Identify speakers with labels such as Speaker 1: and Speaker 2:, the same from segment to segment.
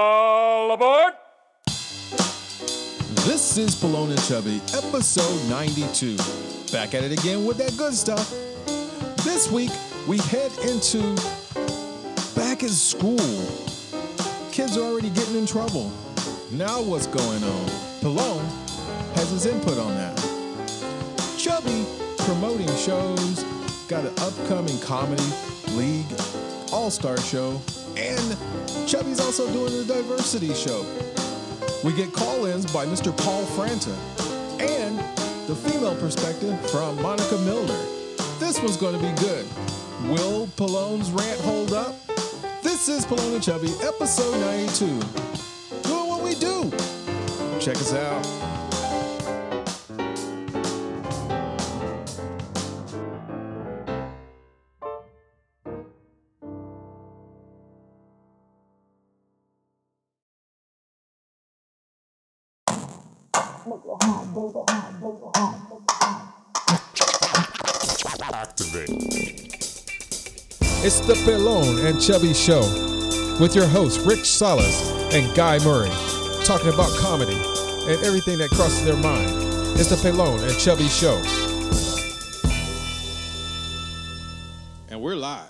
Speaker 1: All aboard!
Speaker 2: This is Palone and Chubby, episode 92. Back at it again with that good stuff. This week, we head into back at school. Kids are already getting in trouble. Now, what's going on? Palone has his input on that. Chubby promoting shows, got an upcoming comedy league all star show, and Chubby's also doing a diversity show. We get call ins by Mr. Paul Franta and the female perspective from Monica Milner. This one's going to be good. Will Pallone's rant hold up? This is Pallone and Chubby, episode 92. Doing what we do. Check us out. It's the Pelone and Chubby Show with your hosts Rick Salas and Guy Murray talking about comedy and everything that crosses their mind. It's the Pelone and Chubby Show. And we're live.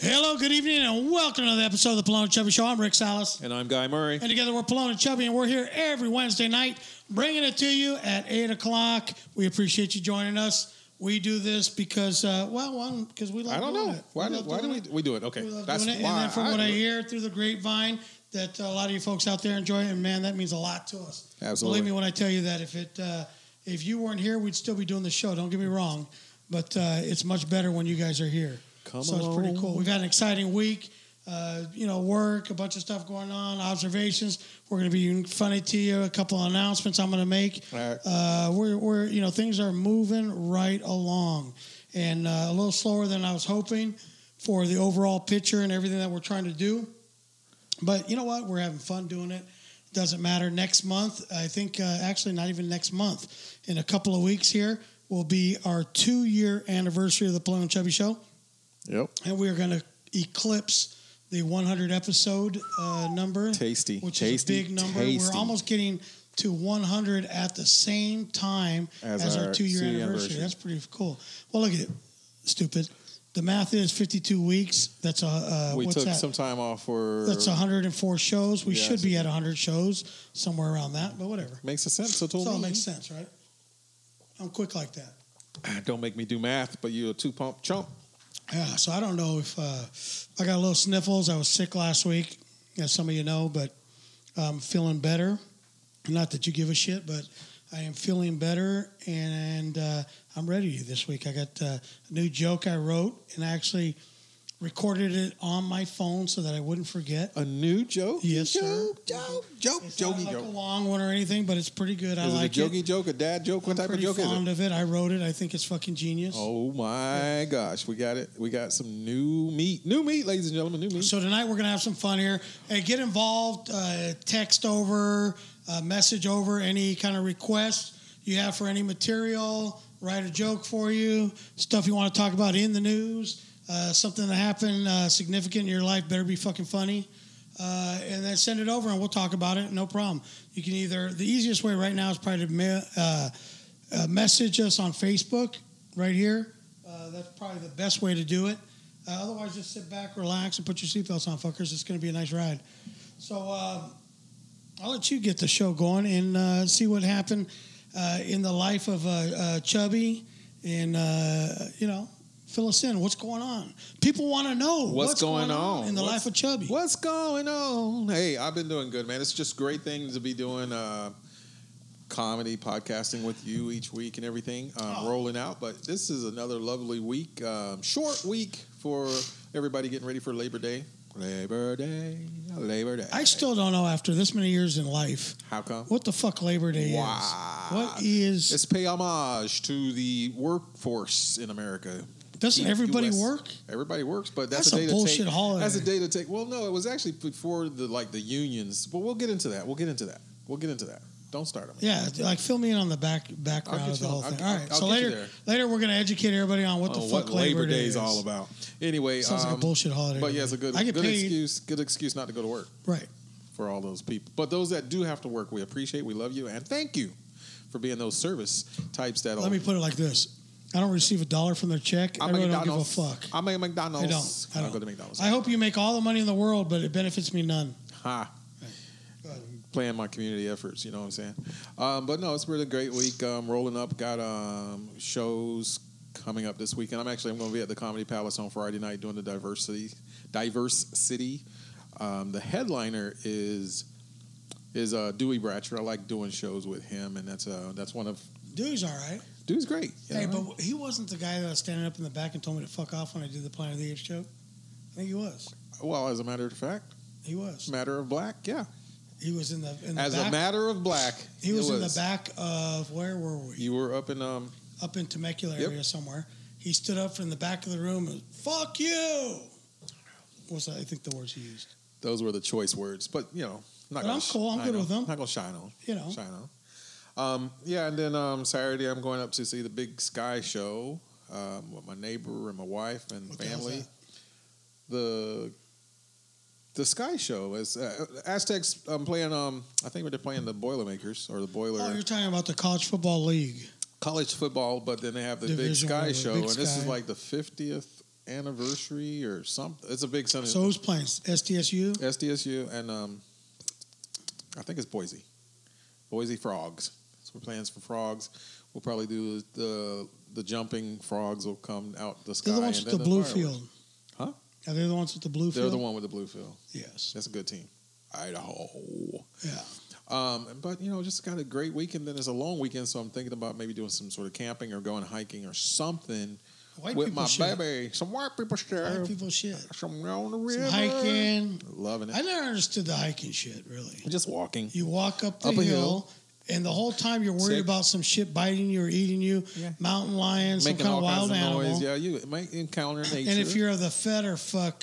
Speaker 3: Hello, good evening, and welcome to another episode of the Palone and Chubby Show. I'm Rick Salas,
Speaker 2: And I'm Guy Murray.
Speaker 3: and together we're Palone and Chubby, and we're here every Wednesday night bringing it to you at 8 o'clock. We appreciate you joining us. We do this because, uh, well, one, because we like
Speaker 2: I don't
Speaker 3: doing
Speaker 2: know.
Speaker 3: it.
Speaker 2: Why,
Speaker 3: we
Speaker 2: do,
Speaker 3: love
Speaker 2: why do
Speaker 3: doing
Speaker 2: we,
Speaker 3: it.
Speaker 2: we do it? Okay.
Speaker 3: We love
Speaker 2: That's
Speaker 3: doing it.
Speaker 2: why
Speaker 3: And then from what
Speaker 2: do
Speaker 3: I
Speaker 2: it.
Speaker 3: hear through the grapevine, that a lot of you folks out there enjoy it, and man, that means a lot to us.
Speaker 2: Absolutely.
Speaker 3: Believe me when I tell you that if it uh, if you weren't here, we'd still be doing the show. Don't get me wrong, but uh, it's much better when you guys are here.
Speaker 2: Come
Speaker 3: so it's pretty
Speaker 2: along.
Speaker 3: cool. We've had an exciting week. Uh, you know, work, a bunch of stuff going on, observations. We're going to be funny to you. A couple of announcements I'm going to make.
Speaker 2: All right.
Speaker 3: Uh, we're, we're, you know, things are moving right along, and uh, a little slower than I was hoping for the overall picture and everything that we're trying to do. But you know what? We're having fun doing it. Doesn't matter. Next month, I think, uh, actually, not even next month, in a couple of weeks here will be our two year anniversary of the Plum and Chubby Show.
Speaker 2: Yep.
Speaker 3: And we are going to eclipse the 100 episode uh, number.
Speaker 2: Tasty,
Speaker 3: Which is
Speaker 2: tasty,
Speaker 3: a big number.
Speaker 2: tasty.
Speaker 3: We're almost getting to 100 at the same time
Speaker 2: As
Speaker 3: as, our,
Speaker 2: our
Speaker 3: two year
Speaker 2: two-year
Speaker 3: anniversary.
Speaker 2: anniversary.
Speaker 3: That's pretty cool. Well, look at it. Stupid. The math is 52 weeks. That's a. Uh,
Speaker 2: We
Speaker 3: what's
Speaker 2: took
Speaker 3: that?
Speaker 2: some time off for.
Speaker 3: That's 104 shows. We
Speaker 2: Yeah,
Speaker 3: should
Speaker 2: it's-
Speaker 3: be at 100 shows, somewhere around that, but whatever.
Speaker 2: Makes a sense. So
Speaker 3: It's all
Speaker 2: me.
Speaker 3: makes sense, right? I'm quick like that.
Speaker 2: Don't make me do math, but you're a two pump chump.
Speaker 3: Yeah, so I don't know if uh, I got a little sniffles. I was sick last week, as some of you know, but I'm feeling better. Not that you give a shit, but I am feeling better, and uh, I'm ready this week. I got uh, a new joke I wrote, and I actually recorded it on my phone so that I wouldn't forget.
Speaker 2: A new joke?
Speaker 3: Yes, sir.
Speaker 2: joke, Joke, joke,
Speaker 3: It's not
Speaker 2: jokey
Speaker 3: like a
Speaker 2: joke.
Speaker 3: long one or anything, but it's pretty good. I
Speaker 2: Is
Speaker 3: like
Speaker 2: it a jokey joke, a dad joke? What
Speaker 3: I'm
Speaker 2: type of
Speaker 3: pretty
Speaker 2: joke is it?
Speaker 3: fond of it. I wrote it. I think it's fucking genius.
Speaker 2: Oh my gosh, we got it. We got some new meat. New meat, ladies and gentlemen, new meat.
Speaker 3: So tonight we're gonna have some fun here. Hey, get involved. Uh, text over, uh, message over any kind of requests you have for any material. Write a joke for you. Stuff you want to talk about in the news. Uh, something that happened uh, significant in your life better be fucking funny. Uh, and then send it over and we'll talk about it. No problem. You can either the easiest way right now is probably to ma- uh, uh, message us on Facebook right here. Uh, that's probably the best way to do it. Uh, otherwise, just sit back, relax, and put your seatbelts on, fuckers. It's going to be a nice ride. So uh, I'll let you get the show going and uh, see what happened uh, in the life of uh, uh, Chubby, and uh, you know, fill us in. What's going on? People want to know
Speaker 2: What's going on?
Speaker 3: in the
Speaker 2: What's-
Speaker 3: life of Chubby.
Speaker 2: What's going on? Hey, I've been doing good, man. It's just great thing to be doing uh, comedy, podcasting with you each week and everything, um,
Speaker 3: Oh.
Speaker 2: rolling out. But this is another lovely week, um, short week for everybody getting ready for Labor Day. Labor Day, Labor Day.
Speaker 3: I still don't know after this many years in life
Speaker 2: How come?
Speaker 3: what the fuck Labor Day
Speaker 2: Wow.
Speaker 3: is. What is?
Speaker 2: It's pay homage to the workforce in America.
Speaker 3: doesn't everybody
Speaker 2: US.
Speaker 3: work?
Speaker 2: Everybody works, but that's,
Speaker 3: That's
Speaker 2: a day
Speaker 3: a
Speaker 2: to
Speaker 3: bullshit
Speaker 2: take.
Speaker 3: holiday.
Speaker 2: That's a day to take. Well, no, it was actually before the like the unions, but we'll get into that. We'll get into that. We'll get into that. Don't start them.
Speaker 3: Yeah, like fill me in on the back background
Speaker 2: I'll get
Speaker 3: of the
Speaker 2: you-
Speaker 3: whole
Speaker 2: I'll-
Speaker 3: thing.
Speaker 2: I'll-
Speaker 3: All right,
Speaker 2: I'll
Speaker 3: so
Speaker 2: get you
Speaker 3: later,
Speaker 2: there.
Speaker 3: later we're gonna educate everybody on what the fuck
Speaker 2: Oh, what Labor Day is all
Speaker 3: about.
Speaker 2: about. Anyway,
Speaker 3: Sounds like a
Speaker 2: um,
Speaker 3: bullshit holiday.
Speaker 2: But yeah, it's a good
Speaker 3: I get
Speaker 2: good
Speaker 3: paid
Speaker 2: excuse. Good excuse not to go to work.
Speaker 3: right.
Speaker 2: for all those people. But those that do have to work, we appreciate, we love you, and thank you for being those service types that.
Speaker 3: Let me put it like this: I don't receive a dollar from their check. i
Speaker 2: I'm
Speaker 3: really don't give a
Speaker 2: McDonald's.
Speaker 3: fuck.
Speaker 2: I'm a McDonald's.
Speaker 3: I don't. I
Speaker 2: go
Speaker 3: don't.
Speaker 2: to McDonald's.
Speaker 3: I hope you make all the money in the world, but it benefits me none.
Speaker 2: ha.
Speaker 3: Go ahead.
Speaker 2: Playing my community efforts, you know what I'm saying? Um, but no, it's been a great week. Um, rolling up, got um, shows coming up this weekend. I'm actually I'm going to be at the Comedy Palace on Friday night doing the diversity diverse city. Um, the headliner is is uh, Dewey Bratcher. I like doing shows with him, and that's uh, that's one of
Speaker 3: Dude's all right.
Speaker 2: Dewey's great. you
Speaker 3: Hey,
Speaker 2: know?
Speaker 3: but he wasn't the guy that was standing up in the back and told me to fuck off when I did the Planet of the Apes joke. I think he was.
Speaker 2: well, as a matter of fact,
Speaker 3: He was.
Speaker 2: matter of black, yeah.
Speaker 3: He was in the in the
Speaker 2: As
Speaker 3: back.
Speaker 2: a matter of black,
Speaker 3: he
Speaker 2: it
Speaker 3: was, in the back of where were we?
Speaker 2: You were up in um,
Speaker 3: Up in Temecula
Speaker 2: Yep.
Speaker 3: area somewhere. He stood up from the back of the room and fuck you. What's that? I think the words he used.
Speaker 2: those were the choice words, but you know,
Speaker 3: But
Speaker 2: not gonna
Speaker 3: I'm cool. I'm
Speaker 2: I
Speaker 3: good
Speaker 2: know.
Speaker 3: with them. Oh.
Speaker 2: Not gonna shine on.
Speaker 3: You know.
Speaker 2: Shine on. Um, yeah, and then um, Saturday I'm going up to see the Big Sky show um, with my neighbor and my wife and
Speaker 3: What the hell's
Speaker 2: family.
Speaker 3: that?
Speaker 2: The the Sky Show is uh, Aztecs. um, playing. Um, I think they're playing the Boilermakers or the Boiler
Speaker 3: Oh, you're talking about the college football league.
Speaker 2: college football, but then they have the Big
Speaker 3: Division
Speaker 2: Sky
Speaker 3: whatever,
Speaker 2: show,
Speaker 3: Big
Speaker 2: and this is
Speaker 3: Sky.
Speaker 2: like the 50th anniversary or something. It's a big something.
Speaker 3: So who's playing? SDSU?
Speaker 2: SDSU and um, I think it's Boise, Boise Frogs. So we're playing some frogs. We'll probably do the the jumping frogs will come out the sky.
Speaker 3: They're the ones
Speaker 2: and
Speaker 3: with
Speaker 2: then
Speaker 3: the blue
Speaker 2: fireworks.
Speaker 3: field.
Speaker 2: Huh?
Speaker 3: Are they the ones with the blue
Speaker 2: They're
Speaker 3: field?
Speaker 2: the one with the blue field.
Speaker 3: Yes.
Speaker 2: That's a good team. Idaho.
Speaker 3: Yeah.
Speaker 2: Um, but you know, just got a great weekend. Then it's a long weekend, so I'm thinking about maybe doing some sort of camping or going hiking or something
Speaker 3: White
Speaker 2: with
Speaker 3: people
Speaker 2: my
Speaker 3: shit.
Speaker 2: baby. Some white people
Speaker 3: White
Speaker 2: share.
Speaker 3: people shit.
Speaker 2: Some on the
Speaker 3: Some
Speaker 2: river.
Speaker 3: hiking.
Speaker 2: Loving it.
Speaker 3: I never understood the hiking shit, really.
Speaker 2: just walking.
Speaker 3: You walk up the
Speaker 2: Up a
Speaker 3: hill,
Speaker 2: hill.
Speaker 3: and the whole time you're worried
Speaker 2: Sick.
Speaker 3: about some shit biting you or eating you,
Speaker 2: Yeah.
Speaker 3: mountain lion, some
Speaker 2: making
Speaker 3: kind of
Speaker 2: all
Speaker 3: wild
Speaker 2: kinds of
Speaker 3: animal.
Speaker 2: noise. Yeah, you might encounter nature.
Speaker 3: And if you're of the fetter fuck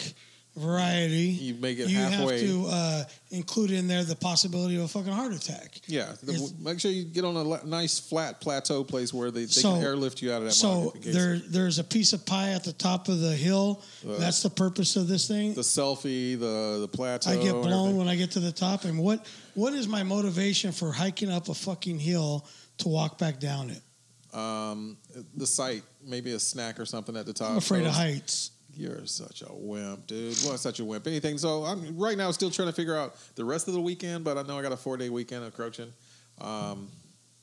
Speaker 3: variety,
Speaker 2: you make it
Speaker 3: you
Speaker 2: halfway.
Speaker 3: have to uh, include in there the possibility of a fucking heart attack.
Speaker 2: yeah, the-
Speaker 3: it's-
Speaker 2: make sure you get on a le- nice flat plateau place where they, they
Speaker 3: So-
Speaker 2: can airlift you out of that.
Speaker 3: So
Speaker 2: mountain in case-
Speaker 3: there, there's a piece of pie at the top of the hill.
Speaker 2: Uh,
Speaker 3: That's the purpose of this thing.
Speaker 2: the selfie, the the plateau.
Speaker 3: I get blown
Speaker 2: and everything.
Speaker 3: when I get to the top. And what what is my motivation for hiking up a fucking hill to walk back down it?
Speaker 2: Um, the site, maybe a snack or something at the top.
Speaker 3: I'm afraid of
Speaker 2: Those-
Speaker 3: heights.
Speaker 2: You're such a wimp, dude. Well, such a wimp. Anything. So I'm right now still trying to figure out the rest of the weekend, but I know I got a four day weekend of Croction. Um,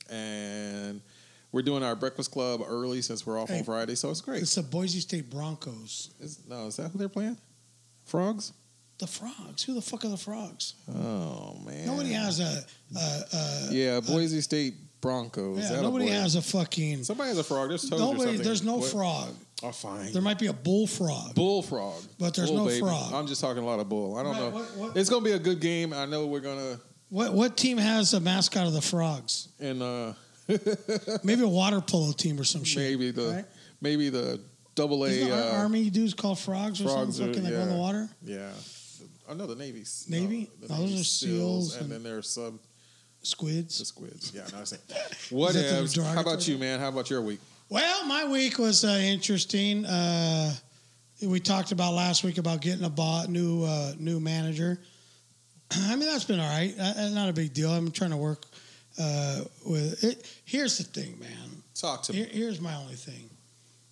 Speaker 2: and we're doing our breakfast club early since we're off
Speaker 3: Hey.
Speaker 2: on Friday, so it's great.
Speaker 3: It's the Boise State Broncos.
Speaker 2: Is, no, is that who they're playing? Frogs?
Speaker 3: The frogs. Who the fuck are the frogs?
Speaker 2: Oh man.
Speaker 3: Nobody has a. a, a
Speaker 2: Yeah, Boise State Broncos.
Speaker 3: yeah,
Speaker 2: Atta
Speaker 3: nobody
Speaker 2: boy.
Speaker 3: has a fucking.
Speaker 2: Somebody has a frog. There's toads or
Speaker 3: Nobody.
Speaker 2: something.
Speaker 3: There's no
Speaker 2: What?
Speaker 3: frog.
Speaker 2: Oh, fine.
Speaker 3: There might be a bullfrog.
Speaker 2: Bullfrog.
Speaker 3: But there's no frog.
Speaker 2: I'm just talking a lot of bull. I don't
Speaker 3: Right,
Speaker 2: know.
Speaker 3: what- what-
Speaker 2: It's gonna be a good game. I know we're gonna
Speaker 3: What what team has a mascot of the frogs?
Speaker 2: and uh
Speaker 3: Maybe a water polo team or some shit.
Speaker 2: maybe the
Speaker 3: right?
Speaker 2: maybe the double A
Speaker 3: Isn't our
Speaker 2: uh,
Speaker 3: army dudes called frogs or
Speaker 2: frogs are-
Speaker 3: something fucking like on the
Speaker 2: yeah.
Speaker 3: water?
Speaker 2: Yeah. I know the Navy's
Speaker 3: Navy?
Speaker 2: No,
Speaker 3: No, those
Speaker 2: Navy
Speaker 3: are
Speaker 2: SEALs,
Speaker 3: SEALs
Speaker 2: and,
Speaker 3: and-
Speaker 2: then there are sub
Speaker 3: Squids.
Speaker 2: the squids. Yeah, no, I said. What
Speaker 3: that the
Speaker 2: ifs? How about
Speaker 3: derogatory?
Speaker 2: you, man? How about your week?
Speaker 3: Well, my week was uh, interesting. Uh, we talked about last week about getting a bot, new uh, new manager. I mean, that's been all right. Uh, not a big deal. I'm trying to work uh, with it. Here's the thing, man.
Speaker 2: Talk to
Speaker 3: Here,
Speaker 2: me.
Speaker 3: here's my only thing.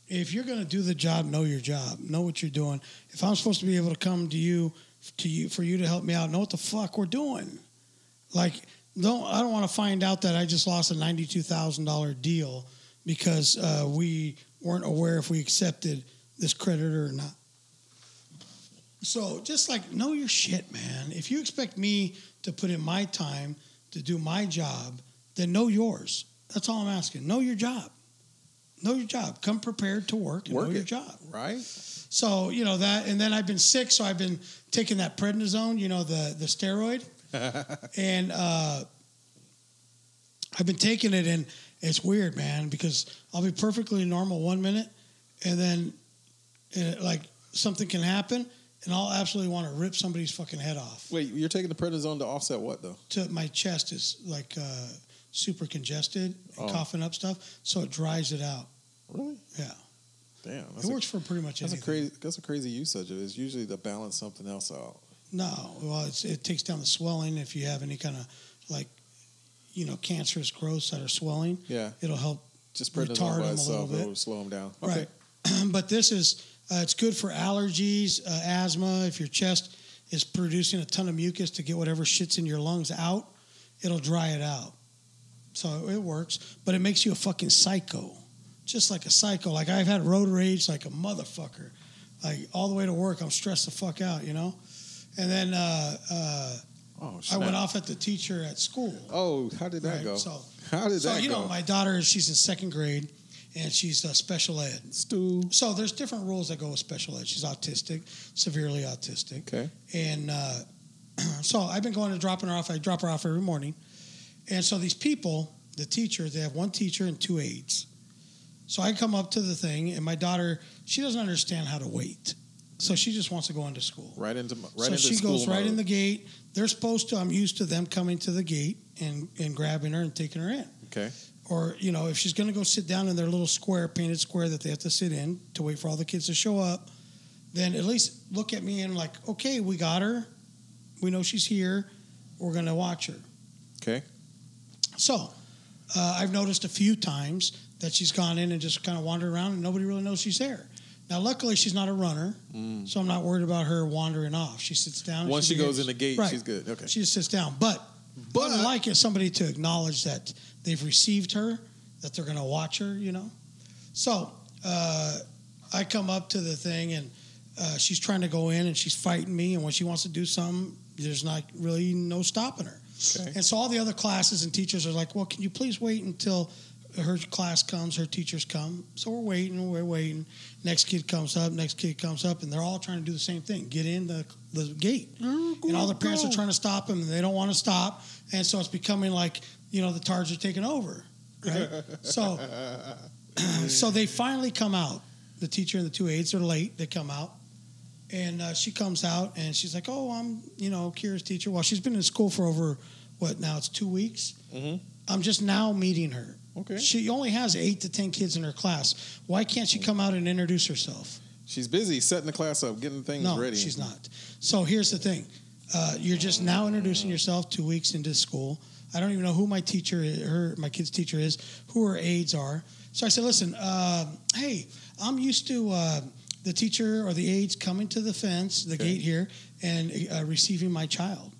Speaker 3: If you're going to do the job, know your job, know what you're doing. If I'm supposed to be able to come to you, to you for you to help me out, know what the fuck we're doing. Like, don't I don't want to find out that I just lost a ninety-two thousand dollar deal because uh, we weren't aware if we accepted this creditor or not. So just like know your shit, man. If you expect me to put in my time to do my job, then know yours. That's all I'm asking. Know your job. Know your job. Come prepared to work and
Speaker 2: Work
Speaker 3: know your
Speaker 2: it.
Speaker 3: job.
Speaker 2: Right?
Speaker 3: So you know that, and then I've been sick, so I've been taking that prednisone, you know, the the steroid, and uh, I've been taking it, and it's weird, man, because I'll be perfectly normal one minute, and then and it, like something can happen, and I'll absolutely want to rip somebody's fucking head off.
Speaker 2: Wait, you're taking the prednisone to offset what though?
Speaker 3: To my chest is like uh, super congested, and
Speaker 2: Oh.
Speaker 3: coughing up stuff, so it dries it out.
Speaker 2: Really?
Speaker 3: Yeah,
Speaker 2: Damn.
Speaker 3: it
Speaker 2: a-
Speaker 3: works for pretty much
Speaker 2: That's a
Speaker 3: anything.
Speaker 2: crazy. That's a crazy usage of it. It's usually to balance something else out.
Speaker 3: No, well, it's, it takes down the swelling. If you have any kind of like, you know, cancerous growths that are swelling,
Speaker 2: Yeah.
Speaker 3: it'll help.
Speaker 2: Just putting it on
Speaker 3: Retard
Speaker 2: by
Speaker 3: them a
Speaker 2: itself,
Speaker 3: little bit.
Speaker 2: it would slow them down. Okay.
Speaker 3: Right. but this is uh, it's good for allergies, uh, asthma. If your chest is producing a ton of mucus to get whatever shits in your lungs out, it'll dry it out. So it works, but it makes you a fucking psycho, just like a psycho. Like I've had road rage like a motherfucker, like all the way to work. I'm stressed the fuck out, you know. And then uh, uh,
Speaker 2: Oh,
Speaker 3: I
Speaker 2: snap.
Speaker 3: went off at the teacher at school.
Speaker 2: Oh, how did that
Speaker 3: Right,
Speaker 2: go?
Speaker 3: so-
Speaker 2: how did
Speaker 3: So
Speaker 2: that
Speaker 3: you
Speaker 2: go?
Speaker 3: know, my daughter, she's in second grade, and she's uh, special ed.
Speaker 2: Stu.
Speaker 3: So there's different rules that go with special ed. She's autistic, severely autistic,
Speaker 2: Okay.
Speaker 3: and uh, so I've been going and dropping her off. I drop her off every morning, and so these people, the teacher, they have one teacher and two aides. So I come up to the thing, and my daughter, she doesn't understand how to wait, so she just wants to go into school.
Speaker 2: Right into right
Speaker 3: so
Speaker 2: into
Speaker 3: she
Speaker 2: school
Speaker 3: goes right in
Speaker 2: mode.
Speaker 3: the gate. They're supposed to. I'm used to them coming to the gate and and grabbing her and taking her in
Speaker 2: Okay.
Speaker 3: or you know if she's going to go sit down in their little square painted square that they have to sit in to wait for all the kids to show up then at least look at me and like okay we got her we know she's here we're going to watch her
Speaker 2: Okay.
Speaker 3: so uh, i've noticed a few times that she's gone in and just kind of wandered around and nobody really knows she's there now luckily she's not a runner so i'm not worried about her wandering off she sits down and
Speaker 2: Mm. Once she goes
Speaker 3: begins-
Speaker 2: in the gate,
Speaker 3: Right.
Speaker 2: she's good. Okay.
Speaker 3: she just sits down but but I would like it somebody to acknowledge that they've received her, that they're going to watch her, you know. So uh, I come up to the thing and uh, she's trying to go in and she's fighting me. And when she wants to do something, there's not really no stopping her.
Speaker 2: okay.
Speaker 3: And so all the other classes and teachers are like, well, can you please wait until her class comes, her teachers come? So we're waiting, we're waiting. Next kid comes up, next kid comes up, and they're all trying to do the same thing get in the, the gate. And all the parents are trying to stop them, and they don't want to stop. And so it's becoming like, you know, the TARDs are taking over, right? so, so they finally come out. The teacher and the two aides are late. They come out. And uh, she comes out and she's like, "Oh, I'm, you know, Kira's teacher." Well, she's been in school for over what now? It's two weeks.
Speaker 2: Mhm.
Speaker 3: I'm just now meeting her.
Speaker 2: Okay.
Speaker 3: She only has eight to ten kids in her class. Why can't she come out and introduce herself?
Speaker 2: She's busy setting the class up, getting things
Speaker 3: no,
Speaker 2: ready.
Speaker 3: she's not. So here's the thing: uh, you're just now introducing yourself two weeks into school. I don't even know who my teacher, her, my kid's teacher is, who her aides are. So I said, "Listen, uh, hey, I'm used to uh, the teacher or the aides coming to the fence, the
Speaker 2: Okay.
Speaker 3: gate here, and uh, receiving my child,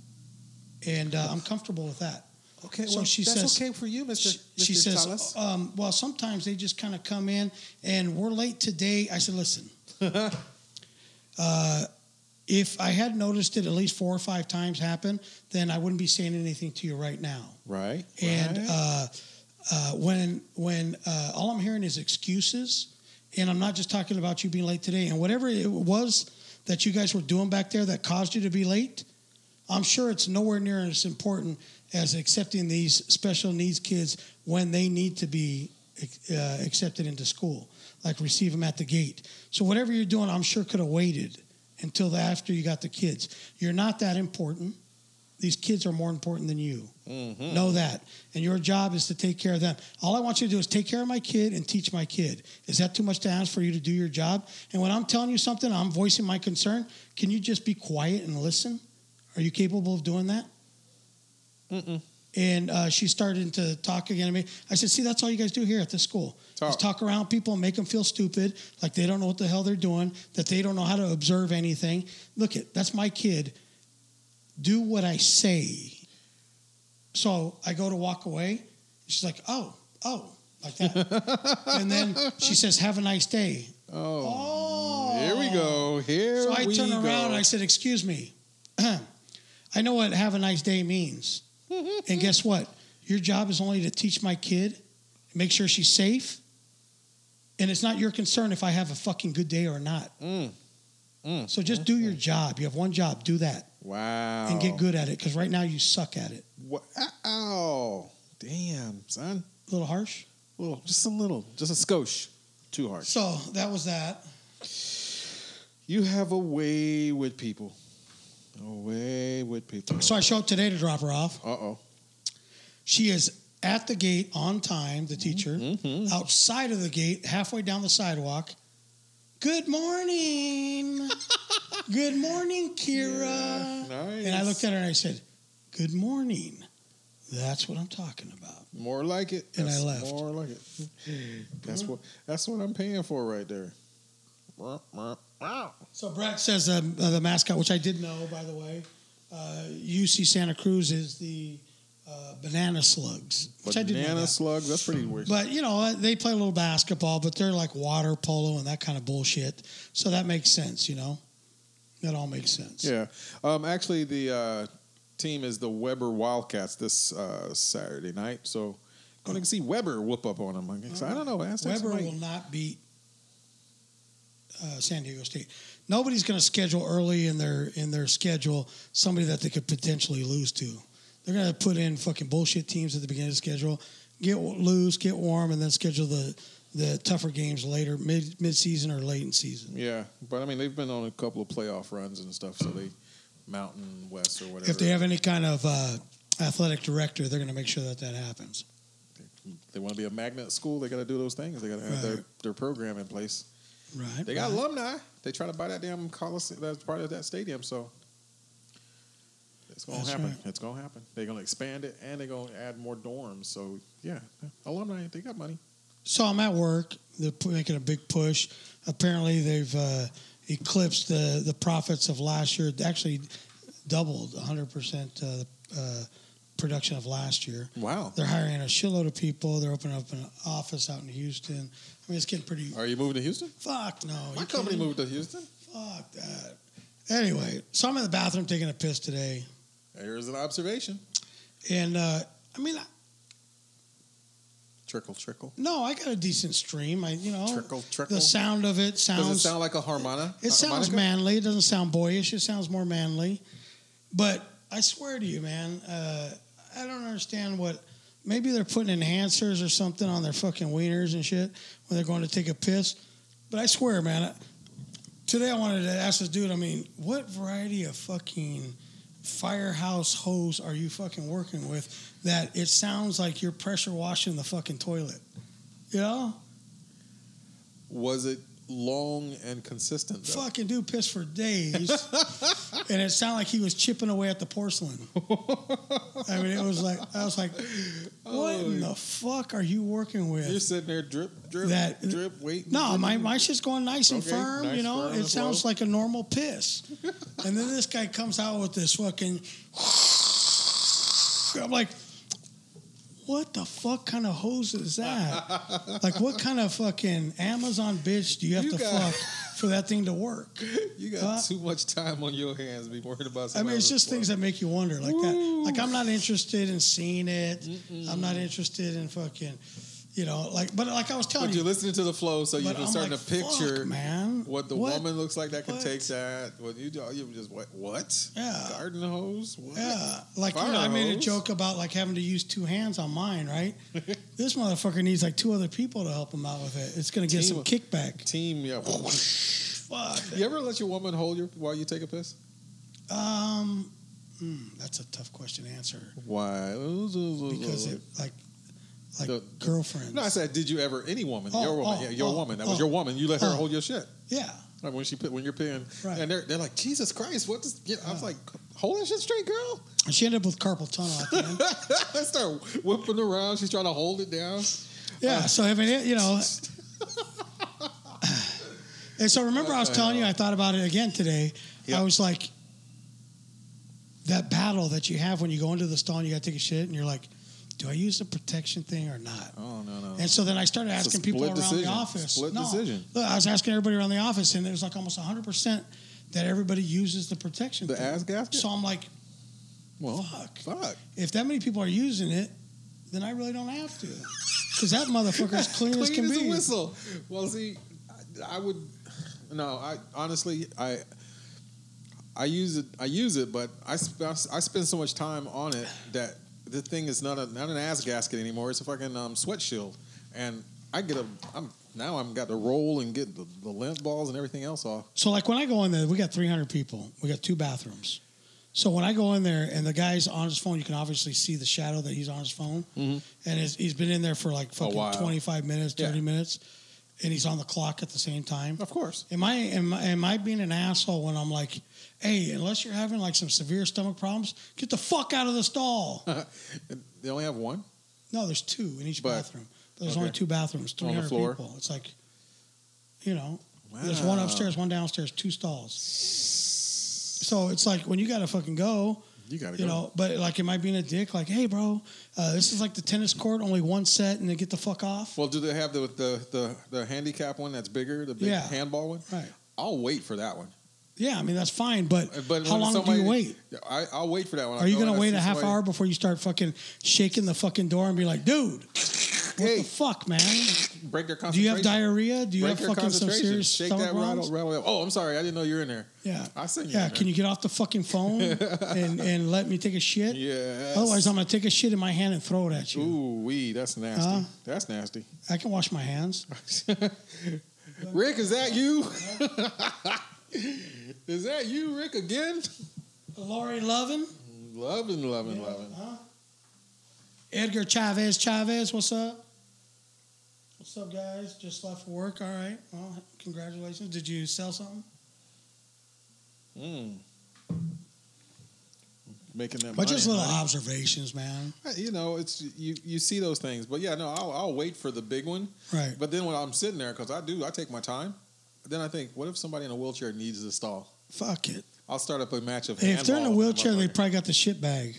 Speaker 3: and uh, I'm comfortable with that."
Speaker 2: Okay.
Speaker 3: So she says-
Speaker 2: for you,
Speaker 3: She, she says, um, "Well, sometimes they just kind of come in, and we're late today." I said, "Listen, uh, if I had noticed it at least four or five times happen, then I wouldn't be saying anything to you right now."
Speaker 2: Right.
Speaker 3: And
Speaker 2: right.
Speaker 3: uh, uh, when when uh, all I'm hearing is excuses, and I'm not just talking about you being late today, and whatever it was that you guys were doing back there that caused you to be late, I'm sure it's nowhere near as important as accepting these special needs kids when they need to be uh, accepted into school, like receive them at the gate. So whatever you're doing, I'm sure could have waited until the- after you got the kids. You're not that important. These kids are more important than you.
Speaker 2: Mhm.
Speaker 3: Know that. And your job is to take care of them. All I want you to do is take care of my kid and teach my kid. Is that too much to ask for you to do your job? And when I'm telling you something, I'm voicing my concern. Can you just be quiet and listen? Are you capable of doing that?
Speaker 2: Mm-mm.
Speaker 3: And uh, she started to talk again to me. I said, See, that's all you guys do here at this school. Is
Speaker 2: Talk.
Speaker 3: talk around people and make them feel stupid, like they don't know what the hell they're doing, that they don't know how to observe anything. Look, it, that's my kid. Do what I say. So I go to walk away. She's like, Oh, oh, like that. and then she says, Have a nice day.
Speaker 2: oh,
Speaker 3: uh, Oh.
Speaker 2: here we go. Here
Speaker 3: So I
Speaker 2: we
Speaker 3: turn
Speaker 2: go.
Speaker 3: around and I said, Excuse me. I know what have a nice day means. and guess what? Your job is only to teach my kid, make sure she's safe. And it's not your concern if I have a fucking good day or not.
Speaker 2: Mm. Mm.
Speaker 3: So just do your job. You have one job, do that
Speaker 2: Wow.
Speaker 3: and get good at it because right now you suck at it.
Speaker 2: Wow. Damn, son.
Speaker 3: A little harsh.
Speaker 2: little, just a little, just a skosh. Too hard.
Speaker 3: So that was that.
Speaker 2: You have a way with people. A way with people.
Speaker 3: So I show up today to drop her off.
Speaker 2: Uh oh.
Speaker 3: She is at the gate on time, the teacher.
Speaker 2: Mm-hmm.
Speaker 3: outside of the gate, halfway down the sidewalk, Good morning. Good morning, Kira.
Speaker 2: Nice.
Speaker 3: And I looked at her and I said, Good morning. That's what I'm talking about.
Speaker 2: More like it.
Speaker 3: And I
Speaker 2: That's
Speaker 3: left.
Speaker 2: More like it. That's what that's what I'm paying for right there. Wow, wow, wow.
Speaker 3: So Brett says uh, uh, the mascot, which I did know, by the way, uh, UC Santa Cruz is the uh, banana slugs, which I didn't know.
Speaker 2: Banana
Speaker 3: that.
Speaker 2: slugs. That's pretty weird.
Speaker 3: But you know, they play a little basketball, but they're like water polo and that kind of bullshit. So that makes sense, you know. That all makes sense.
Speaker 2: Yeah. Um, actually, the uh, team is the Weber Wildcats this uh, Saturday night. So going to see Weber whoop up on them. Like, so I don't know. Aztecs
Speaker 3: Weber
Speaker 2: might-
Speaker 3: will not beat uh, San Diego State. Nobody's going to schedule early in their in their schedule somebody that they could potentially lose to. They're going to put in fucking bullshit teams at the beginning of the schedule, get w- loose, get warm, and then schedule the the tougher games later, mid mid season or late in season.
Speaker 2: Yeah, but I mean they've been on a couple of playoff runs and stuff. So they Mountain West or whatever.
Speaker 3: If they have any kind of uh, athletic director, they're going to make sure that that happens.
Speaker 2: they want to be a magnet school, they got to do those things. They got to have their, their program in place.
Speaker 3: Right.
Speaker 2: They got alumni. They try to buy that damn coliseum. That's part of that stadium. So it's gonna
Speaker 3: That's
Speaker 2: happen.
Speaker 3: right.
Speaker 2: It's gonna happen. They're gonna expand it and they're gonna add more dorms. So yeah, alumni. They got money.
Speaker 3: So I'm at work. They're pu- making a big push. Apparently, they've uh, eclipsed the the profits of last year. Actually, doubled 100 percent uh, uh, production of last year.
Speaker 2: Wow.
Speaker 3: They're hiring a shitload of people. They're opening up an office out in Houston. I mean, it's getting pretty.
Speaker 2: Are you moving to Houston?
Speaker 3: Fuck no.
Speaker 2: My
Speaker 3: you
Speaker 2: company
Speaker 3: kidding?
Speaker 2: moved to Houston.
Speaker 3: Fuck that. Anyway, so I'm in the bathroom taking a piss today.
Speaker 2: Here's an observation.
Speaker 3: And uh, I mean, I-
Speaker 2: Trickle, trickle.
Speaker 3: no, I got a decent stream. I, you know,
Speaker 2: Trickle, trickle.
Speaker 3: Oh, the sound of it
Speaker 2: Does it
Speaker 3: sounds.
Speaker 2: sound like a harmonica?
Speaker 3: It sounds
Speaker 2: harmonica?
Speaker 3: manly. It doesn't sound boyish. It sounds more manly. But I swear to you, man, uh, I don't understand what. Maybe they're putting enhancers or something on their fucking wieners and shit when they're going to take a piss. But I swear, man, I, today I wanted to ask this dude. I mean, what variety of fucking firehouse hose are you fucking working with that it sounds like you're pressure washing the fucking toilet? You know.
Speaker 2: Was it long and consistent? Though?
Speaker 3: fucking dude pissed for days, and it sounded like he was chipping away at the porcelain. I mean, it was like I was like, "What in the fuck are you working
Speaker 2: You're
Speaker 3: with?"
Speaker 2: sitting there drip, drip,
Speaker 3: That-
Speaker 2: drip, waiting.
Speaker 3: No,
Speaker 2: drip.
Speaker 3: my my shit's going nice and
Speaker 2: Okay,
Speaker 3: firm.
Speaker 2: nice,
Speaker 3: you know,
Speaker 2: firm
Speaker 3: it
Speaker 2: and
Speaker 3: sounds
Speaker 2: slow.
Speaker 3: like a normal piss, and then this guy comes out with this fucking. I'm like. What the fuck kind of hose is that? like, what kind of fucking Amazon bitch do you have
Speaker 2: You
Speaker 3: to
Speaker 2: got-
Speaker 3: fuck for that thing to work?
Speaker 2: You got
Speaker 3: Uh,
Speaker 2: too much time on your hands to be worried about.
Speaker 3: I mean,
Speaker 2: somebody
Speaker 3: it's just
Speaker 2: else's
Speaker 3: things that make you wonder, like that. Like I'm not interested in seeing it.
Speaker 2: Mm-mm.
Speaker 3: I'm not interested in fucking, you know, like. But like I was telling
Speaker 2: But
Speaker 3: you,
Speaker 2: you're listening to the flow, so you're
Speaker 3: but I'm
Speaker 2: starting
Speaker 3: like,
Speaker 2: to picture
Speaker 3: fuck, man,
Speaker 2: what the woman looks like that can
Speaker 3: What?
Speaker 2: take that. What you do? You just what? What?
Speaker 3: Yeah.
Speaker 2: Garden hose? What?
Speaker 3: Yeah, like you know, I
Speaker 2: Fire
Speaker 3: made a
Speaker 2: hose.
Speaker 3: joke about like having to use two hands on mine, right? this motherfucker needs like two other people to help him out with it. It's gonna get some
Speaker 2: Team-
Speaker 3: kickback.
Speaker 2: Team, yeah.
Speaker 3: Fuck.
Speaker 2: you ever let your woman hold your while you take a piss?
Speaker 3: Um, mm, that's a tough question to answer
Speaker 2: Why?
Speaker 3: because it like like
Speaker 2: The-
Speaker 3: girlfriends.
Speaker 2: No, I said, did you ever? Any woman?
Speaker 3: Oh,
Speaker 2: your woman?
Speaker 3: oh,
Speaker 2: yeah, your
Speaker 3: oh,
Speaker 2: woman. That was
Speaker 3: oh.
Speaker 2: your woman. You let her
Speaker 3: Oh.
Speaker 2: hold your shit.
Speaker 3: yeah,
Speaker 2: Like when she put when you're peeing,
Speaker 3: Right.
Speaker 2: and they're they're like, Jesus Christ, what? Does, you know, I was like, hold that shit straight, girl.
Speaker 3: and she ended up with carpal tunnel at the end.
Speaker 2: I start whipping around. She's trying to hold it down.
Speaker 3: Yeah. so I mean, it, you know. and so remember, I was
Speaker 2: What the
Speaker 3: telling you, I thought about it again today.
Speaker 2: Yeah.
Speaker 3: I was like, that battle that you have when you go into the stall and you got to take a shit, and you're like, do I use the protection thing or not?
Speaker 2: Oh no no.
Speaker 3: And so then I started
Speaker 2: It's a
Speaker 3: asking people
Speaker 2: split
Speaker 3: around the
Speaker 2: decision.
Speaker 3: office.
Speaker 2: Split decision.
Speaker 3: Look, I was asking everybody around the office, and it was like almost 100% that everybody uses the protection
Speaker 2: the
Speaker 3: thing.
Speaker 2: ass gasket.
Speaker 3: So I'm like,
Speaker 2: well,
Speaker 3: fuck.
Speaker 2: fuck.
Speaker 3: If that many people are using it, then I really don't have to. Because that motherfucker's clean, as
Speaker 2: Clean
Speaker 3: can
Speaker 2: as
Speaker 3: be.
Speaker 2: a whistle. Well, see, I, I would. No, I honestly, I. I use it. I use it, but I sp- I spend so much time on it that the thing is not a not an ass gasket anymore. It's a fucking um, sweat shield, and I get a. I'm now I'm got to roll and get the, the lint balls and everything else off.
Speaker 3: So like when I go in there, we got 300 people. We got two bathrooms. So when I go in there and the guy's on his phone, you can obviously see the shadow that he's on his phone,
Speaker 2: Mhm.
Speaker 3: and it's, he's been in there for like fucking
Speaker 2: while.
Speaker 3: 25 minutes, 30
Speaker 2: Yeah.
Speaker 3: minutes, and he's on the clock at the same time.
Speaker 2: Of course.
Speaker 3: Am I am I, am I being an asshole when I'm like, hey, unless you're having like some severe stomach problems, get the fuck out of the stall.
Speaker 2: They only have one.
Speaker 3: no, there's two in each
Speaker 2: But-
Speaker 3: bathroom. There's
Speaker 2: okay.
Speaker 3: only two bathrooms,
Speaker 2: On the
Speaker 3: 300
Speaker 2: floor.
Speaker 3: people. It's like, you know, there's one
Speaker 2: Wow.
Speaker 3: upstairs, one downstairs, two stalls. So it's like when you gotta fucking go,
Speaker 2: You gotta
Speaker 3: you
Speaker 2: go.
Speaker 3: know. But like, am I being a dick? Like, hey, bro, uh, this is like the tennis court, only one set, and then get the fuck off.
Speaker 2: Well, do they have the the the, the handicap one that's bigger, the big
Speaker 3: Yeah.
Speaker 2: handball one?
Speaker 3: Right.
Speaker 2: I'll wait for that one.
Speaker 3: Yeah, I mean that's fine, but,
Speaker 2: Uh, But
Speaker 3: how
Speaker 2: when
Speaker 3: long
Speaker 2: somebody-
Speaker 3: do you wait?
Speaker 2: I, I'll wait for that one.
Speaker 3: Are you gonna wait a half hour before you start fucking shaking the fucking door and be like, dude, what
Speaker 2: Hey,
Speaker 3: the fuck, man?
Speaker 2: break their
Speaker 3: Do you have
Speaker 2: concentration.
Speaker 3: diarrhea? Do you
Speaker 2: Break
Speaker 3: have
Speaker 2: their
Speaker 3: fucking some
Speaker 2: concentration.
Speaker 3: serious
Speaker 2: Shake
Speaker 3: stomach
Speaker 2: that rattle,
Speaker 3: problems?
Speaker 2: rattle. up. Oh, I'm sorry. I didn't know you were in there.
Speaker 3: Yeah,
Speaker 2: I seen you.
Speaker 3: yeah.
Speaker 2: in
Speaker 3: Can you get off the fucking phone and and let me take a shit?
Speaker 2: Yes.
Speaker 3: Otherwise, I'm gonna take a shit in my hand and throw it at you.
Speaker 2: Ooh, wee, that's nasty.
Speaker 3: Huh?
Speaker 2: That's nasty.
Speaker 3: I can wash my hands.
Speaker 2: Rick, is that you? is that you, Rick, again?
Speaker 3: Lori Lovin,
Speaker 2: Loving, loving, loving.
Speaker 3: Edgar Chavez, Chavez, what's up? What's up, guys? Just left work. All right. Well, congratulations. Did you sell something?
Speaker 2: Mm. Making that
Speaker 3: But
Speaker 2: money.
Speaker 3: just little
Speaker 2: huh?
Speaker 3: observations, man.
Speaker 2: You know, it's you. You see those things, but yeah, no, I'll, I'll wait for the big one.
Speaker 3: Right.
Speaker 2: But then when I'm sitting there, because I do, I take my time. Then I think, what if somebody in a wheelchair needs the stall?
Speaker 3: Fuck it.
Speaker 2: I'll start up a match of.
Speaker 3: If they're in a
Speaker 2: handball with that
Speaker 3: wheelchair, they
Speaker 2: motherfucker.
Speaker 3: probably got the shit bag.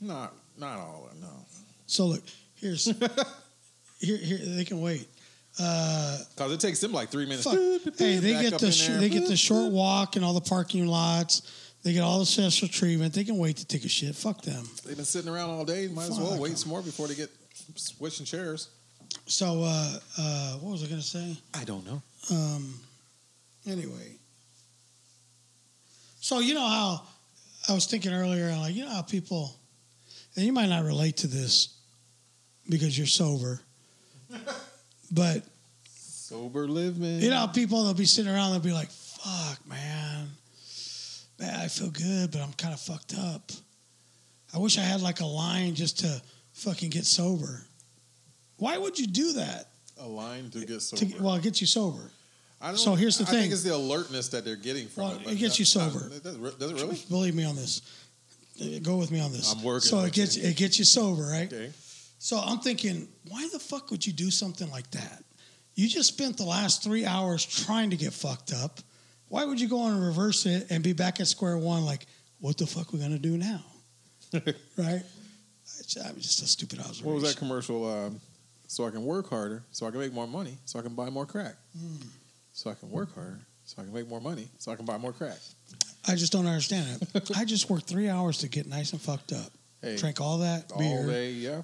Speaker 2: not not all of them, no,
Speaker 3: So look, here's here here they can wait. Uh,
Speaker 2: because it takes them like three minutes.
Speaker 3: fuck. hey, they
Speaker 2: Back
Speaker 3: get
Speaker 2: up
Speaker 3: the
Speaker 2: in
Speaker 3: sh-
Speaker 2: there.
Speaker 3: they get the short walk and all the parking lots. They get all the special treatment. They can wait to take a shit. Fuck them.
Speaker 2: They've been sitting around all day. Might as well
Speaker 3: Fuck
Speaker 2: wait
Speaker 3: 'em.
Speaker 2: some more before they get switching chairs.
Speaker 3: So uh, uh, what was I gonna say?
Speaker 2: I don't know.
Speaker 3: Um, anyway, so you know how I was thinking earlier, like you know how people, and you might not relate to this because you're sober, but
Speaker 2: Sober living.
Speaker 3: you know how people they'll be sitting around, they'll be like, "Fuck, man, man, I feel good, but I'm kind of fucked up. I wish I had like a line just to fucking get sober." Why would you do that?
Speaker 2: a line to get sober.
Speaker 3: To, well, it gets you sober.
Speaker 2: I don't,
Speaker 3: so here's the
Speaker 2: I
Speaker 3: thing.
Speaker 2: think it's the alertness that they're getting from
Speaker 3: Well,
Speaker 2: it. but
Speaker 3: it gets you
Speaker 2: not-
Speaker 3: sober.
Speaker 2: not- does, it- does it really?
Speaker 3: Believe me on this. Uh, Go with me on this.
Speaker 2: I'm working
Speaker 3: So it
Speaker 2: with
Speaker 3: gets
Speaker 2: you.
Speaker 3: it gets you sober, right?
Speaker 2: Okay.
Speaker 3: So I'm thinking, why the fuck would you do something like that? You just spent the last three hours trying to get fucked up. Why would you go on and reverse it and be back at square one? Like, what the fuck we gonna do now? right? It's- I was just a stupid observation.
Speaker 2: What was that commercial? Um, so I can work harder, so I can make more money, so I can buy more crack.
Speaker 3: Hmm.
Speaker 2: So I can work harder, so I can make more money, so I can buy more crack.
Speaker 3: I just don't understand it. I just worked three hours to get nice and fucked up,
Speaker 2: Hey,
Speaker 3: drank all that
Speaker 2: all
Speaker 3: beer,
Speaker 2: day, yeah.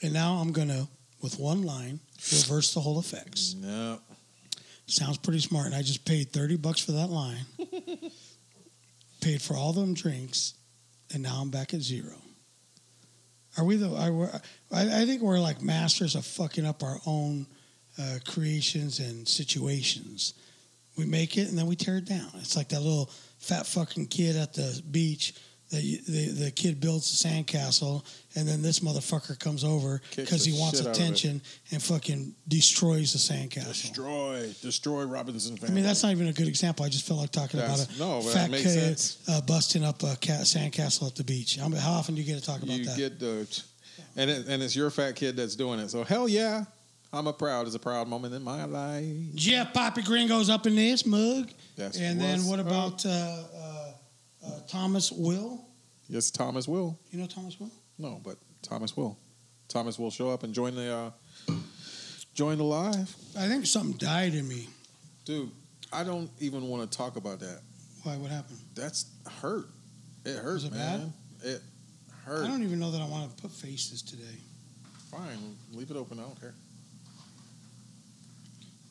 Speaker 3: and now I'm gonna, with one line, reverse the whole effects.
Speaker 2: No,
Speaker 3: Sounds pretty smart. And I just paid 30 bucks for that line, paid for all them drinks, and now I'm back at zero. Are we the, are we, I, I think we're like masters of fucking up our own uh, creations and situations. We make it and then we tear it down. It's like that little fat fucking kid at the beach. that you- The, the, kid builds a sandcastle, and then this motherfucker comes over
Speaker 2: Kicks
Speaker 3: because
Speaker 2: the
Speaker 3: he wants
Speaker 2: shit out of it.
Speaker 3: attention and fucking destroys the sandcastle.
Speaker 2: destroy, destroy Robinson
Speaker 3: I
Speaker 2: family.
Speaker 3: mean, that's not even a good example. I just felt like talking
Speaker 2: That's-
Speaker 3: about a
Speaker 2: no, but that
Speaker 3: fat
Speaker 2: makes
Speaker 3: kid
Speaker 2: sense.
Speaker 3: uh, busting up a cat, sandcastle at the beach. I mean, how often do you get to talk about
Speaker 2: you
Speaker 3: that?
Speaker 2: get the, and it, and it's your fat kid that's doing it. So hell yeah, I'm a proud. It's a proud moment in my life.
Speaker 3: Jeff Poppy Green goes up in this mug.
Speaker 2: That's
Speaker 3: and then
Speaker 2: what's
Speaker 3: what
Speaker 2: up.
Speaker 3: about uh, uh, uh, Thomas Will?
Speaker 2: Yes, Thomas will.
Speaker 3: You know Thomas Will?
Speaker 2: No, but Thomas will. Thomas will show up and join the uh, join the live.
Speaker 3: I think something died in me.
Speaker 2: Dude, I don't even want to talk about that.
Speaker 3: Why? What happened?
Speaker 2: That's hurt. It
Speaker 3: Was
Speaker 2: hurts,
Speaker 3: it
Speaker 2: man. It
Speaker 3: I
Speaker 2: hurt.
Speaker 3: don't even know that I want to put faces today.
Speaker 2: Fine, leave it open. I don't care.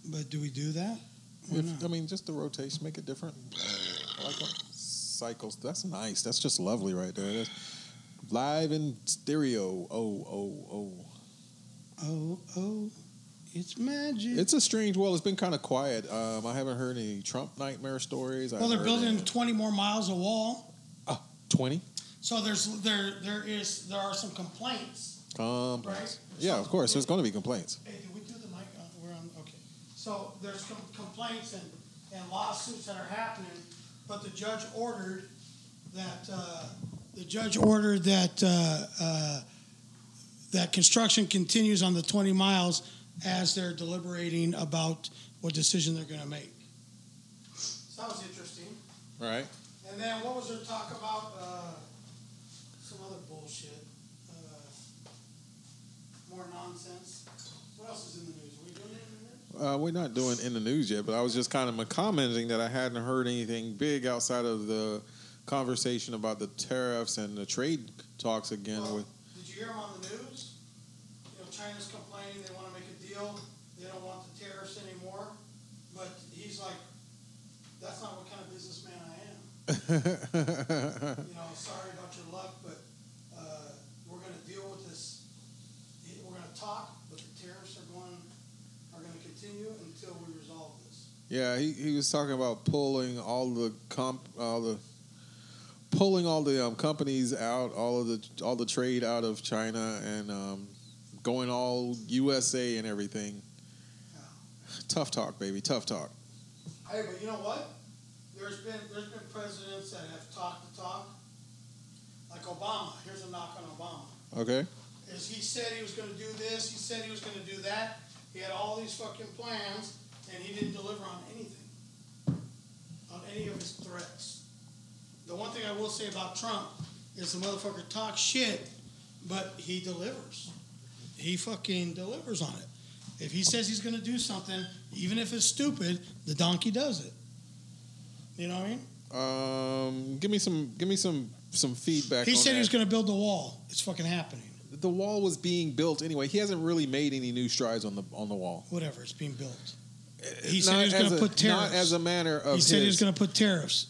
Speaker 3: But do we do that? Why
Speaker 2: If-
Speaker 3: not?
Speaker 2: I mean, just the rotation, make it different. I like that. cycles. That's nice. That's just lovely right there. That's live in stereo. Oh, oh, oh.
Speaker 3: Oh, oh, it's magic.
Speaker 2: It's a strange. Well, it's been kind of quiet. Um, I haven't heard any Trump nightmare stories. I
Speaker 3: well, they're
Speaker 2: heard
Speaker 3: building
Speaker 2: any-
Speaker 3: 20 more miles of wall.
Speaker 2: 20
Speaker 3: So there's there there is there are some complaints
Speaker 2: complaints.
Speaker 3: Right.
Speaker 2: Yeah, of course. There's going to be complaints.
Speaker 3: Hey, did we do the mic? Uh, we're on. Okay. So there's com- complaints and, and lawsuits that are happening, but the judge ordered that, uh, the judge ordered that, uh, uh, that construction continues on the 20 miles as they're deliberating about what decision they're going to make. So that was interesting.
Speaker 2: Right.
Speaker 3: And then what was there talk about? Uh, some other bullshit. Uh, more nonsense. What else is in the news? Are we doing anything in the news?
Speaker 2: Uh, we're not doing in the news yet, but I was just kind of commenting that I hadn't heard anything big outside of the conversation about the tariffs and the trade talks again.
Speaker 3: Well,
Speaker 2: with
Speaker 3: Did you hear them on the news? You know, China's complaining they want to make a deal. They don't want the tariffs anymore. But he's like, that's not what kind of businessman I am. you know, sorry about your luck, but uh, we're going to deal with this. We're going to talk, but the tariffs are going are going to continue until we resolve this.
Speaker 2: yeah, he, he was talking about pulling all the comp all the pulling all the um, companies out, all of the all the trade out of China, and um, going all USA and everything. Tough talk, baby. Tough talk.
Speaker 3: Hey, but you know what? There's been there's been presidents that have talked the talk, like Obama. Here's a knock on Obama.
Speaker 2: Okay.
Speaker 3: is he said he was going to do this, he said he was going to do that. He had all these fucking plans, and he didn't deliver on anything, on any of his threats. The one thing I will say about Trump is the motherfucker talks shit, but he delivers. He fucking delivers on it. If he says he's going to do something, even if it's stupid, the donkey does it. You know what I mean?
Speaker 2: Um, give me some. Give me some. Some feedback.
Speaker 3: he
Speaker 2: on
Speaker 3: said
Speaker 2: that.
Speaker 3: he was going to build the wall. It's fucking happening.
Speaker 2: the wall was being built anyway. He hasn't really made any new strides on the on the wall.
Speaker 3: Whatever, it's being built. He said he was
Speaker 2: as
Speaker 3: gonna
Speaker 2: a-
Speaker 3: put
Speaker 2: Not
Speaker 3: tariffs.
Speaker 2: as a matter of
Speaker 3: he said he
Speaker 2: his-
Speaker 3: was going to put tariffs.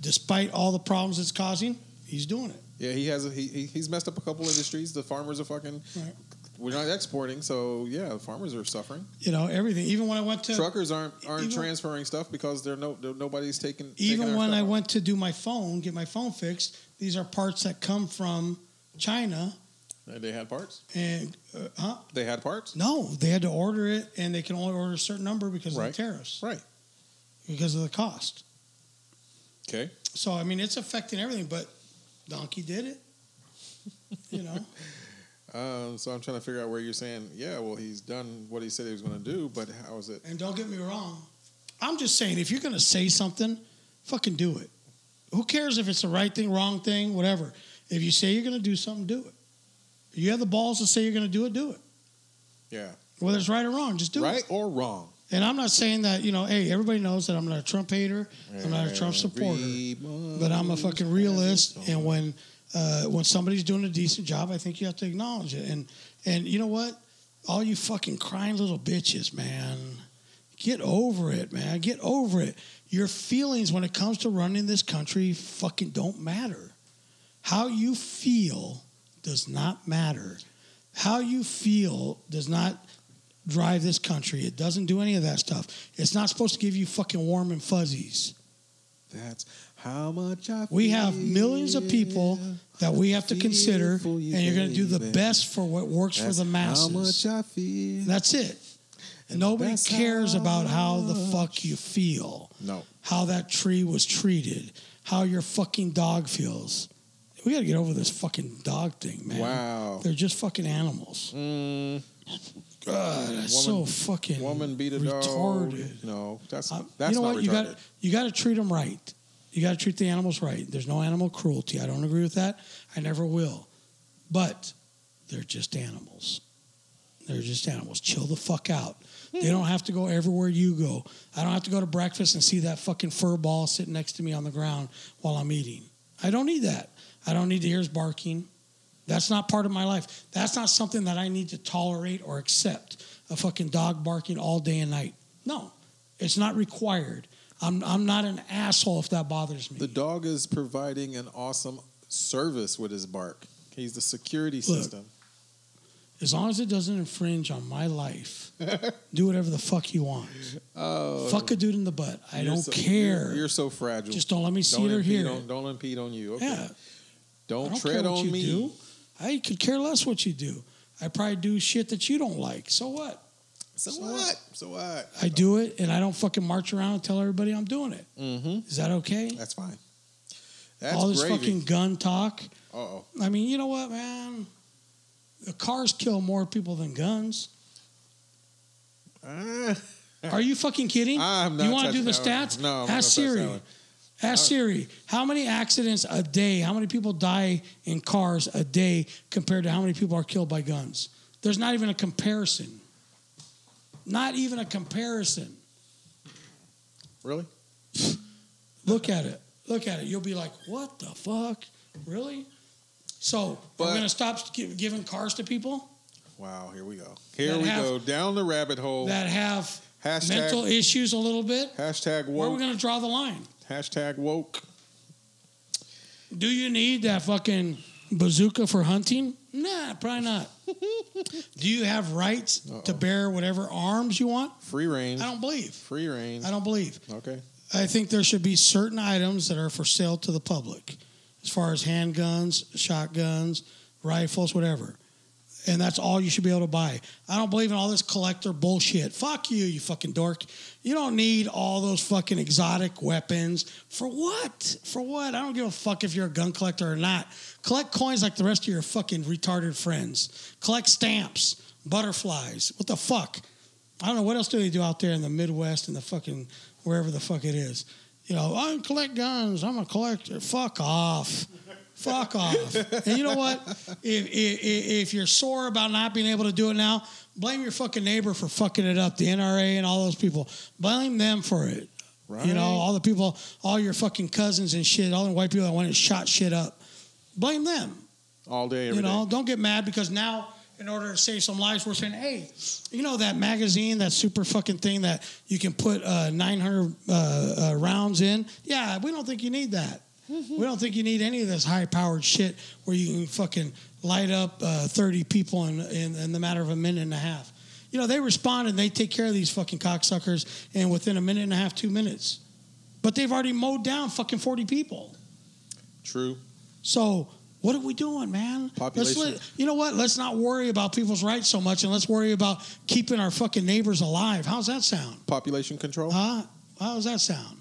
Speaker 3: Despite all the problems it's causing, he's doing it.
Speaker 2: Yeah, he has. A, he he- he's messed up a couple industries. The farmers are fucking.
Speaker 3: Right.
Speaker 2: We're not exporting, so yeah, the farmers are suffering.
Speaker 3: You know everything. Even when I went to
Speaker 2: Truckers aren't aren't
Speaker 3: even-
Speaker 2: transferring stuff because they're no they're, nobody's taking.
Speaker 3: even
Speaker 2: taking
Speaker 3: when
Speaker 2: our
Speaker 3: I
Speaker 2: stuff.
Speaker 3: went to do my phone, get my phone fixed. These are parts that come from China,
Speaker 2: they had parts.
Speaker 3: and uh, huh?
Speaker 2: They had parts.
Speaker 3: No, they had to order it, and they can only order a certain number because
Speaker 2: Right.
Speaker 3: of the tariffs,
Speaker 2: Right.
Speaker 3: because of the cost.
Speaker 2: Okay.
Speaker 3: So I mean, it's affecting everything. But Donkey did it. You know,
Speaker 2: Um, so I'm trying to figure out where you're saying, yeah, well, he's done what he said he was going to do, but how is it?
Speaker 3: and don't get me wrong. I'm just saying, if you're going to say something, fucking do it. Who cares if it's the right thing, wrong thing, whatever. If you say you're going to do something, do it. You have the balls to say you're going to do it, do it.
Speaker 2: Yeah.
Speaker 3: Whether it's right or wrong, just do
Speaker 2: right
Speaker 3: it.
Speaker 2: or wrong?
Speaker 3: And I'm not saying that, you know, hey, everybody knows that I'm not a Trump hater, I'm not a Trump supporter, but I'm a fucking realist. And when uh, when somebody's doing a decent job, I think you have to acknowledge it. And and you know what? All you fucking crying little bitches, man, get over it, man. Get over it. Your feelings when it comes to running this country fucking don't matter. How you feel does not matter. How you feel does not drive this country. It doesn't do any of that stuff. It's not supposed to give you fucking warm and fuzzies.
Speaker 2: That's how much I.
Speaker 3: We have millions of people
Speaker 2: feel.
Speaker 3: that we have to consider,
Speaker 2: Feel for
Speaker 3: and
Speaker 2: you,
Speaker 3: you're going to do the
Speaker 2: baby.
Speaker 3: best for what works for
Speaker 2: That's
Speaker 3: the masses.
Speaker 2: How much I feel.
Speaker 3: That's it. Nobody
Speaker 2: that's
Speaker 3: cares
Speaker 2: how
Speaker 3: about how the fuck you feel,
Speaker 2: No.
Speaker 3: how that tree was treated, how your fucking dog feels. We got to get over this fucking dog thing, man.
Speaker 2: Wow.
Speaker 3: They're just fucking animals.
Speaker 2: Mm,
Speaker 3: God, that's so
Speaker 2: Woman-
Speaker 3: fucking
Speaker 2: woman beat a
Speaker 3: retarded.
Speaker 2: dog. No, that's
Speaker 3: Uh,
Speaker 2: that's
Speaker 3: you know
Speaker 2: not
Speaker 3: what?
Speaker 2: retarded.
Speaker 3: You got you got to treat them right. You got to treat the animals right. There's no animal cruelty. I don't agree with that. I never will. But they're just animals. They're just animals. Chill the fuck out. They don't have to go everywhere you go. I don't have to go to breakfast and see that fucking fur ball sitting next to me on the ground while I'm eating. I don't need that. I don't need to hear his barking. That's not part of my life. That's not something that I need to tolerate or accept. A fucking dog barking all day and night. No, it's not required. I'm, I'm not an asshole if that bothers me.
Speaker 2: the dog is providing an awesome service with his bark. He's the security system.
Speaker 3: as long as it doesn't infringe on my life, do whatever the fuck you want.
Speaker 2: Oh,
Speaker 3: Fuck a dude in the butt. I
Speaker 2: you're
Speaker 3: don't
Speaker 2: so-
Speaker 3: care.
Speaker 2: You're, you're so fragile.
Speaker 3: Just don't let me see
Speaker 2: don't
Speaker 3: it or
Speaker 2: impede
Speaker 3: hear
Speaker 2: on,
Speaker 3: it.
Speaker 2: Don't impede on you. Okay.
Speaker 3: Yeah,
Speaker 2: Don't,
Speaker 3: I don't
Speaker 2: tread
Speaker 3: care what
Speaker 2: on
Speaker 3: you
Speaker 2: me.
Speaker 3: do. I could care less what you do. I probably do shit that you don't like. So what?
Speaker 2: So, what? So what?
Speaker 3: I do it, and I don't fucking march around and tell everybody I'm doing it.
Speaker 2: Mm-hmm.
Speaker 3: Is that okay?
Speaker 2: That's fine. That's
Speaker 3: All this
Speaker 2: gravy.
Speaker 3: fucking gun talk.
Speaker 2: Uh-oh.
Speaker 3: I mean, you know what, man? The cars kill more people than guns.
Speaker 2: Ah,
Speaker 3: Are you fucking kidding?
Speaker 2: I'm not
Speaker 3: you want to do
Speaker 2: touching
Speaker 3: the
Speaker 2: that
Speaker 3: stats?
Speaker 2: one. No, I'm not gonna touch
Speaker 3: ask
Speaker 2: that
Speaker 3: Siri.
Speaker 2: one.
Speaker 3: Ask Siri. How many accidents a day? How many people die in cars a day compared to how many people are killed by guns? There's not even a comparison. Not even a comparison.
Speaker 2: Really?
Speaker 3: Look at it. Look at it. You'll be like, what the fuck? Really? So
Speaker 2: But-
Speaker 3: we're gonna stop gi- giving cars to people
Speaker 2: Wow, here we go. Here
Speaker 3: That
Speaker 2: we
Speaker 3: have-
Speaker 2: go. Down the rabbit hole.
Speaker 3: that have
Speaker 2: Oh. Hashtag-
Speaker 3: mental issues a little bit.
Speaker 2: Hashtag
Speaker 3: Where are
Speaker 2: woke.
Speaker 3: we gonna draw the line?
Speaker 2: Hashtag woke.
Speaker 3: Do you need that fucking bazooka for hunting? Nah, probably not. Do you have rights to bear whatever arms you want?
Speaker 2: Free reign.
Speaker 3: I don't believe.
Speaker 2: Free reign.
Speaker 3: I don't believe.
Speaker 2: Okay.
Speaker 3: I think there should be certain items that are for sale to the public, as far as handguns, shotguns, rifles, whatever. And that's all you should be able to buy. I don't believe in all this collector bullshit. Fuck you, you fucking dork. You don't need all those fucking exotic weapons. For what? For what? I don't give a fuck if you're a gun collector or not. Collect coins like the rest of your fucking retarded friends. Collect stamps, butterflies. What the fuck? I don't know what else do they do out there in the Midwest and the fucking wherever the fuck it is. You know, I don't collect guns. I'm a collector. Fuck off. Fuck off. and you know what? If, if if you're sore about not being able to do it now, blame your fucking neighbor for fucking it up. The NRA and all those people. Blame them for it.
Speaker 2: Right.
Speaker 3: You know, all the people, all your fucking cousins and shit, all the white people that went and shot shit up. Blame them
Speaker 2: all day, every
Speaker 3: you
Speaker 2: day.
Speaker 3: know, don't get mad because now, in order to save some lives, we're saying, hey, you know that magazine, that super fucking thing that you can put uh, 900 uh, uh, rounds in? Yeah, we don't think you need that. We don't think you need any of this high powered shit where you can fucking light up uh, 30 people in, in, in the matter of a minute and a half. You know, they respond and they take care of these fucking cocksuckers and within a minute and a half, two minutes. But they've already mowed down fucking 40 people.
Speaker 2: True.
Speaker 3: So what are we doing, man?
Speaker 2: Population.
Speaker 3: Let's let, you know what? Let's not worry about people's rights so much, and let's worry about keeping our fucking neighbors alive. How's that sound?
Speaker 2: Population control.
Speaker 3: Huh? How's that sound?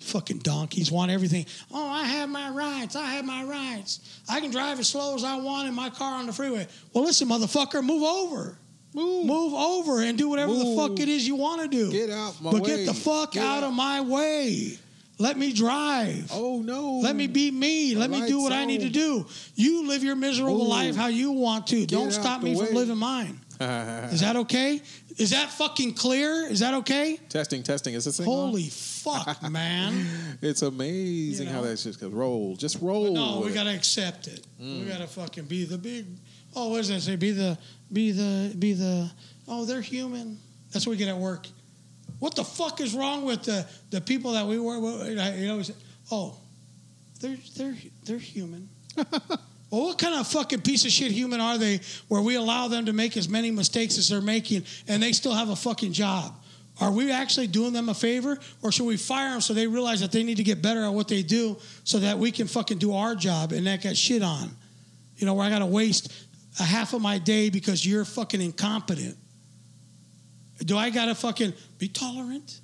Speaker 3: Fucking donkeys want everything. Oh, I have my rights. I have my rights. I can drive as slow as I want in my car on the freeway. Well, listen, motherfucker, move over.
Speaker 2: Move.
Speaker 3: Move over and do whatever
Speaker 2: Move.
Speaker 3: the fuck it is you want to do.
Speaker 2: Get out my
Speaker 3: but
Speaker 2: way.
Speaker 3: get the fuck
Speaker 2: Get
Speaker 3: out of my way. Let me drive.
Speaker 2: Oh no.
Speaker 3: Let me be me. Let me do
Speaker 2: lights
Speaker 3: what I need
Speaker 2: on.
Speaker 3: to do. You live your miserable
Speaker 2: Ooh.
Speaker 3: life how you want to. Don't
Speaker 2: out
Speaker 3: stop
Speaker 2: the
Speaker 3: me
Speaker 2: way.
Speaker 3: from living mine. Is that okay? Is that fucking clear? Is that okay?
Speaker 2: testing, testing. Is this thing on?
Speaker 3: Holy fuck, man.
Speaker 2: It's amazing
Speaker 3: You
Speaker 2: how
Speaker 3: know?
Speaker 2: that shit goes. Roll, just
Speaker 3: But
Speaker 2: roll.
Speaker 3: no,
Speaker 2: with
Speaker 3: we
Speaker 2: it.
Speaker 3: gotta accept it. We gotta fucking be the big oh, what does that say? Be the be the be the oh, they're human. That's what we get at work. What the fuck is wrong with the, the people that we work with? And I- You know, we say, oh, they're they're they're human. Well, what kind of fucking piece of shit human are they where we allow them to make as many mistakes as they're making and they still have a fucking job? Are we actually doing them a favor or should we fire them so they realize that they need to get better at what they do so that we can fucking do our job and not get shit on? You know, where I got to waste a half of my day because you're fucking incompetent. Do I got to fucking be tolerant,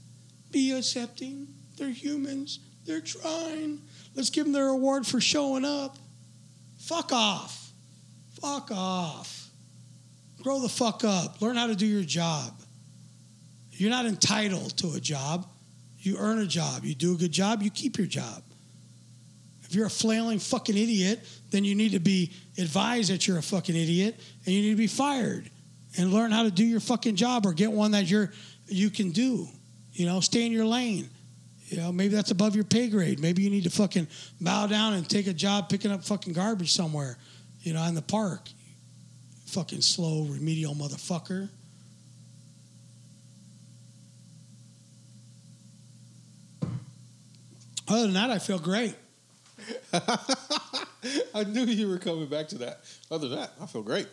Speaker 3: be accepting? They're humans, they're trying. Let's give them their award for showing up. Fuck off. Fuck off. Grow the fuck up. Learn how to do your job. You're not entitled to a job. You earn a job. You do a good job, you keep your job. If you're a flailing fucking idiot, then you need to be advised that you're a fucking idiot and you need to be fired and learn how to do your fucking job or get one that you're you can do. You know, stay in your lane. You know, maybe that's above your pay grade. Maybe you need to fucking bow down and take a job picking up fucking garbage somewhere, you know, in the park. Fucking slow remedial motherfucker. Other than that, I feel great.
Speaker 2: I knew you were coming back to that. Other than that, I feel great.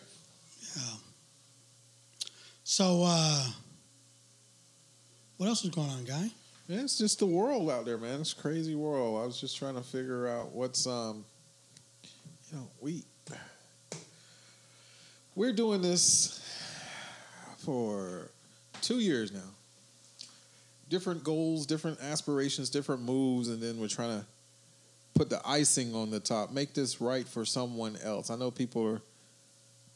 Speaker 3: So, uh, what else is going on, guy?
Speaker 2: Yeah, it's just the world out there, man. It's a crazy world. I was just trying to figure out what's um, you know, we we're doing this for Two years now. Different goals, different aspirations, different moves, and then we're trying to put the icing on the top. Make this right for someone else. I know people are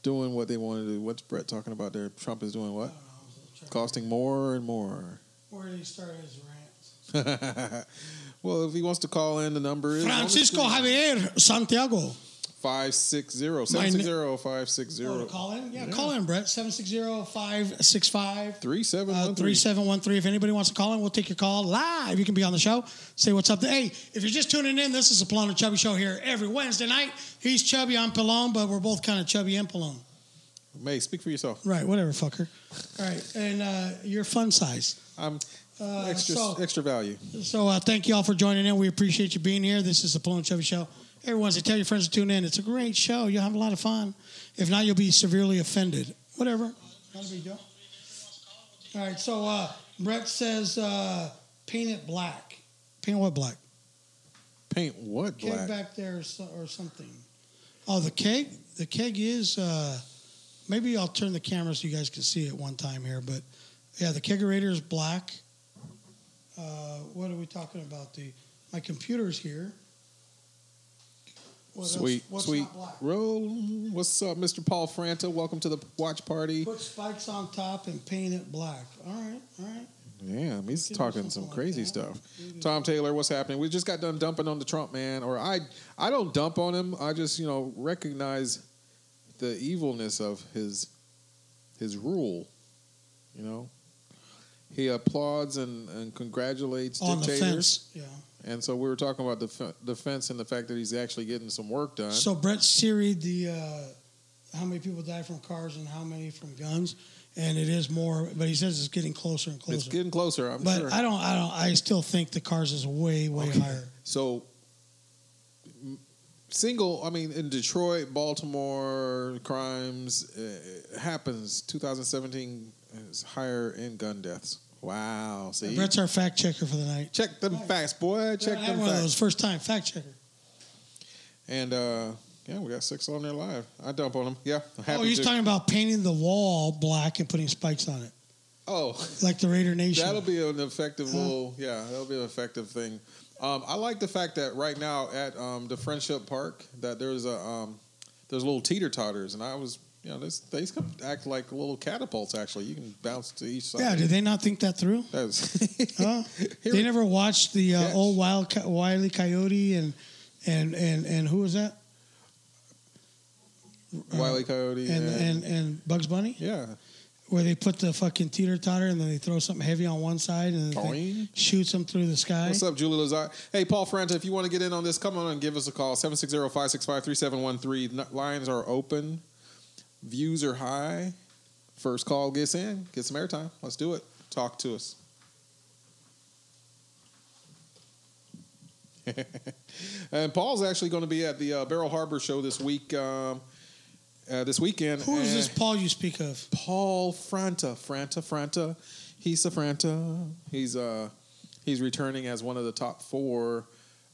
Speaker 2: doing what they want to do. What's Brett talking about there? Trump is doing
Speaker 3: I
Speaker 2: what?
Speaker 3: don't know. I was trying to-
Speaker 2: Costing more and more.
Speaker 3: Where did he start his rant?
Speaker 2: well, if he wants to call in, the number is
Speaker 3: Francisco Javier Santiago.
Speaker 2: 560 760 560
Speaker 3: Oh, to call in? Yeah, call in, Brett. 760-565-3713. Uh,
Speaker 2: 3713.
Speaker 3: If anybody wants to call in, we'll take your call live. You can be on the show. Say what's up. To, hey, if you're just tuning in, this is the Pallone and Chubby Show here every Wednesday night. He's chubby, I'm Pallone, but we're both kind of chubby and Pallone.
Speaker 2: May, speak for yourself.
Speaker 3: Right, whatever, fucker. All right, and uh, you're fun size.
Speaker 2: I'm
Speaker 3: Uh,
Speaker 2: extra
Speaker 3: so-
Speaker 2: extra value.
Speaker 3: So uh, thank you all for joining in. We appreciate you being here. This is the Polo and Chubby Show. Every Wednesday, tell your friends to tune in. It's a great show. You'll have a lot of fun. If not, you'll be severely offended. Whatever. Not a big deal. All right. So uh, Brett says, uh, paint it black. Paint what black?
Speaker 2: Paint what
Speaker 3: Keg
Speaker 2: black?
Speaker 3: back there or, so, or something. Oh, the keg. The keg is. Uh, maybe I'll turn the camera so you guys can see it one time here. But yeah, the kegerator is black. Uh, what are we talking about? The my computer's here. What else-
Speaker 2: Sweet,
Speaker 3: What's
Speaker 2: sweet
Speaker 3: not black?
Speaker 2: roll. What's up, Mr. Paul Franta? Welcome to the watch party.
Speaker 3: Put spikes on top and paint it black. All right, all right.
Speaker 2: Damn, he's
Speaker 3: Could do
Speaker 2: talking
Speaker 3: something
Speaker 2: some
Speaker 3: like
Speaker 2: crazy
Speaker 3: that.
Speaker 2: stuff. Tom Taylor, what's happening? We just got done dumping on the Trump man, or I, I don't dump on him. I just, you know, recognize the evilness of his, his rule. You know, he applauds and, and congratulates
Speaker 3: On the
Speaker 2: dictators,
Speaker 3: fence. Yeah.
Speaker 2: and so we were talking about the fe- the fence and the fact that he's actually getting some work done.
Speaker 3: So Brett seried the uh, how many people die from cars and how many from guns, and it is more. But he says it's getting closer and closer.
Speaker 2: it's getting closer. I'm
Speaker 3: But
Speaker 2: sure.
Speaker 3: I don't, I don't, I still think the cars is way, way higher.
Speaker 2: So, m- single. I mean, in Detroit, Baltimore, crimes uh, happens. 2017 is higher in gun deaths. Wow. See,
Speaker 3: Brett's our fact checker for the night.
Speaker 2: check them facts, boy. Check
Speaker 3: I had
Speaker 2: them
Speaker 3: one of those
Speaker 2: facts.
Speaker 3: first time fact checker.
Speaker 2: And uh, yeah, we got six on there live. I dump on them. Yeah. I'm Happy
Speaker 3: oh, he's
Speaker 2: to.
Speaker 3: talking about painting the wall black and putting spikes on it,
Speaker 2: oh,
Speaker 3: like the Raider Nation.
Speaker 2: that'll be an effective
Speaker 3: Huh?
Speaker 2: little. Yeah, that'll be an effective thing. Um, I like the fact that right now at um, the Friendship Park that there's a um, there's little teeter totters, and I was you know this, they act like little catapults. Actually, you can bounce to each side.
Speaker 3: yeah, did they not think that through?
Speaker 2: That's
Speaker 3: Huh?
Speaker 2: Here
Speaker 3: they
Speaker 2: we-
Speaker 3: never watched the uh,
Speaker 2: Yes.
Speaker 3: old Wild Co- Wiley Coyote and and and and who was that?
Speaker 2: Wiley Coyote
Speaker 3: And and and Bugs Bunny,
Speaker 2: yeah,
Speaker 3: where they put the fucking teeter totter and then they throw something heavy on one side and the thing
Speaker 2: Boing.
Speaker 3: shoots them through the sky.
Speaker 2: Oh, What's up, Julie Lazar? Hey, Paul Franta, if you want to get in on this, come on and give us a call 760 565 3713. Lines are open, views are high. First call gets in, get some airtime. Let's do it. Talk to us. and Paul's actually going to be at the uh, Barrel Harbor show this week. Um, uh, this weekend.
Speaker 3: Who is
Speaker 2: And-
Speaker 3: this Paul you speak of?
Speaker 2: Paul Franta. Franta, Franta. He's a Franta. He's uh he's returning as one of the top four.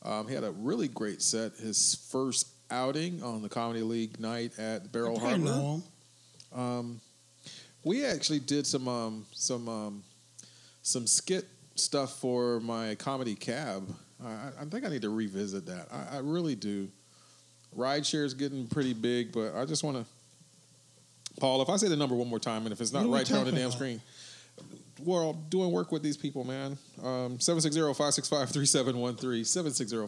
Speaker 2: Um, he had a really great set. His first outing on the Comedy League night at Barrel
Speaker 3: I
Speaker 2: Harbor.
Speaker 3: know him.
Speaker 2: Um, we actually did some um, some um, some skit stuff for my comedy cab. I- I, I think I need to revisit that. I, I really do. Rideshare is getting pretty big, but I just want to. Paul, if I say the number one more time, and if it's
Speaker 3: What
Speaker 2: not
Speaker 3: are we
Speaker 2: right there on the
Speaker 3: talking
Speaker 2: damn
Speaker 3: about?
Speaker 2: screen, we're doing work with these people, man. Um, 760-565-3713,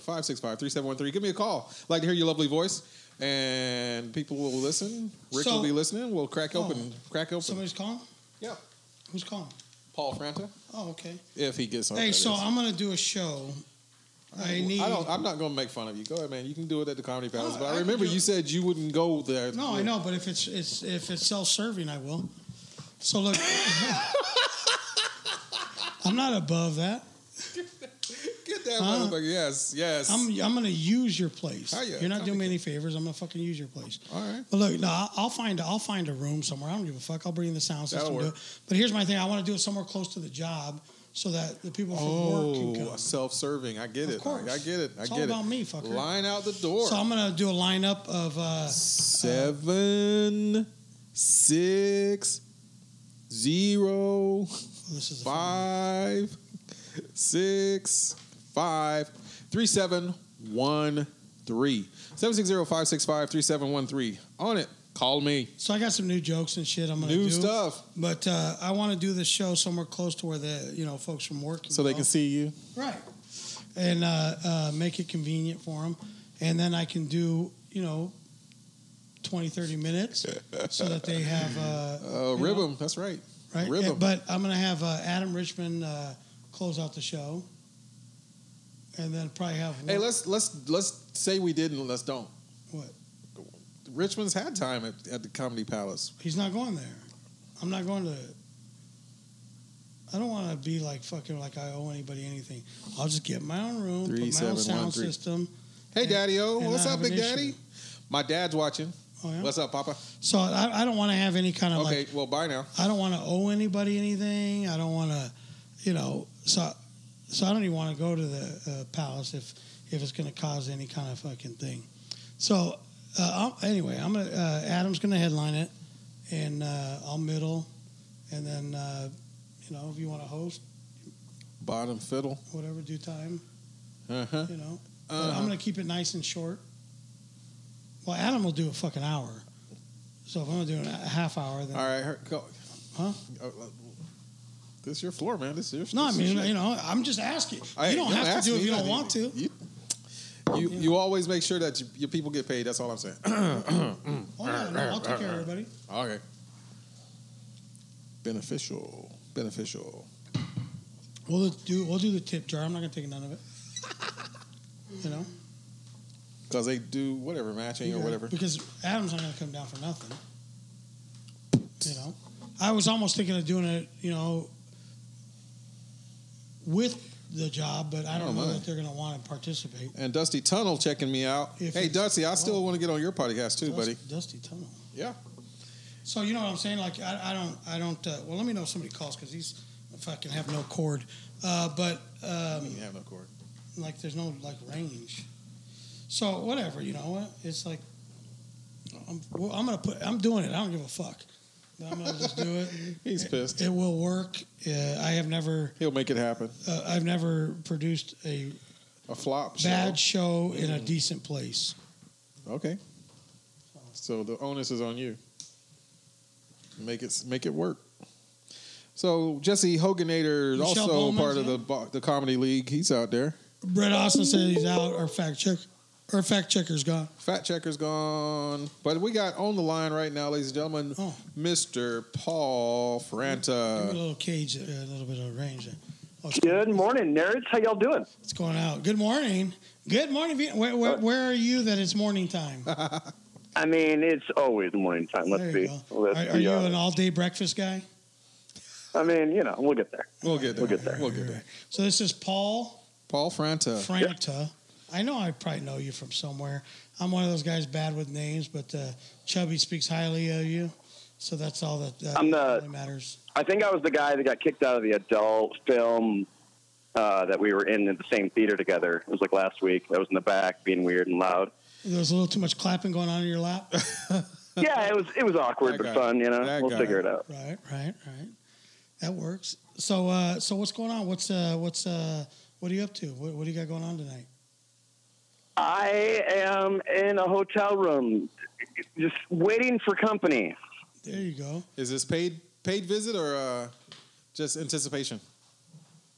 Speaker 2: 760-565-3713. Give me a call. like to hear your lovely voice, and people will listen. Rick
Speaker 3: So- Oh,
Speaker 2: will be listening. We'll crack open, crack open.
Speaker 3: Somebody's calling?
Speaker 2: Yeah.
Speaker 3: Who's calling?
Speaker 2: Paul Franta,
Speaker 3: Oh, okay.
Speaker 2: if he gets on.
Speaker 3: hey,
Speaker 2: that
Speaker 3: so
Speaker 2: is.
Speaker 3: I'm going to do a show. I need.
Speaker 2: I don't, I'm not going to make fun of you. Go ahead, man. You can do it at the Comedy Palace.
Speaker 3: No,
Speaker 2: but
Speaker 3: I
Speaker 2: I,
Speaker 3: can
Speaker 2: remember
Speaker 3: do
Speaker 2: you
Speaker 3: it.
Speaker 2: said you wouldn't go there.
Speaker 3: no, I know, but if it's, it's if it's self serving, I will. So look, I'm not above that.
Speaker 2: Get that
Speaker 3: Huh?
Speaker 2: motherfucker. Yes, yes.
Speaker 3: I'm I'm going to use your place.
Speaker 2: Hiya.
Speaker 3: You're not doing me any favors. I'm going to fucking use your place.
Speaker 2: All right.
Speaker 3: But look, no, I- I'll find I'll find a room somewhere. I don't give a fuck. I'll bring in the sound
Speaker 2: That'll
Speaker 3: system. to
Speaker 2: work.
Speaker 3: it. But here's my thing. I want to do it somewhere close to the job so that the people from work can come.
Speaker 2: Oh, self-serving. I get
Speaker 3: Of
Speaker 2: it.
Speaker 3: course.
Speaker 2: I get it. I
Speaker 3: It's
Speaker 2: get
Speaker 3: all
Speaker 2: it.
Speaker 3: about me, fucker.
Speaker 2: Line out the door.
Speaker 3: So I'm gonna do a lineup of uh,
Speaker 2: Seven, six, zero. zero,
Speaker 3: This is a fun
Speaker 2: five, six, five, three, seven, one, three. Seven six zero five six five three seven one three. On it. Call me.
Speaker 3: So I got some new jokes and shit I'm gonna
Speaker 2: New
Speaker 3: do.
Speaker 2: stuff.
Speaker 3: But uh, I want to do this show somewhere close to where the you know folks from work
Speaker 2: So they
Speaker 3: go.
Speaker 2: can see you.
Speaker 3: right and uh, uh, make it convenient for them, and then I can do you know 20, 30 minutes so that they have uh,
Speaker 2: Uh,
Speaker 3: you know,
Speaker 2: rib 'em. That's right.
Speaker 3: right?
Speaker 2: rib 'em.
Speaker 3: Yeah, but I'm gonna have uh, Adam Richmond uh, close out the show, and then probably have
Speaker 2: Hey, let's let's let's say we didn't. and Let's don't.
Speaker 3: What?
Speaker 2: Richmond's had time at, at the Comedy Palace.
Speaker 3: He's not going there. I'm not going to. I don't want to be like fucking like I owe anybody anything. I'll just get my own room,
Speaker 2: Three,
Speaker 3: put my own
Speaker 2: seven,
Speaker 3: sound
Speaker 2: one, three.
Speaker 3: system.
Speaker 2: Hey,
Speaker 3: And-
Speaker 2: Daddy O,
Speaker 3: and
Speaker 2: what's
Speaker 3: not
Speaker 2: up,
Speaker 3: have an
Speaker 2: Big
Speaker 3: issue.
Speaker 2: Daddy? My dad's watching.
Speaker 3: Oh, yeah?
Speaker 2: What's up, Papa?
Speaker 3: So I, I don't want to have any kind of
Speaker 2: Okay,
Speaker 3: like
Speaker 2: well, bye now.
Speaker 3: I don't want to owe anybody anything. I don't want to, you know. So so I don't even want to go to the uh, palace if if it's going to cause any kind of fucking thing. So uh, I'll, anyway, I'm gonna uh, Adam's going to headline it, and uh, I'll middle, and then uh, you know if you want to host.
Speaker 2: Bottom fiddle.
Speaker 3: whatever due time,
Speaker 2: Uh-huh.
Speaker 3: you know. But
Speaker 2: Uh-huh.
Speaker 3: I'm gonna keep it nice and short. Well, Adam will do a fucking hour. So if I'm gonna do an- a half hour, then
Speaker 2: All right, her, go.
Speaker 3: Huh?
Speaker 2: Uh, uh, This your floor, man. This is your.
Speaker 3: no, I
Speaker 2: this is
Speaker 3: mean
Speaker 2: your-
Speaker 3: you know, I'm just asking.
Speaker 2: Hey,
Speaker 3: you don't, have
Speaker 2: ask
Speaker 3: to do it
Speaker 2: me
Speaker 3: if you don't
Speaker 2: nothing.
Speaker 3: want to.
Speaker 2: You, you, you always make sure that you, your people get paid. That's all I'm saying.
Speaker 3: Oh no, no, I'll take care of everybody.
Speaker 2: okay. Beneficial. Beneficial.
Speaker 3: We'll do we'll do the tip jar. I'm not gonna take none of it. You know,
Speaker 2: Because they do whatever matching or whatever.
Speaker 3: Because Adam's not gonna come down for nothing. You know, I was almost thinking of doing it. You know, with the job, but I don't,
Speaker 2: don't
Speaker 3: know
Speaker 2: mind.
Speaker 3: that they're gonna want to participate.
Speaker 2: And Dusty Tunnel checking me out.
Speaker 3: If
Speaker 2: hey,
Speaker 3: it's-
Speaker 2: Dusty, I still
Speaker 3: oh.
Speaker 2: want to get on your podcast too,
Speaker 3: Dust-
Speaker 2: buddy.
Speaker 3: Dusty tunnel.
Speaker 2: Yeah.
Speaker 3: So you know what I'm saying? Like I, I don't, I don't. Uh, well, let me know if somebody calls because he's fucking have no cord. Uh, but
Speaker 2: I
Speaker 3: um,
Speaker 2: mean, you have no cord.
Speaker 3: like, there's no like range. So whatever, you know what? It's like I'm, well, I'm gonna put. I'm doing it. I don't give a fuck. I'm gonna just do it.
Speaker 2: He's
Speaker 3: It-
Speaker 2: pissed.
Speaker 3: It, will work. Uh, I have never,
Speaker 2: He'll make it happen.
Speaker 3: uh, I've never produced a
Speaker 2: A flop. show. Mm-hmm.
Speaker 3: bad show in a decent place.
Speaker 2: Okay. So the onus is on you. Make it make it work. So Jesse Hoganator is
Speaker 3: Michelle
Speaker 2: also
Speaker 3: Bowman's
Speaker 2: part of
Speaker 3: in?
Speaker 2: the bo- the comedy league. He's out there.
Speaker 3: Brett Austin said he's out. Our fact check, our fact checker's gone.
Speaker 2: Fat checker's gone, but we got on the line right now, ladies and gentlemen,
Speaker 3: Oh.
Speaker 2: Mr. Paul
Speaker 3: Give me a
Speaker 2: Franta.
Speaker 3: little cage, there, a little bit of range there. Oh,
Speaker 1: Uh,
Speaker 3: it's,
Speaker 1: Good morning, nerds. How y'all doing?
Speaker 3: it's going out. Good morning. Good morning. Viet- Where,
Speaker 1: Uh,
Speaker 3: where, where are you that it's morning time?
Speaker 1: I mean, it's always morning time. Let's
Speaker 3: There
Speaker 1: be.
Speaker 3: you go. Are,
Speaker 1: Let's uh,
Speaker 3: are
Speaker 1: be
Speaker 3: you
Speaker 1: honest.
Speaker 3: an all day breakfast guy?
Speaker 1: I mean, you know, we'll get there.
Speaker 2: We'll get there.
Speaker 1: We'll get there. Uh,
Speaker 2: We'll get there.
Speaker 3: So this is Paul
Speaker 2: Paul Franta.
Speaker 3: Franta. I know I probably know you from somewhere. I'm one of those guys bad with names, but uh, Chubby speaks highly of you. So that's all that uh,
Speaker 1: I'm the-
Speaker 3: really matters.
Speaker 1: I think I was the guy that got kicked out of the adult film uh, that we were in at the same theater together. It was like last week. I was in the back being weird and loud.
Speaker 3: There was a little too much clapping going on in your lap.
Speaker 1: Yeah, it was it was awkward
Speaker 2: That guy.
Speaker 1: but fun. You know,
Speaker 2: That
Speaker 1: we'll
Speaker 2: guy.
Speaker 1: figure it out.
Speaker 3: Right, right, right. That works. So, uh, so what's going on? What's uh, what's uh, what are you up to? What, what do you got going on tonight?
Speaker 1: I am in a hotel room, just waiting for company.
Speaker 3: There you go.
Speaker 2: Is this paid paid visit or uh, just anticipation?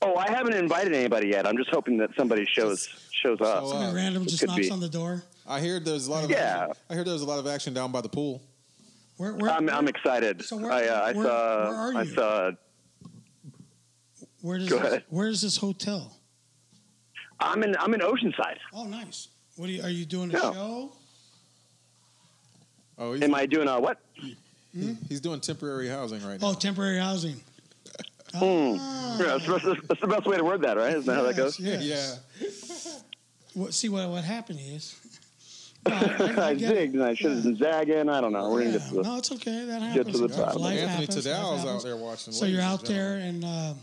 Speaker 1: Oh, I haven't invited anybody yet. I'm just hoping that somebody shows shows up.
Speaker 2: Show up.
Speaker 3: Somebody
Speaker 2: Uh,
Speaker 3: random
Speaker 1: it
Speaker 3: just
Speaker 1: could
Speaker 3: knocks
Speaker 1: be.
Speaker 3: on the door.
Speaker 2: I hear there's a lot of
Speaker 1: Yeah.
Speaker 2: action. I hear there's a lot of action down by the pool.
Speaker 3: Where, where,
Speaker 1: I'm, I'm excited.
Speaker 3: So where-
Speaker 1: I, uh, I
Speaker 3: where-
Speaker 1: saw.
Speaker 3: where are you?
Speaker 1: I saw.
Speaker 3: where does
Speaker 1: go
Speaker 3: this,
Speaker 1: ahead.
Speaker 3: where is this hotel?
Speaker 1: I'm in. I'm in Oceanside.
Speaker 3: Oh, nice. What are you, are you doing a
Speaker 1: Yeah.
Speaker 3: show?
Speaker 2: Oh, he's,
Speaker 1: Am I doing a what?
Speaker 2: he- he's doing temporary housing right now.
Speaker 3: Oh, temporary housing.
Speaker 1: Hmm. Yeah, that's, the best, that's the best way to word that, right? Isn't that how that goes?
Speaker 3: Ah. Yes, yes.
Speaker 2: Yeah.
Speaker 3: What, see what what happened is. No, I, I- I
Speaker 1: I
Speaker 3: get it.
Speaker 1: zigged and I should have been zagging. I don't know. We're gonna get to
Speaker 3: Yeah.
Speaker 1: the.
Speaker 3: No, it's okay. That
Speaker 1: get to
Speaker 3: happens.
Speaker 1: the top.
Speaker 3: Life
Speaker 2: Anthony
Speaker 3: happens, life
Speaker 2: Tadal's out
Speaker 3: happens.
Speaker 2: there watching.
Speaker 3: So you're
Speaker 2: ladies and
Speaker 3: out there and um, uh,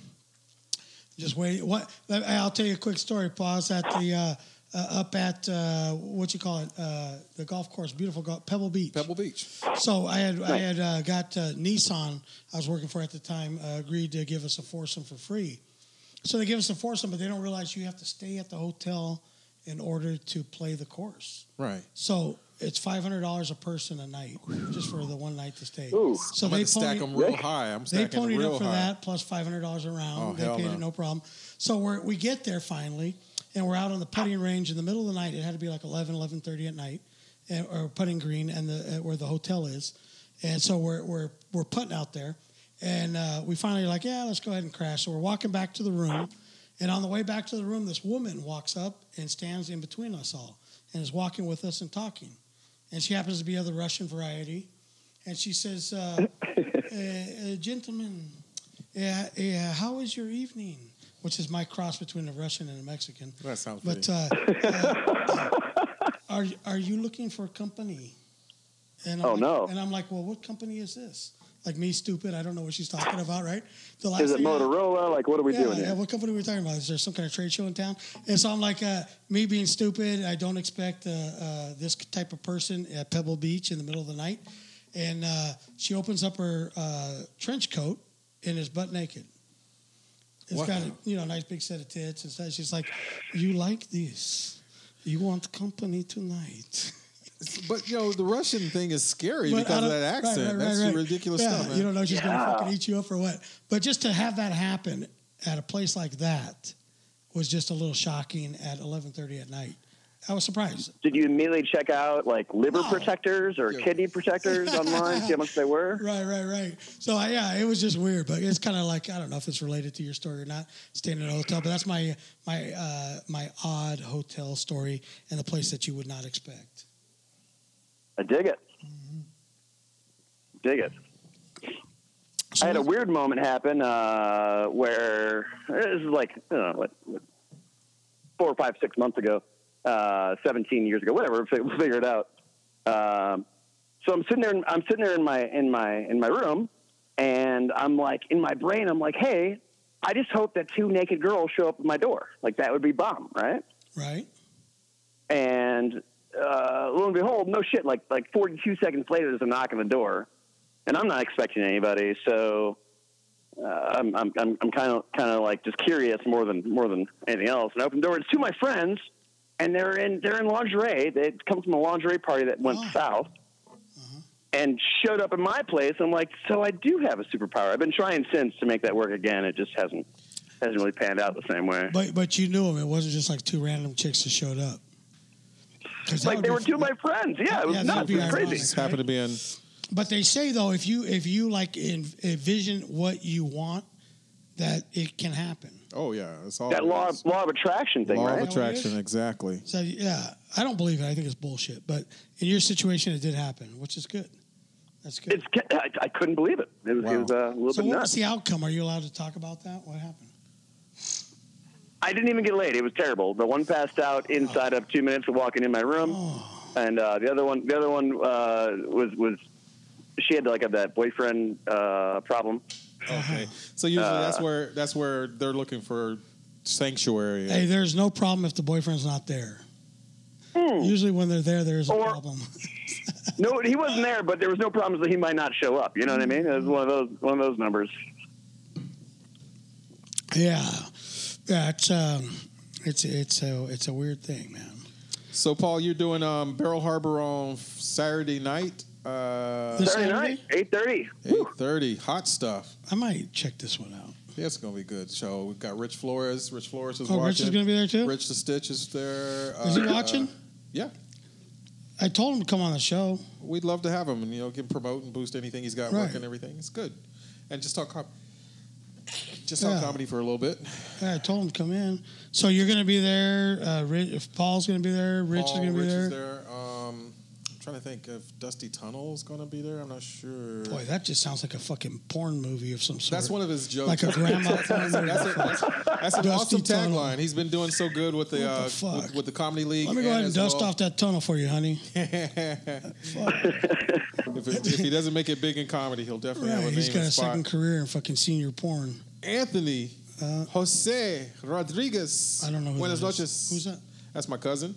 Speaker 3: just wait. What? I'll tell you a quick story, Paul. I was at the uh, uh, up at uh, what you call it, uh, the golf course, beautiful golf, Pebble Beach.
Speaker 2: Pebble Beach.
Speaker 3: So I had I had uh, got uh, Nissan. I was working for at the time uh, agreed to give us a foursome for free. So they give us a foursome, but they don't realize you have to stay at the hotel in order to play the course.
Speaker 2: Right.
Speaker 3: So it's five hundred dollars a person a night just for the one night to stay.
Speaker 1: Ooh.
Speaker 3: So
Speaker 2: I'm
Speaker 3: they
Speaker 2: going to
Speaker 3: pony-
Speaker 2: stack them real high. I'm
Speaker 3: they
Speaker 2: stacking them
Speaker 3: ponied
Speaker 2: real
Speaker 3: up for
Speaker 2: high.
Speaker 3: that plus five hundred dollars a round.
Speaker 2: Oh,
Speaker 3: they
Speaker 2: hell
Speaker 3: paid
Speaker 2: no.
Speaker 3: it no problem. So we we get there finally, and we're out on the putting range in the middle of the night. It had to be like 11, 11.30 at night, and, or putting green, and the uh, where the hotel is. And so we're we're we're putting out there, and uh, we finally are like, yeah, let's go ahead and crash. So we're walking back to the room, and on the way back to the room, this woman walks up and stands in between us all, and is walking with us and talking, and she happens to be of the Russian variety, and she says. Uh, uh, uh, gentlemen, yeah, yeah, how was your evening? Which is my cross between a Russian and a Mexican.
Speaker 2: That sounds
Speaker 3: But
Speaker 2: pretty.
Speaker 3: uh, uh, are are you looking for company? And I'm
Speaker 1: Oh,
Speaker 3: like,
Speaker 1: no.
Speaker 3: And I'm like, well, what company is this? Like me, stupid. I don't know what she's talking about, right? The last
Speaker 1: Is it
Speaker 3: thing I-
Speaker 1: Motorola? Like, what are we
Speaker 3: yeah,
Speaker 1: doing
Speaker 3: yeah,
Speaker 1: here?
Speaker 3: what company were we talking about? Is there some kind of trade show in town? And so I'm like, uh, me being stupid, I don't expect uh, uh, this type of person at Pebble Beach in the middle of the night. And uh, she opens up her uh, trench coat and is butt naked. It's
Speaker 2: Wow.
Speaker 3: got a you know nice big set of tits and stuff. She's like, you like this? You want company tonight?
Speaker 2: But you know, the Russian thing is scary
Speaker 3: But I
Speaker 2: because of
Speaker 3: don't-
Speaker 2: that
Speaker 3: right,
Speaker 2: accent.
Speaker 3: right,
Speaker 2: That's
Speaker 3: right, right.
Speaker 2: ridiculous
Speaker 3: Yeah,
Speaker 2: stuff, man.
Speaker 3: You don't know she's
Speaker 1: Yeah.
Speaker 3: gonna fucking eat you up or what. But just to have that happen at a place like that was just a little shocking at eleven thirty at night. I was surprised.
Speaker 1: Did you immediately check out like liver
Speaker 3: No.
Speaker 1: protectors or
Speaker 2: Yeah.
Speaker 1: kidney protectors online? See how much they were?
Speaker 3: Right, right, right. So I- yeah, it was just weird, but it's kind of like I don't know if it's related to your story or not. Staying in a hotel, but that's my my uh, my odd hotel story and the place that you would not expect.
Speaker 1: I dig it. Dig it.
Speaker 3: So
Speaker 1: I had a weird moment happen uh, where this is like I don't know, what, what, four or five, six months ago, uh, seventeen years ago, whatever. fi- We'll figure it out. Um, so I'm sitting there. in- I'm sitting there in my in my in my room, and I'm like in my brain. I'm like, hey, I just hope that two naked girls show up at my door. Like that would be bomb, right?
Speaker 3: right.
Speaker 1: And uh, lo and behold, no shit. Like like 42 seconds later, there's a knock on the door, and I'm not expecting anybody. So uh, I'm I'm I'm I'm kind of kind of like just curious more than more than anything else. And I open the door. It's two of my friends, and they're in they're in lingerie. They come from a lingerie party that went
Speaker 3: Wow.
Speaker 1: south.
Speaker 3: Uh-huh.
Speaker 1: And showed up at my place. I'm like, so I do have a superpower. I've been trying since to make that work again. It just hasn't hasn't really panned out the same way.
Speaker 3: But but you knew him. It wasn't just like two random chicks that showed up. 'Cause that
Speaker 1: Like
Speaker 3: would
Speaker 1: they
Speaker 3: be-
Speaker 1: were two of my friends. Yeah, it was
Speaker 3: Yeah,
Speaker 1: nuts.
Speaker 3: that'd be
Speaker 1: It was
Speaker 3: ironic.
Speaker 1: crazy.
Speaker 2: Just happened to be in
Speaker 3: But they say though, if you if you like en- envision what you want, that it can happen.
Speaker 2: Oh yeah, it's all
Speaker 1: that law of, law of attraction thing,
Speaker 2: law
Speaker 1: right?
Speaker 2: of attraction, exactly.
Speaker 3: So yeah, I don't believe it. I think it's bullshit. But in your situation, it did happen, which is good. That's good.
Speaker 1: it's ca- I, I couldn't believe it. It was,
Speaker 2: Wow.
Speaker 1: it was uh, a little
Speaker 3: so
Speaker 1: bit
Speaker 3: what was
Speaker 1: nuts.
Speaker 3: the outcome? Are you allowed to talk about that? What happened?
Speaker 1: I didn't even get laid. It was terrible. The one passed out inside of two minutes of walking in my room,
Speaker 2: Oh,
Speaker 1: and uh, the other one, the other one uh, was was she had like a, that boyfriend uh, problem.
Speaker 3: Uh-huh. Oh,
Speaker 2: Okay, so usually
Speaker 1: Uh.
Speaker 2: that's where that's where they're looking for sanctuary.
Speaker 3: Hey, there's no problem if the boyfriend's not there. Usually, when they're there, there's a
Speaker 1: Hmm. Or-
Speaker 3: problem.
Speaker 1: No, he wasn't there, but there was no problems that he might not show up. You know what I mean? It was one of those one of those numbers.
Speaker 3: yeah, yeah. It's um, it's it's a it's a weird thing, man.
Speaker 2: So Paul, you're doing um, Barrel Harbor on Saturday night, uh,
Speaker 1: Saturday
Speaker 3: This Saturday?
Speaker 1: night, eight thirty.
Speaker 2: eight thirty. Hot stuff.
Speaker 3: I might check this one out.
Speaker 2: Yeah, it's gonna be a good show. We've got Rich Flores. Rich Flores is
Speaker 3: Oh,
Speaker 2: watching.
Speaker 3: Rich is gonna be there too.
Speaker 2: Rich the Stitch is there.
Speaker 3: Is he
Speaker 2: Uh,
Speaker 3: watching?
Speaker 2: yeah.
Speaker 3: I told him to come on the show.
Speaker 2: We'd love to have him, and you know, can promote and boost anything he's got
Speaker 3: Right.
Speaker 2: working. Everything it's good, and just talk. Com- just talk
Speaker 3: Yeah.
Speaker 2: comedy for a little bit.
Speaker 3: Yeah, I told him to come in. So you're going to be there. Uh, Rich, if Paul's going to be there, Rich
Speaker 2: Paul
Speaker 3: is going to be
Speaker 2: Rich
Speaker 3: there.
Speaker 2: Is there. Um, I'm trying to think if Dusty Tunnel is going to be there. I'm not sure.
Speaker 3: Boy, that just sounds like a fucking porn movie of some sort.
Speaker 2: that's one of his jokes.
Speaker 3: like a grandma. porn
Speaker 2: that's, a-
Speaker 3: movie.
Speaker 2: that's, that's an
Speaker 3: Dusty
Speaker 2: awesome
Speaker 3: Tunnel.
Speaker 2: tagline. He's been doing so good with
Speaker 3: What
Speaker 2: the,
Speaker 3: the
Speaker 2: uh,
Speaker 3: fuck?
Speaker 2: with, with the comedy league.
Speaker 3: Let me go ahead and
Speaker 2: as
Speaker 3: dust
Speaker 2: well-
Speaker 3: off that tunnel for you, honey.
Speaker 2: if, it- if he doesn't make it big in comedy, he'll definitely
Speaker 3: Right,
Speaker 2: have a
Speaker 3: he's
Speaker 2: name
Speaker 3: got
Speaker 2: and
Speaker 3: a
Speaker 2: spot.
Speaker 3: second career in fucking senior porn.
Speaker 2: Anthony
Speaker 3: Uh,
Speaker 2: Jose Rodriguez.
Speaker 3: I don't know who
Speaker 2: Buenas
Speaker 3: that
Speaker 2: noches.
Speaker 3: is. Who's that?
Speaker 2: That's my cousin.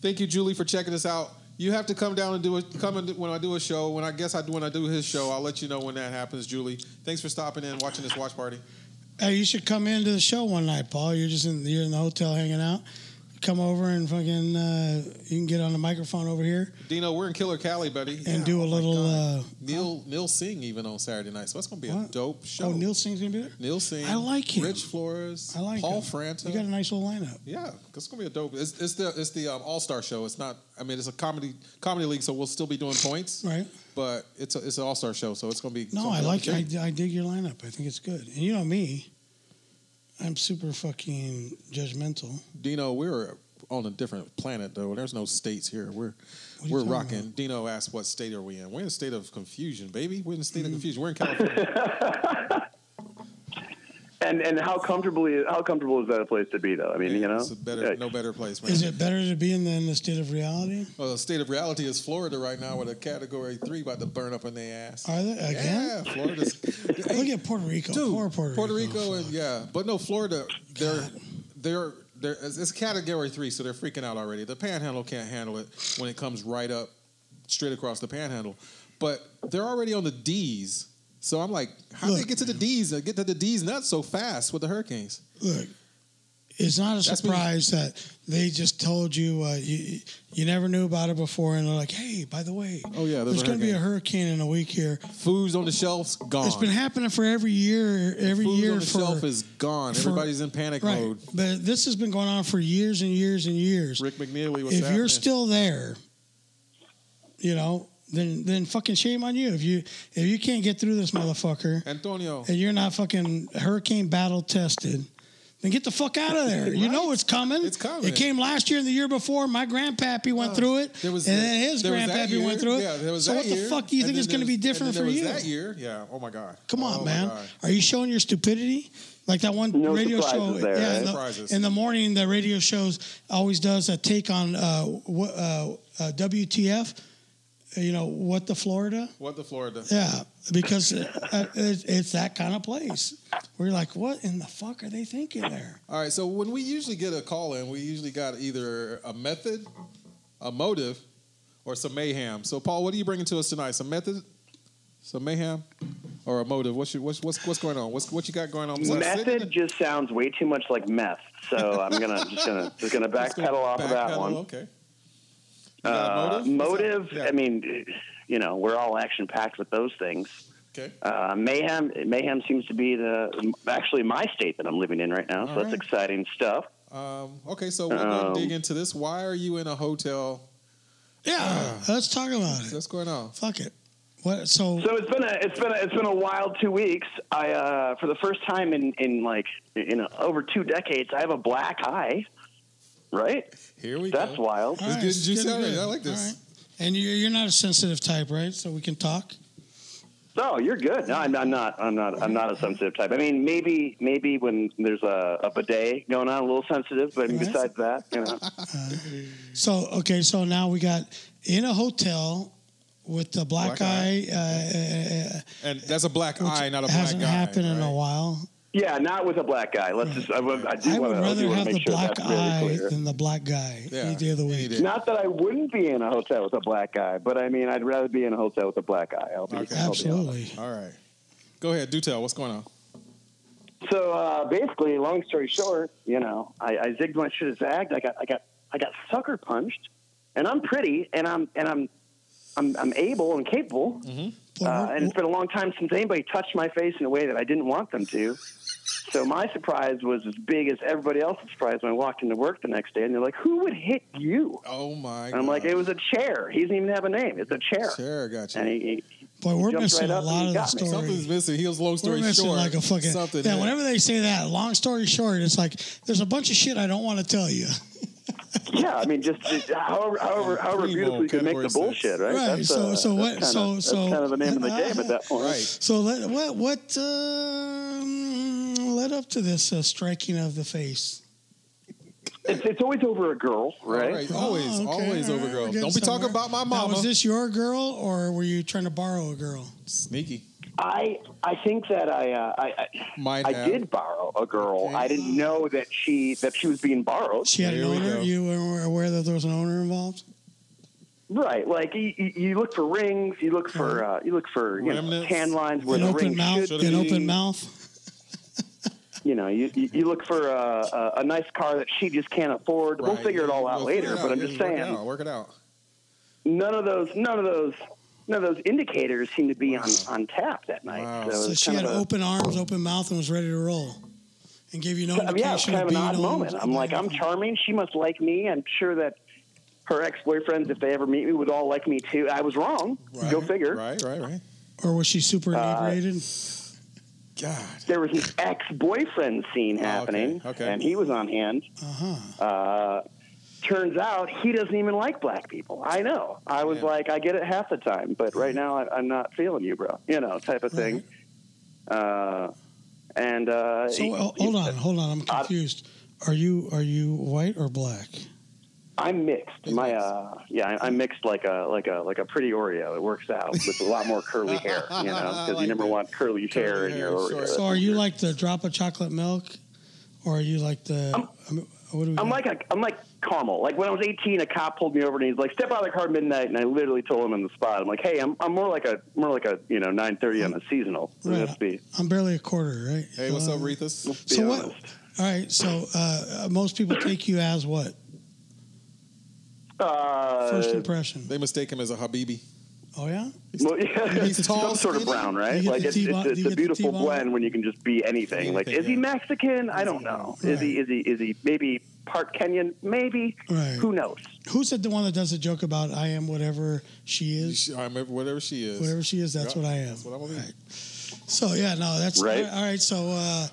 Speaker 2: Thank you, Julie, for checking us out. You have to come down and do it. Come and do- when I do a show. When I guess I do when I do his show, I'll let you know when that happens, Julie. Thanks for stopping in, watching this watch party.
Speaker 3: Hey, you should come into the show one night, Paul. You're just in you're in the hotel hanging out. Come over and fucking uh, you can get on the microphone over here
Speaker 2: Dino, we're in Killer Cali, buddy,
Speaker 3: and
Speaker 2: Yeah,
Speaker 3: do
Speaker 2: oh
Speaker 3: a
Speaker 2: my
Speaker 3: little.
Speaker 2: God.
Speaker 3: Uh,
Speaker 2: Neil Neil Singh even on Saturday night, so that's gonna be a
Speaker 3: What?
Speaker 2: dope show.
Speaker 3: oh, Neil Singh's gonna be there.
Speaker 2: Neil Singh,
Speaker 3: I like him.
Speaker 2: Rich Flores,
Speaker 3: I like him.
Speaker 2: Paul Franta.
Speaker 3: You got a nice little lineup.
Speaker 2: Yeah, it's gonna be a dope. It's, it's the it's the um, All Star show. It's not. I mean, it's a comedy comedy league, so we'll still be doing points,
Speaker 3: Right.
Speaker 2: but it's a, it's an All Star show, so it's gonna be.
Speaker 3: No,
Speaker 2: gonna
Speaker 3: I
Speaker 2: be
Speaker 3: like I,
Speaker 2: good.
Speaker 3: I dig your lineup. I think it's good. And you know me, I'm super fucking judgmental.
Speaker 2: Dino, we're on a different planet though. There's no states here. We're
Speaker 3: What are you
Speaker 2: we're
Speaker 3: talking
Speaker 2: rocking.
Speaker 3: about?
Speaker 2: Dino asked, "What state are we in? We're in a state of confusion, baby. We're in a state
Speaker 3: Mm-hmm.
Speaker 2: of confusion. We're in California.
Speaker 1: And and how comfortably how comfortable is that a place to be though? I mean, you know,
Speaker 2: it's a better,
Speaker 1: Yeah.
Speaker 2: no better place, man.
Speaker 3: Is it better to be in the, in the state of reality?
Speaker 2: Well, the state of reality is Florida right now with a Category Three about to burn up in their ass.
Speaker 3: Are they again?
Speaker 2: Yeah, Florida's.
Speaker 3: Look at Puerto Rico.
Speaker 2: Dude,
Speaker 3: Poor Puerto, Rico.
Speaker 2: and yeah, but no, Florida. They're they're they're it's it's category three, so they're freaking out already. The Panhandle can't handle it when it comes right up straight across the Panhandle, but they're already on the D's. So I'm like, how do they
Speaker 3: Look.
Speaker 2: get to the D's? They Get to the D's not so fast with the hurricanes.
Speaker 3: Look, it's not a
Speaker 2: That's what-
Speaker 3: surprise that they just told you, uh, you you never knew about it before, and they're like, hey, by the way,
Speaker 2: Oh yeah,
Speaker 3: there's going to be a hurricane in a week here.
Speaker 2: Food's on the shelves gone.
Speaker 3: It's been happening for every year, every
Speaker 2: Food's
Speaker 3: year
Speaker 2: on Oh. the
Speaker 3: for
Speaker 2: shelf is gone.
Speaker 3: for-
Speaker 2: Everybody's in panic
Speaker 3: right.
Speaker 2: mode.
Speaker 3: But this has been going on for years and years and years.
Speaker 2: Rick McNeely was.
Speaker 3: if you're still there, you know, then then fucking shame on you. If you if you can't get through this motherfucker
Speaker 2: Antonio,
Speaker 3: and you're not fucking hurricane battle tested, then get the fuck out of there. You
Speaker 2: Right.
Speaker 3: know it's coming.
Speaker 2: It's coming.
Speaker 3: It came last year and the year before. My grandpappy went
Speaker 2: Oh,
Speaker 3: through it,
Speaker 2: There was
Speaker 3: and
Speaker 2: that-
Speaker 3: then his
Speaker 2: there was that
Speaker 3: grandpappy
Speaker 2: year.
Speaker 3: went through it.
Speaker 2: Yeah, there was
Speaker 3: so
Speaker 2: that
Speaker 3: what the
Speaker 2: year.
Speaker 3: fuck do you
Speaker 2: And
Speaker 3: think
Speaker 2: then
Speaker 3: is going to
Speaker 2: there
Speaker 3: be
Speaker 2: was- and
Speaker 3: different
Speaker 2: then
Speaker 3: for
Speaker 2: there
Speaker 3: you?
Speaker 2: was That year, yeah. Oh my god.
Speaker 3: Come on,
Speaker 2: Oh, my
Speaker 3: man.
Speaker 2: God.
Speaker 3: Are you showing your stupidity? Like that one
Speaker 1: No
Speaker 3: radio show.
Speaker 1: surprises there,
Speaker 3: yeah,
Speaker 1: right?
Speaker 3: in, the,
Speaker 2: Surprises.
Speaker 3: in the morning, the radio shows always does a take on uh, what, uh, uh, WTF. uh, You know what the Florida?
Speaker 2: What the Florida?
Speaker 3: Yeah, because uh, it's, it's that kind of place. We're like, what in the fuck are they thinking there?
Speaker 2: All right. So when we usually get a call in, we usually got either a method, a motive, or some mayhem. So Paul, what are you bringing to us tonight? Some method, some mayhem, or a motive? What's your, what's what's what's going on? What's what you got going on? besides sitting
Speaker 1: method
Speaker 2: in-
Speaker 1: just sounds way too much like meth. So I'm gonna just gonna just gonna
Speaker 2: Let's go
Speaker 1: backpedal off of that
Speaker 2: backpedal,
Speaker 1: one.
Speaker 2: Okay. You got a
Speaker 1: Uh,
Speaker 2: What's that?
Speaker 1: motive.
Speaker 2: Yeah,
Speaker 1: I mean, you know, we're all action packed with those things.
Speaker 2: Okay.
Speaker 1: Uh, mayhem. Mayhem seems to be the actually my state that I'm living in right now. So
Speaker 2: All
Speaker 1: that's
Speaker 2: right.
Speaker 1: exciting stuff.
Speaker 2: Um, okay. So we're gonna
Speaker 1: Um,
Speaker 2: dig into this. Why are you in a hotel?
Speaker 3: Yeah,
Speaker 2: Ah.
Speaker 3: let's talk about it.
Speaker 2: What's going on?
Speaker 3: Fuck it. What? So,
Speaker 1: So it's been a it's been a, it's been a wild two weeks. I uh, for the first time in in like in over two decades, I have a black eye. Right.
Speaker 2: Here we
Speaker 1: That's
Speaker 2: go.
Speaker 1: wild.
Speaker 3: all
Speaker 2: It's
Speaker 3: right,
Speaker 2: getting
Speaker 3: it's
Speaker 2: juicy
Speaker 3: getting
Speaker 2: already.
Speaker 3: good.
Speaker 2: I like
Speaker 3: All
Speaker 2: this.
Speaker 3: right. And you're you're not a sensitive type, right? So we can talk.
Speaker 1: No, you're good. No, I'm, I'm not. I'm not. I'm not a sensitive type. I mean, maybe maybe when there's a, a bidet going on, a little sensitive. But I mean,
Speaker 3: Right.
Speaker 1: besides that, you know,
Speaker 3: So okay, so now we got in a hotel with the black,
Speaker 2: Black
Speaker 3: eye,
Speaker 2: eye.
Speaker 3: uh, uh,
Speaker 2: And that's a black
Speaker 3: which
Speaker 2: eye, not a black
Speaker 3: hasn't
Speaker 2: guy.
Speaker 3: happened in a
Speaker 2: right?
Speaker 3: while.
Speaker 1: yeah, not with a black guy. Let's just. I, would- I do
Speaker 3: I
Speaker 1: want
Speaker 3: would
Speaker 1: to.
Speaker 3: rather have
Speaker 1: make
Speaker 3: the
Speaker 1: sure
Speaker 3: black
Speaker 1: that's
Speaker 3: eye
Speaker 1: really clear.
Speaker 3: than the black guy
Speaker 2: Yeah,
Speaker 3: any day of the
Speaker 2: any
Speaker 3: week.
Speaker 2: day.
Speaker 1: Not that I wouldn't be in a hotel with a black guy, but I mean, I'd rather be in a hotel with a black guy. I'll be,
Speaker 2: Okay.
Speaker 1: I'll be honest.
Speaker 3: Absolutely.
Speaker 2: All right. Go ahead. Do tell. What's going on?
Speaker 1: So uh, basically, long story short, you know, I, I zigged when I should have zagged. I got, I got, I got sucker punched, and I'm pretty, and I'm, and I'm, I'm, I'm able and capable.
Speaker 3: But
Speaker 1: Uh,
Speaker 3: we're-
Speaker 1: and it's been a long time since anybody touched my face in a way that I didn't want them to. So my surprise was as big as everybody else's surprise when I walked into work the next day, and they're like, "Who would hit you?"
Speaker 2: Oh my.
Speaker 1: And I'm like, "It was a chair. He doesn't even have a name. It's a chair."
Speaker 2: Sarah got you.
Speaker 1: And he, he,
Speaker 3: boy, we're
Speaker 1: jumped right
Speaker 3: missing a
Speaker 1: up and
Speaker 3: lot
Speaker 1: he
Speaker 3: of the
Speaker 1: got me.
Speaker 3: story.
Speaker 2: Something's missing. He was long
Speaker 3: we're
Speaker 2: story
Speaker 3: missing
Speaker 2: short.
Speaker 3: like a fucking
Speaker 2: something.
Speaker 3: yeah.
Speaker 2: hit.
Speaker 3: Whenever they say that, long story short, it's like there's a bunch of shit I don't want to tell you.
Speaker 1: yeah, I mean, just, just however, however, however
Speaker 2: Primo,
Speaker 1: beautifully you can make the
Speaker 2: category six.
Speaker 1: bullshit, right?
Speaker 3: Right, so- so what-
Speaker 1: That's
Speaker 3: so-
Speaker 1: kind of,
Speaker 3: so-
Speaker 1: that's kind of the name of the game at that point.
Speaker 2: right.
Speaker 3: So let, what what um, led up to this uh, striking of the face?
Speaker 1: It's, it's always over a girl, right?
Speaker 2: All right, always,
Speaker 3: Oh, okay.
Speaker 2: always
Speaker 3: All
Speaker 2: over
Speaker 3: right,
Speaker 2: girls.
Speaker 3: we're getting
Speaker 2: Don't be talking
Speaker 3: somewhere.
Speaker 2: about my
Speaker 3: Now,
Speaker 2: mama.
Speaker 3: was this your girl, or were you trying to borrow a girl?
Speaker 2: Sneaky.
Speaker 1: I I think that I uh, I I,
Speaker 2: Might
Speaker 1: I
Speaker 2: have.
Speaker 1: did borrow a girl.
Speaker 2: Okay.
Speaker 1: I didn't know that she that she was being borrowed.
Speaker 3: She had an
Speaker 2: There we
Speaker 3: owner.
Speaker 2: go.
Speaker 3: You were aware that there was an owner involved.
Speaker 1: Right, like you, you- you look for rings, you look for uh, you look for you know,
Speaker 2: Remnants.
Speaker 1: tan lines where
Speaker 3: An
Speaker 1: the ring
Speaker 3: open mouth.
Speaker 1: should be.
Speaker 2: should've
Speaker 3: An
Speaker 2: been-
Speaker 3: open mouth.
Speaker 1: You know, you, you you look for a, a, a nice car that she just can't afford. We'll
Speaker 2: Right.
Speaker 1: figure it all out
Speaker 2: We'll
Speaker 1: later.
Speaker 2: figure it
Speaker 1: But
Speaker 2: out.
Speaker 1: I'm
Speaker 2: Just
Speaker 1: just
Speaker 2: work it
Speaker 1: saying,
Speaker 2: out, work it out.
Speaker 1: none of those none of those none of those indicators seem to be on, on tap that night.
Speaker 2: Wow.
Speaker 1: So,
Speaker 3: So
Speaker 1: it's
Speaker 3: she
Speaker 1: kind
Speaker 3: had
Speaker 1: of a-
Speaker 3: open arms, open mouth, and was ready to roll, and gave you no
Speaker 1: I mean, yeah, it's
Speaker 3: indication
Speaker 1: kind of an
Speaker 3: being
Speaker 1: odd
Speaker 3: on-
Speaker 1: moment. I'm like, I'm charming. She must like me. I'm sure that her ex boyfriends, if they ever meet me, would all like me too. I was wrong.
Speaker 2: Right,
Speaker 1: Go figure.
Speaker 2: Right, right, right.
Speaker 3: Or was she super
Speaker 1: Uh,
Speaker 3: inebriated?
Speaker 2: God.
Speaker 1: There was an ex boyfriend scene
Speaker 2: Oh, okay,
Speaker 1: happening,
Speaker 2: okay.
Speaker 1: and he was on hand.
Speaker 3: Uh huh.
Speaker 1: Uh, turns out he doesn't even like black people. I know. I was
Speaker 2: Yeah.
Speaker 1: like, I get it half the time, but right now I, I'm not feeling you, bro. You know, type of thing. Uh, and uh,
Speaker 3: So
Speaker 1: he-
Speaker 3: oh, hold on, hold on. I'm
Speaker 1: I-
Speaker 3: confused. Are you are you white or black?
Speaker 1: I'm mixed.
Speaker 2: He's
Speaker 1: My
Speaker 2: mixed.
Speaker 1: uh, yeah, I- I'm mixed like a like a like a pretty Oreo. It works out with a lot more curly hair, you know,
Speaker 2: I
Speaker 1: because
Speaker 2: like
Speaker 1: you never
Speaker 2: that.
Speaker 1: want curly, hair
Speaker 2: Curly
Speaker 1: in
Speaker 2: hair,
Speaker 1: your Oreo.
Speaker 2: short.
Speaker 3: So are you like the drop of chocolate milk, or are you like the?
Speaker 1: I'm-
Speaker 3: I mean, what do we?
Speaker 1: I'm like a, I'm like caramel. Like when I was 18, a cop pulled me over and he's like, "Step out of the car midnight," and I literally told him on the spot, "I'm like, hey, I'm, I'm more like a more like a you know 9:30 on a seasonal. So
Speaker 3: Right.
Speaker 1: let's be,
Speaker 3: I'm barely a quarter, right?
Speaker 2: Hey, what's up,
Speaker 3: Um,
Speaker 2: Rethus?
Speaker 1: let's be
Speaker 3: So what-
Speaker 1: honest.
Speaker 3: All right, so uh, uh, most people take you as what?
Speaker 1: Uh,
Speaker 3: First impression.
Speaker 2: They mistake him as a Habibi.
Speaker 3: Oh yeah,
Speaker 1: well, yeah,
Speaker 2: He's tall,
Speaker 1: some sort of
Speaker 2: skinny.
Speaker 1: brown,
Speaker 3: You
Speaker 1: right?
Speaker 3: get
Speaker 1: Like
Speaker 3: the
Speaker 1: it's, it's,
Speaker 3: T-bone-
Speaker 1: it's
Speaker 3: you
Speaker 1: a
Speaker 3: get the
Speaker 1: beautiful
Speaker 3: T-bone.
Speaker 1: blend when you can just be anything. Like, is he
Speaker 2: Yeah.
Speaker 1: Mexican? I don't know. Is he is he is he maybe part Kenyan? Maybe.
Speaker 3: right.
Speaker 1: Who knows?
Speaker 3: Who's it? The one that does the joke about I am whatever she is,
Speaker 2: She- I remember whatever she is.
Speaker 3: whatever she is. That's
Speaker 2: Yeah,
Speaker 3: what I am.
Speaker 2: That's what I'm gonna be.
Speaker 3: Right. So yeah, no, that's
Speaker 1: Right.
Speaker 3: All right, so uh,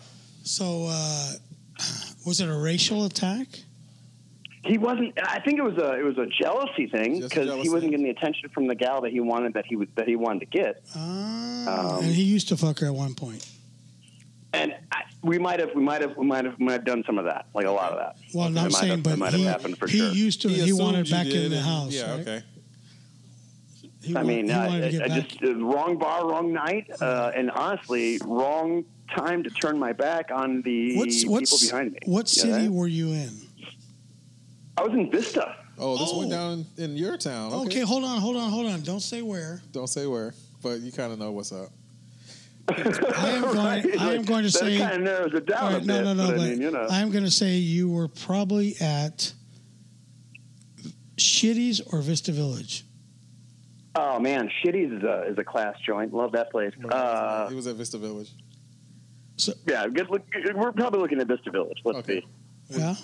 Speaker 3: so uh, was it a racial attack?
Speaker 1: He wasn't. I think it was a it was a jealousy thing
Speaker 2: Just
Speaker 1: because he
Speaker 2: jealousy.
Speaker 1: wasn't getting the attention from the gal that he wanted that he was that he wanted to get.
Speaker 3: Ah,
Speaker 1: Um,
Speaker 3: and he used to fuck her at one point.
Speaker 1: And I, we might have we might have we might have we might have done some of that, like a lot of that.
Speaker 3: Well,
Speaker 1: It
Speaker 3: no, I'm
Speaker 1: might
Speaker 3: saying,
Speaker 1: have- it
Speaker 3: but
Speaker 1: might
Speaker 3: he,
Speaker 1: have happened for
Speaker 3: he
Speaker 1: sure.
Speaker 3: used to. He,
Speaker 2: assumed
Speaker 3: wanted
Speaker 2: you
Speaker 3: back
Speaker 2: did
Speaker 3: in the
Speaker 2: and-
Speaker 3: house.
Speaker 2: Yeah,
Speaker 3: right?
Speaker 2: okay.
Speaker 3: He
Speaker 1: I
Speaker 3: wa-
Speaker 1: mean,
Speaker 3: he
Speaker 1: I,
Speaker 3: wanted to get
Speaker 1: I, I
Speaker 3: back.
Speaker 1: just uh, wrong bar, wrong night, uh, and honestly, wrong time to turn my back on the
Speaker 3: what's what's
Speaker 1: people behind me.
Speaker 3: what
Speaker 1: You
Speaker 3: city
Speaker 1: know that?
Speaker 3: were you in?
Speaker 1: I was in Vista.
Speaker 2: Oh, this went
Speaker 3: Oh.
Speaker 2: down in, in your town.
Speaker 3: Okay.
Speaker 2: Okay.
Speaker 3: hold on, hold on, hold on. Don't say where.
Speaker 2: Don't say where, but you kind of know what's up.
Speaker 3: I am going.
Speaker 1: Right?
Speaker 3: I am
Speaker 1: Like,
Speaker 3: going
Speaker 1: that
Speaker 3: to say.
Speaker 1: kind of narrows it
Speaker 3: all
Speaker 1: down a bit.
Speaker 3: right, no, no, no.
Speaker 1: but
Speaker 3: But
Speaker 1: I mean, you know,
Speaker 3: I'm going to say you were probably at Shitty's or Vista Village.
Speaker 1: oh man, Shitty's is a, is a class joint. Love that place. Uh,
Speaker 2: he was at Vista Village.
Speaker 1: yeah, good look, we're probably looking at Vista Village. Let's
Speaker 2: Okay.
Speaker 1: be
Speaker 3: Yeah.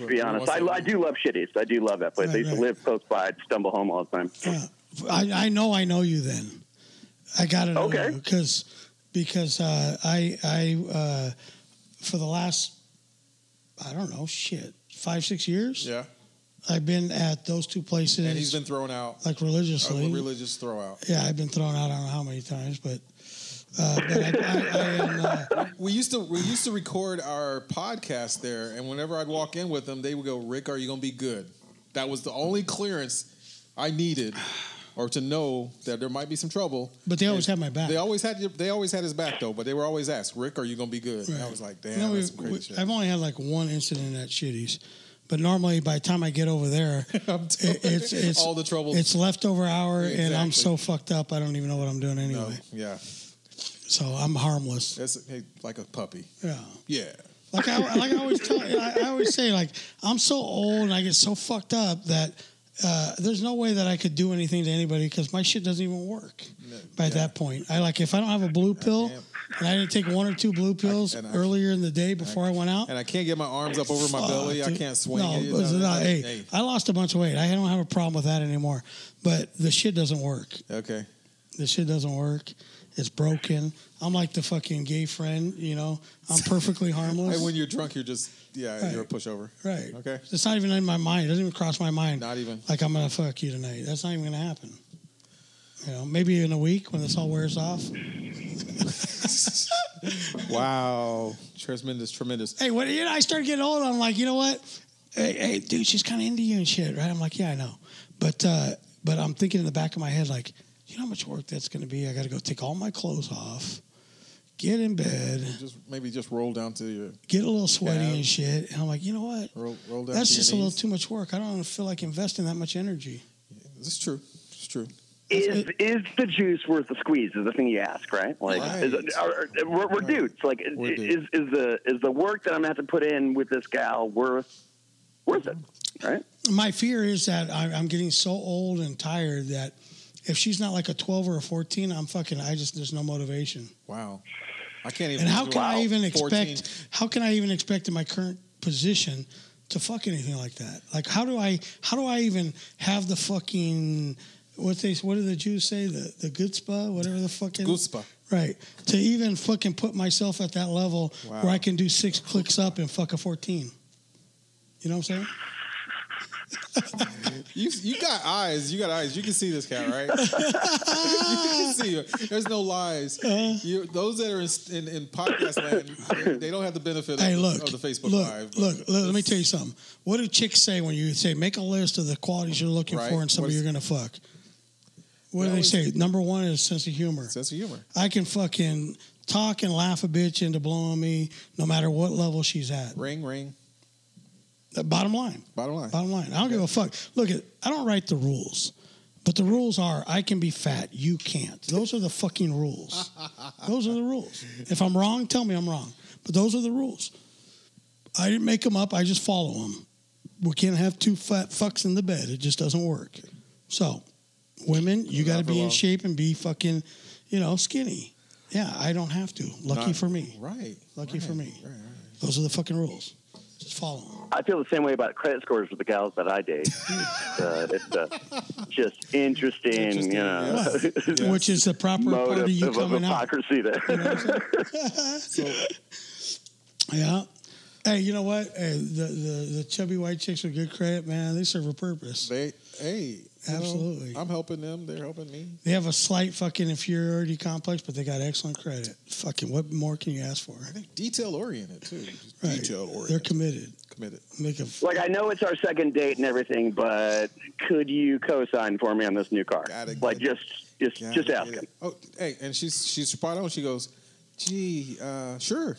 Speaker 1: let's
Speaker 2: what-
Speaker 1: be honest. I, I do love Shitty's. I do love that place. I
Speaker 3: Right,
Speaker 1: used to
Speaker 3: right.
Speaker 1: live close by. I'd stumble home all the time.
Speaker 3: Yeah, I, I know I know you then. I got to know
Speaker 1: Okay.
Speaker 3: because because uh, I I uh, for the last I don't know shit five six years
Speaker 2: Yeah,
Speaker 3: I've been at those two places
Speaker 2: and he's been thrown out.
Speaker 3: like
Speaker 2: A
Speaker 3: religiously.
Speaker 2: religious throwout.
Speaker 3: yeah, I've been thrown out. I don't know how many times, but. Uh, but I, I, I am, uh,
Speaker 2: We used to we used to record our podcast there, and whenever I'd walk in with them, they would go, "Rick, are you gonna be good?" That was the only clearance I needed, or to know that there might be some trouble.
Speaker 3: but they always have my back.
Speaker 2: They always had your- they always had his back though, but they were always asked, "Rick, are you gonna be good?" And I
Speaker 3: Right.
Speaker 2: was like,
Speaker 3: You know,
Speaker 2: "Damn,
Speaker 3: we-
Speaker 2: that's some crazy
Speaker 3: we-
Speaker 2: shit."
Speaker 3: I've only had like one incident at Shitty's, but normally by the time I get over there,
Speaker 2: I'm
Speaker 3: it- it's it's
Speaker 2: all the trouble.
Speaker 3: It's leftover hour, and I'm
Speaker 2: Exactly.
Speaker 3: so fucked up. I don't even know what I'm doing
Speaker 2: No,
Speaker 3: anyway.
Speaker 2: yeah,
Speaker 3: So I'm harmless.
Speaker 2: that's hey, like a puppy.
Speaker 3: Yeah.
Speaker 2: Yeah,
Speaker 3: Like I like I always tell, I, I always say like I'm so old and I get so fucked up that. Uh, there's no way that I could do anything to anybody because my shit doesn't even work
Speaker 2: No,
Speaker 3: by
Speaker 2: yeah.
Speaker 3: that point. I like if I don't have a blue pill,
Speaker 2: can't.
Speaker 3: and I didn't take one or two blue pills
Speaker 2: and I-
Speaker 3: earlier in the day before I, went out.
Speaker 2: and I can't get my arms up over my
Speaker 3: Fuck,
Speaker 2: belly. I
Speaker 3: dude.
Speaker 2: can't swing.
Speaker 3: No,
Speaker 2: it.
Speaker 3: listen,
Speaker 2: No,
Speaker 3: no,
Speaker 2: no,
Speaker 3: hey,
Speaker 2: hey.
Speaker 3: I lost a bunch of weight. I don't have a problem with that anymore. But the shit doesn't work.
Speaker 2: Okay,
Speaker 3: The shit doesn't work. It's broken. I'm like the fucking gay friend, you know. I'm perfectly harmless.
Speaker 2: Hey, when you're drunk, you're just yeah,
Speaker 3: Right.
Speaker 2: you're a pushover.
Speaker 3: right.
Speaker 2: Okay,
Speaker 3: It's not even in my mind. It doesn't even cross my mind.
Speaker 2: not even.
Speaker 3: Like I'm gonna fuck you tonight. That's not even gonna happen. You know, maybe in a week when this all wears off.
Speaker 2: Wow. Tremendous, tremendous.
Speaker 3: hey, when you know, I started getting old, I'm like, you know what? Hey, hey dude, she's kind of into you and shit, right? I'm like, yeah, I know. But uh, but I'm thinking in the back of my head, like, you know how much work that's going to be? I got to go take all my clothes off, get in bed,
Speaker 2: Just maybe just roll down to your
Speaker 3: get a little sweaty
Speaker 2: Yeah.
Speaker 3: and shit. And I'm like, you know what?
Speaker 2: roll, roll down.
Speaker 3: That's
Speaker 2: to your
Speaker 3: just a little
Speaker 2: knees.
Speaker 3: too much work. I don't feel like investing that much energy.
Speaker 2: This is true. It's true.
Speaker 1: Is is the juice worth the squeeze? Is the thing you ask, right? Like, is it,
Speaker 2: Right.
Speaker 1: are, are- we're, we're
Speaker 2: Right.
Speaker 1: dudes. Like,
Speaker 2: We're
Speaker 1: is,
Speaker 2: dudes.
Speaker 1: is the is the work that I'm gonna have to put in with this gal worth worth it? Right?
Speaker 3: my fear is that I- I'm getting so old and tired that if she's not like a 12 or a 14, I'm fucking, I just, there's no motivation.
Speaker 2: Wow. I can't even.
Speaker 3: And how
Speaker 2: do
Speaker 3: can I
Speaker 2: it.
Speaker 3: even
Speaker 2: 14.
Speaker 3: expect, how can I even expect in my current position to fuck anything like that? Like, how do I, how do I even have the fucking, what they, what do the Jews say? The, the gutzpah, whatever the fucking,
Speaker 2: Goospa.
Speaker 3: right. To even fucking put myself at that level
Speaker 2: Wow.
Speaker 3: where I can do six clicks up and fuck a 14. You know what I'm saying?
Speaker 2: You you got eyes. You got eyes. You can see this cat, right? you can see it. There's no lies. You, those that are in, in, in podcast land, they- they don't have the benefit
Speaker 3: Hey,
Speaker 2: of,
Speaker 3: look,
Speaker 2: of the Facebook
Speaker 3: look,
Speaker 2: Live. but
Speaker 3: Look, look, let me tell you something. What do chicks say when you say make a list of the qualities you're looking
Speaker 2: Right.
Speaker 3: for in somebody
Speaker 2: What's-
Speaker 3: you're gonna fuck? What do
Speaker 2: They
Speaker 3: they
Speaker 2: always-
Speaker 3: say? Number one is sense of humor.
Speaker 2: sense of humor.
Speaker 3: I can fucking talk and laugh a bitch into blowing me, no matter what level she's at.
Speaker 2: Ring, ring.
Speaker 3: The bottom line.
Speaker 2: Bottom line.
Speaker 3: Bottom line. I don't give a fuck. Look, at I don't write the rules, but the rules are I can be fat, you can't. Those are the fucking rules. those are the rules. If I'm wrong, tell me I'm wrong. But those are the rules. I didn't make them up. I just follow them. We can't have two fat fucks in the bed. It just doesn't work. So, women, you
Speaker 2: Not
Speaker 3: got to
Speaker 2: for
Speaker 3: be in
Speaker 2: long.
Speaker 3: shape and be fucking, you know, skinny. Yeah, I don't have to. Lucky
Speaker 2: Not-
Speaker 3: for me.
Speaker 2: Right.
Speaker 3: Lucky for
Speaker 2: right,
Speaker 3: me.
Speaker 2: Right, right.
Speaker 3: Those are the fucking rules. Just follow them.
Speaker 1: I feel the same way about credit scores with the gals that I date. it's uh, it's uh, just interesting,
Speaker 2: Interesting,
Speaker 1: you know,
Speaker 2: yes. Yes.
Speaker 3: Which is the proper part of
Speaker 1: motive
Speaker 3: you
Speaker 1: of, of
Speaker 3: coming out.
Speaker 1: hypocrisy there.
Speaker 2: So
Speaker 3: Yeah. Hey, you know what? Hey, the, the, the chubby white chicks with good credit, man, they serve a purpose.
Speaker 2: they, hey, you know,
Speaker 3: Absolutely.
Speaker 2: I'm helping them. They're helping me.
Speaker 3: They have a slight fucking inferiority complex, but they got excellent credit. Fucking, what more can you ask for?
Speaker 2: Detail oriented too. Just
Speaker 3: Right.
Speaker 2: Detail
Speaker 3: They're
Speaker 2: oriented.
Speaker 3: committed.
Speaker 2: committed.
Speaker 3: Make a
Speaker 1: like, I know it's our second date and everything, but could you co-sign for me on this new car?
Speaker 2: Gotta get-
Speaker 1: like, just just
Speaker 2: Yeah,
Speaker 1: just
Speaker 2: yeah,
Speaker 1: ask
Speaker 2: yeah.
Speaker 1: him.
Speaker 2: Oh, hey, and she's she's spot on. She goes, "Gee, uh, sure."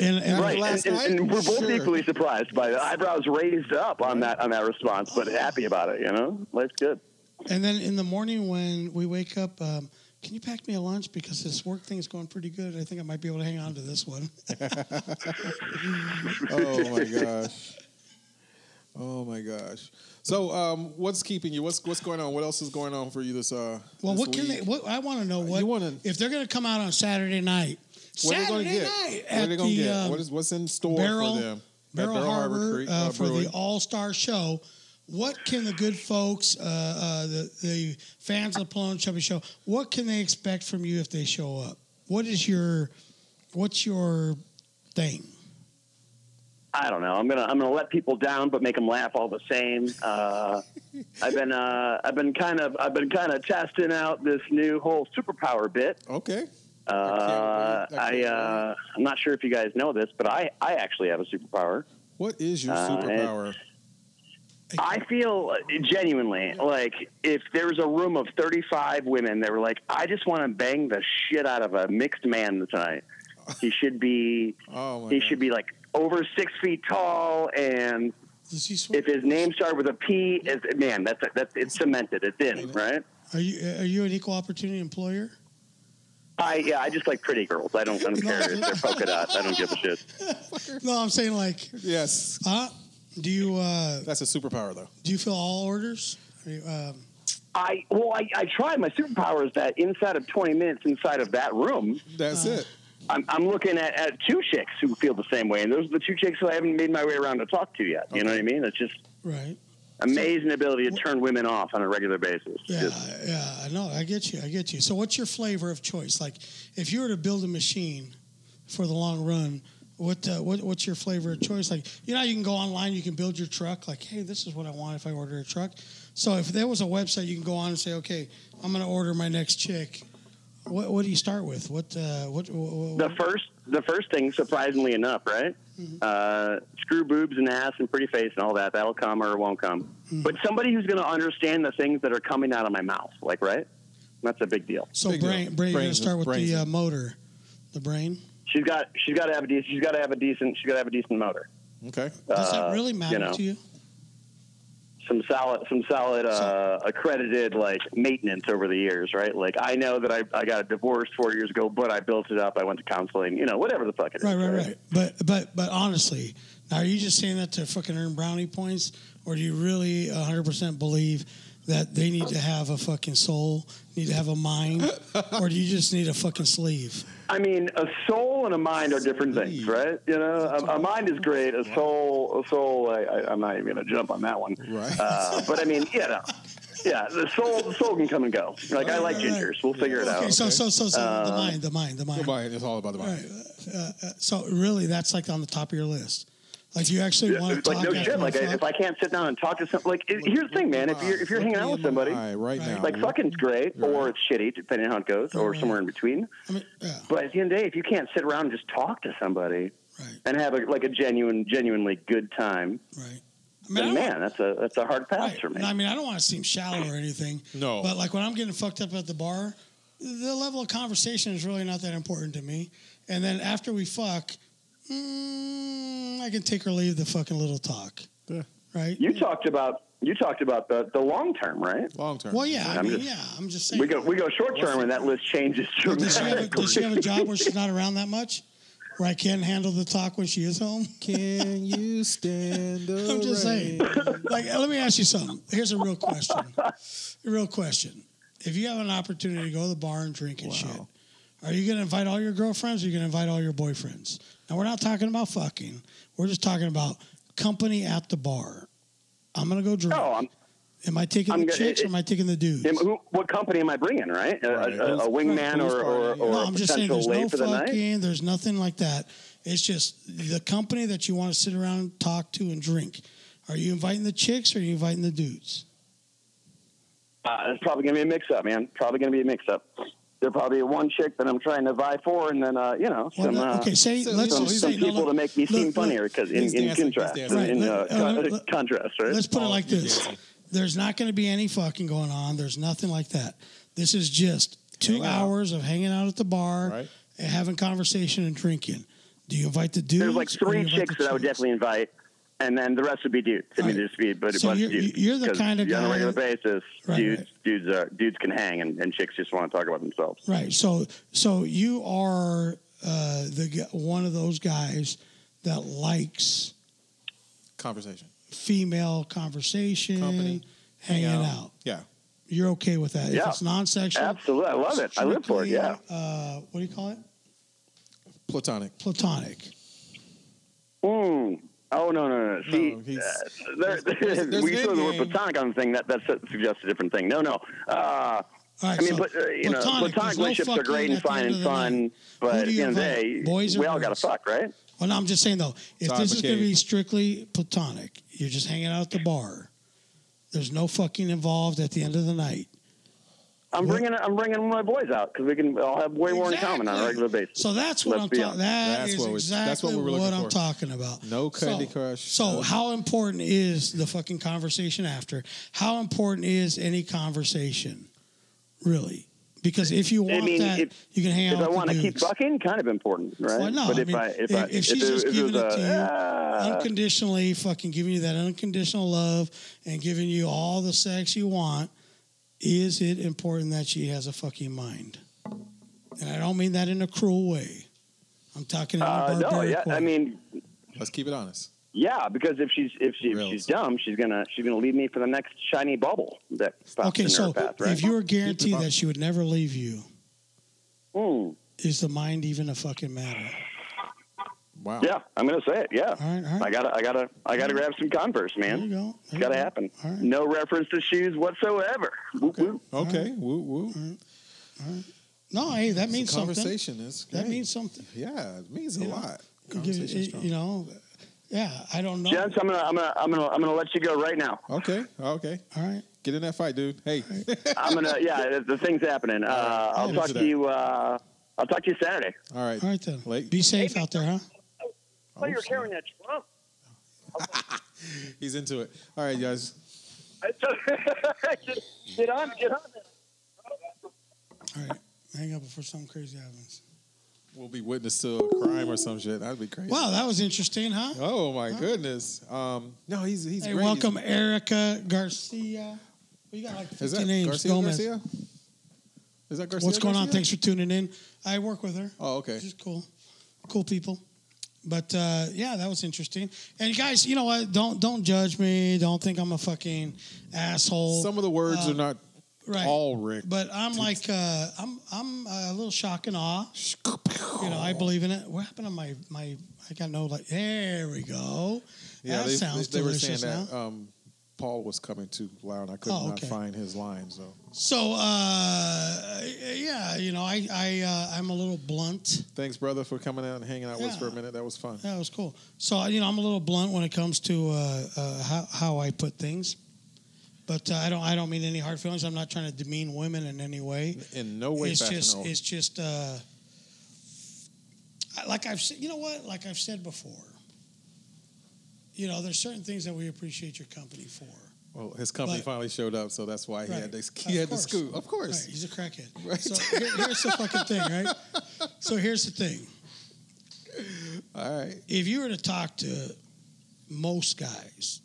Speaker 3: and, and
Speaker 2: Right.
Speaker 1: Right,
Speaker 2: last
Speaker 1: and, and,
Speaker 2: night?
Speaker 1: and we're both
Speaker 2: Sure.
Speaker 1: equally surprised by the eyebrows raised up on that on that response, but happy about it. You know, life's good.
Speaker 3: and then in the morning when we wake up, um, can you pack me a lunch because this work thing's going pretty good. I think I might be able to hang on to this one.
Speaker 2: Oh my gosh. Oh my gosh. So, um, what's keeping you? What's what's going on? What else is going on for you this uh?
Speaker 3: Well,
Speaker 2: this
Speaker 3: what can
Speaker 2: week?
Speaker 3: they? What I want to know what
Speaker 2: You wanna-
Speaker 3: if they're going to come out on Saturday night?
Speaker 2: What are they
Speaker 3: Saturday
Speaker 2: gonna get?
Speaker 3: night
Speaker 2: What are
Speaker 3: at
Speaker 2: they gonna
Speaker 3: the
Speaker 2: get?
Speaker 3: um,
Speaker 2: what is what's in store
Speaker 3: Barrel-
Speaker 2: for them? At
Speaker 3: Barrel, Harbor,
Speaker 2: Creek,
Speaker 3: uh, for
Speaker 2: Brewery.
Speaker 3: the All Star Show. What can the good folks, uh, uh, the, the fans of the Polo and Chubby Show, what can they expect from you if they show up? What is your, what's your thing?
Speaker 1: I don't know. I'm gonna I'm gonna let people down, but make them laugh all the same. Uh, I've been uh, I've been kind of I've been kind of testing out this new whole superpower bit.
Speaker 2: okay.
Speaker 1: Uh,
Speaker 2: I can't wait. I
Speaker 1: I
Speaker 2: can't
Speaker 1: uh, I'm not sure if you guys know this, but I I actually have a superpower.
Speaker 2: What is your
Speaker 1: Uh,
Speaker 2: superpower?
Speaker 1: I feel uh, genuinely like if there was a room of 35 women that were like, I just want to bang the shit out of a mixed man tonight. He should be,
Speaker 2: oh my.
Speaker 1: he
Speaker 2: God.
Speaker 1: should be like over six feet tall, and
Speaker 3: Does he swear?
Speaker 1: if his name started with a P, is- man, that's that's it's cemented. It's in, right?
Speaker 3: Are you are you an equal opportunity employer?
Speaker 1: I yeah, I just like pretty girls. I don't, I don't care if they're polka dots. I don't give a shit.
Speaker 3: No, I'm saying like,
Speaker 2: Yes,
Speaker 3: uh, do you uh,
Speaker 2: that's a superpower though.
Speaker 3: do you fill all orders? Are you, um,
Speaker 1: I well, I, I tried. My superpower is that inside of 20 minutes, inside of that room,
Speaker 3: Uh.
Speaker 2: That's it.
Speaker 1: I'm, I'm looking at, at two chicks who feel the same way, and those are the two chicks who I haven't made my way around to talk to yet. You know what I mean? It's just
Speaker 3: right.
Speaker 1: amazing ability to turn women off on a regular basis.
Speaker 3: Yeah,
Speaker 1: Just-
Speaker 3: yeah, I know. I get you. I get you. So, what's your flavor of choice? Like, if you were to build a machine for the long run, what, uh, what what's your flavor of choice? Like, you know, how you can go online, you can build your truck. Like, hey, this is what I want if I order a truck. So, if there was a website, you can go on and say, okay, I'm going to order my next chick What, what do you start with? What uh, what, what,
Speaker 1: The first, the first thing, surprisingly enough, right? Uh, screw boobs and ass and pretty face and all that. That'll come or it won't come. But somebody who's going to understand the things that are coming out of my mouth, like right, that's a big deal.
Speaker 3: so
Speaker 2: Big
Speaker 3: brain,
Speaker 2: deal.
Speaker 3: brain. You're gonna
Speaker 2: Brains-
Speaker 3: start with
Speaker 2: brains.
Speaker 3: the uh, motor, the brain.
Speaker 1: She's got, she's got to have a decent, she's got to have a decent, she's got to have a decent motor.
Speaker 2: Okay.
Speaker 1: Uh,
Speaker 3: Does that really matter
Speaker 1: you know,
Speaker 3: to you?
Speaker 1: some solid some solid uh, accredited like maintenance over the years, right? Like I know that I, I got a divorce four years ago, but I built it up. I went to counseling, you know, whatever the fuck it is.
Speaker 3: Right, right, right. But but but honestly, now are you just saying that to fucking earn brownie points, or do you really 100 percent believe that they need to have a fucking soul, need to have a mind, or do you just need a fucking sleeve?
Speaker 1: I mean, a soul and a mind are different things, right? You know, a, a mind is great. A soul, a soul. I, I, I'm not even going to jump on that one.
Speaker 2: Right.
Speaker 1: Uh, but I mean, yeah, no. yeah. The soul, the soul can come and go. Like I like
Speaker 3: Right, right,
Speaker 1: gingers. We'll figure it
Speaker 3: Okay,
Speaker 1: out.
Speaker 3: so so so so the
Speaker 1: Uh,
Speaker 3: mind, the mind, the mind. uh,
Speaker 2: The mind. It's all about the mind.
Speaker 3: So really, that's like on the top of your list. Like you actually
Speaker 1: Yeah,
Speaker 3: want to
Speaker 1: like
Speaker 3: talk
Speaker 1: no
Speaker 3: after
Speaker 1: shit.
Speaker 3: you
Speaker 1: Like I,
Speaker 3: fuck?
Speaker 1: if I can't sit down and talk to some, like it- here's the thing, man. If you're if you're
Speaker 2: Look
Speaker 1: hanging
Speaker 2: me
Speaker 1: out
Speaker 2: in
Speaker 1: with
Speaker 2: the
Speaker 1: somebody,
Speaker 2: eye right
Speaker 3: Right.
Speaker 2: now,
Speaker 1: like fucking's great or it's shitty depending on how it goes or
Speaker 3: Right.
Speaker 1: somewhere in between
Speaker 3: I mean, yeah,
Speaker 1: but at the end of the day if you can't sit around and just talk to somebody
Speaker 3: right,
Speaker 1: and have a, like a genuine genuinely good time
Speaker 3: right. I
Speaker 1: then
Speaker 3: I don't-
Speaker 1: man that's a that's a hard pass
Speaker 3: right.
Speaker 1: for me
Speaker 3: And I mean, I don't want to seem shallow or anything.
Speaker 2: No.
Speaker 1: Oh.
Speaker 3: But like when I'm getting fucked up at the bar, the level of conversation is really not that important to me. And then after we fuck, mm, I can take or leave the fucking little talk.
Speaker 2: Yeah.
Speaker 3: Right.
Speaker 1: you talked about you talked about the, the long term right
Speaker 2: long term.
Speaker 3: Well, yeah. I
Speaker 1: I'm
Speaker 3: mean,
Speaker 1: just-
Speaker 3: yeah. I'm just saying.
Speaker 1: we go we go short term and that list changes
Speaker 3: Does she, have a,
Speaker 1: dramatically
Speaker 3: does she have a job where she's not around that much? Where I can handle the talk when she is home?
Speaker 2: Can you stand the
Speaker 3: I'm just saying.
Speaker 2: rain?
Speaker 3: Like, let me ask you something. Here's a real question. A real question. If you have an opportunity to go to the bar and drink and shit, are you going to invite all your girlfriends or are you going to invite all your boyfriends? Now, we're not talking about fucking. We're just talking about company at the bar. I'm going to go drink.
Speaker 1: no I'm,
Speaker 3: am I taking
Speaker 1: Oh, I'm
Speaker 3: the
Speaker 1: gonna-
Speaker 3: chicks or am I taking the dudes?
Speaker 1: am- who, what company am I bringing right a,
Speaker 2: Right.
Speaker 1: a, a wingman or or, or
Speaker 3: no,
Speaker 1: a
Speaker 3: I'm just saying
Speaker 1: potential
Speaker 3: there's
Speaker 1: lay
Speaker 3: no
Speaker 1: for the night
Speaker 3: fucking, there's nothing like that. It's just the company that you want to sit around and talk to and drink. Are you inviting the chicks or are you inviting the dudes?
Speaker 1: Uh, it's probably gonna be a mix-up, man. Probably gonna be a mix-up. There probably one chick that I'm trying to vie for, and then uh, you know
Speaker 3: Well,
Speaker 1: some
Speaker 3: no,
Speaker 1: uh,
Speaker 3: okay, say
Speaker 2: so
Speaker 3: let's
Speaker 1: some,
Speaker 3: just
Speaker 1: some
Speaker 3: say no,
Speaker 1: people
Speaker 3: look-
Speaker 1: to make me
Speaker 3: look,
Speaker 1: seem
Speaker 3: look,
Speaker 1: funnier because in,
Speaker 2: he's
Speaker 1: in
Speaker 2: dancing, he's
Speaker 1: contrast,
Speaker 2: dancing.
Speaker 1: in, in,
Speaker 3: Right,
Speaker 1: uh,
Speaker 3: let- uh,
Speaker 1: con-
Speaker 3: let-
Speaker 1: contrast, right?
Speaker 3: Let's put it like
Speaker 2: you
Speaker 3: this:
Speaker 2: did.
Speaker 3: There's not going to be any fucking going on. There's nothing like that. This is just two
Speaker 2: Hang out.
Speaker 3: hours of hanging out at the bar
Speaker 2: Right.
Speaker 3: and having conversation and drinking. Do you invite the dudes?
Speaker 1: There's like
Speaker 3: or do you
Speaker 1: three
Speaker 3: invite
Speaker 1: chicks
Speaker 3: the
Speaker 1: that I would
Speaker 3: chicks?
Speaker 1: definitely invite, and then the rest would be dudes. I
Speaker 3: Right.
Speaker 1: mean, there'd just be a bunch
Speaker 3: So
Speaker 1: bunch of
Speaker 3: you're-
Speaker 1: dudes.
Speaker 3: you're the
Speaker 1: 'Cause
Speaker 3: kind of
Speaker 1: on a
Speaker 3: guy-
Speaker 1: regular basis,
Speaker 3: Right,
Speaker 1: dudes
Speaker 3: right.
Speaker 1: dudes are dudes can hang, and, and chicks just want to talk about themselves.
Speaker 3: Right. So so you are uh, the gu- one of those guys that likes
Speaker 2: Conversation.
Speaker 3: female conversation,
Speaker 2: Company,
Speaker 3: hanging
Speaker 2: hang
Speaker 3: out.
Speaker 2: Yeah.
Speaker 3: You're okay with that? If
Speaker 1: Yeah.
Speaker 3: it's non-sexual,
Speaker 1: Absolutely, I love it. I live for it. Yeah,
Speaker 3: strictly, Uh, what do you call it?
Speaker 2: Platonic.
Speaker 3: Platonic.
Speaker 1: Mm. Oh no no no! See,
Speaker 2: No, he's-
Speaker 1: uh, there,
Speaker 2: there's- there's
Speaker 1: we
Speaker 2: an
Speaker 1: throw the word
Speaker 2: in-game.
Speaker 1: platonic on the thing that that su- suggests a different thing. No no. Uh,
Speaker 3: All right,
Speaker 1: I mean,
Speaker 3: so
Speaker 1: but, uh, you know, platonic
Speaker 3: there's no
Speaker 1: relationships are
Speaker 3: fucking
Speaker 1: great
Speaker 3: at
Speaker 1: and
Speaker 3: the
Speaker 1: fine
Speaker 3: end
Speaker 1: and
Speaker 3: of the
Speaker 1: fun,
Speaker 3: night.
Speaker 1: but
Speaker 3: do
Speaker 1: at
Speaker 3: you
Speaker 1: the end of the
Speaker 3: invite?
Speaker 1: day,
Speaker 3: Boys or
Speaker 1: we all got
Speaker 3: girls?
Speaker 1: to fuck, right?
Speaker 3: Well, no, I'm just saying though, if
Speaker 2: Todd
Speaker 3: this is going
Speaker 2: McKay.
Speaker 3: to be strictly platonic, you're just hanging out at the bar. There's no fucking involved at the end of the night.
Speaker 1: I'm
Speaker 3: What?
Speaker 1: bringing I'm bringing my boys out because we can all have way more in common on a
Speaker 3: Exactly.
Speaker 1: regular basis.
Speaker 3: So that's what
Speaker 1: Let's
Speaker 3: I'm
Speaker 1: be honest.
Speaker 3: talking.
Speaker 2: That's
Speaker 3: That's
Speaker 2: what we-
Speaker 3: exactly
Speaker 2: that's what we were
Speaker 3: what
Speaker 2: looking
Speaker 3: I'm
Speaker 2: for.
Speaker 3: talking about.
Speaker 2: No Candy
Speaker 3: so,
Speaker 2: Crush.
Speaker 3: So
Speaker 2: No-
Speaker 3: how important is the fucking conversation after? How important is any conversation, really? Because if you want
Speaker 1: mean,
Speaker 3: that,
Speaker 1: if-
Speaker 3: you can hang out.
Speaker 1: if I
Speaker 3: with the
Speaker 1: want to keep
Speaker 3: dudes.
Speaker 1: fucking, kind of important, right?
Speaker 3: Well, no,
Speaker 1: but
Speaker 3: I
Speaker 1: if
Speaker 3: mean,
Speaker 1: I if,
Speaker 3: if-
Speaker 1: I,
Speaker 3: if she's
Speaker 1: it-
Speaker 3: just
Speaker 1: if it was
Speaker 3: giving it
Speaker 1: a,
Speaker 3: to you,
Speaker 1: "Ah,"
Speaker 3: unconditionally fucking giving you that unconditional love and giving you all the sex you want, is it important that she has a fucking mind? And I don't mean that in a cruel way. I'm talking in a
Speaker 1: uh,
Speaker 3: barbaric
Speaker 1: no, yeah,
Speaker 3: way.
Speaker 1: I mean,
Speaker 2: Let's keep it honest.
Speaker 1: yeah, because if she's if, she, if
Speaker 2: Real.
Speaker 1: she's dumb, she's gonna she's gonna leave me for the next shiny bubble that pops
Speaker 3: okay,
Speaker 1: in
Speaker 3: so
Speaker 1: her path, right?
Speaker 3: if you were
Speaker 2: Keep
Speaker 3: guaranteed
Speaker 2: it
Speaker 3: that she would never leave you,
Speaker 1: Hmm.
Speaker 3: is the mind even a fucking matter?
Speaker 2: Wow.
Speaker 1: Yeah, I'm gonna say it. Yeah,
Speaker 3: All right, all
Speaker 1: I
Speaker 3: right.
Speaker 1: gotta, I gotta, I gotta grab some Converse,
Speaker 3: There you
Speaker 1: man.
Speaker 3: go.
Speaker 1: It's gotta happen.
Speaker 3: All right.
Speaker 1: No reference to shoes whatsoever. Whoop, whoop.
Speaker 2: Okay. Woo woo.
Speaker 3: No, hey, that means
Speaker 2: It's a
Speaker 3: something.
Speaker 2: conversation is
Speaker 3: That
Speaker 2: great.
Speaker 3: means something.
Speaker 2: yeah, it means a
Speaker 3: You know,
Speaker 2: lot.
Speaker 3: You give-
Speaker 2: Conversation
Speaker 3: You
Speaker 2: strong.
Speaker 3: know, yeah, I don't know.
Speaker 1: Gents, I'm gonna, I'm gonna, I'm gonna, I'm gonna let you go right now.
Speaker 2: Okay. Okay.
Speaker 3: All right.
Speaker 2: Get in that fight, dude. Hey,
Speaker 1: I'm gonna. Yeah, the, the thing's happening. Uh, I'll
Speaker 2: Amen
Speaker 1: talk
Speaker 2: to
Speaker 1: to
Speaker 2: that.
Speaker 1: you. Uh, I'll talk to you Saturday.
Speaker 2: all right.
Speaker 3: All right then.
Speaker 2: Late.
Speaker 3: Be safe out there, huh?
Speaker 2: Oh, you're carrying
Speaker 1: that trunk.
Speaker 2: He's into it. All right, guys.
Speaker 1: get, on, get on.
Speaker 3: All right. Hang up before something crazy happens.
Speaker 2: We'll be witness to a crime or some shit. That'd be crazy.
Speaker 3: Wow, that was interesting, huh?
Speaker 2: Oh my goodness. Um, no, he's he's
Speaker 3: hey,
Speaker 2: great.
Speaker 3: welcome Erica Garcia. Well, you got like
Speaker 2: Is
Speaker 3: 50
Speaker 2: that
Speaker 3: names.
Speaker 2: Garcia
Speaker 3: Gomez.
Speaker 2: Garcia? Is that Garcia?
Speaker 3: What's going on?
Speaker 2: Garcia?
Speaker 3: Thanks for tuning in. I work with her.
Speaker 2: Oh, okay.
Speaker 3: She's cool. Cool people. But uh, yeah, that was interesting. And you guys, you know what? Don't don't judge me. Don't think I'm a fucking asshole.
Speaker 2: Some of the words
Speaker 3: Uh,
Speaker 2: are not
Speaker 3: right.
Speaker 2: all Rick.
Speaker 3: But I'm like uh, I'm I'm a little shock and awe. You know, I believe in it. What happened to my my? I got no like. There we go.
Speaker 2: yeah,
Speaker 3: that
Speaker 2: they,
Speaker 3: sounds
Speaker 2: they, they were saying
Speaker 3: delicious now.
Speaker 2: that um, Paul was coming too loud. I could
Speaker 3: Oh,
Speaker 2: not
Speaker 3: okay.
Speaker 2: find his lines though.
Speaker 3: So uh, yeah, you know, I I uh, I'm a little blunt.
Speaker 2: Thanks, brother, for coming out and hanging out with us for a
Speaker 3: Yeah.
Speaker 2: minute. That was fun.
Speaker 3: That was cool. So you know, I'm a little blunt when it comes to uh, uh, how how I put things, but uh, I don't I don't mean any hard feelings. I'm not trying to demean women in any way.
Speaker 2: In no way,
Speaker 3: it's
Speaker 2: fashion.
Speaker 3: just
Speaker 2: or-
Speaker 3: it's just uh, I- like I've said. You know what? Like I've said before. You know, there's certain things that we appreciate your company for.
Speaker 2: well, his company
Speaker 3: but-
Speaker 2: finally showed up, so that's why he
Speaker 3: Right.
Speaker 2: had to,
Speaker 3: Of
Speaker 2: he had to
Speaker 3: course.
Speaker 2: scoot. Of course.
Speaker 3: Right, he's a crackhead.
Speaker 2: Right.
Speaker 3: So here, here's the fucking thing, right? So here's the thing.
Speaker 2: All right.
Speaker 3: if you were to talk to most guys,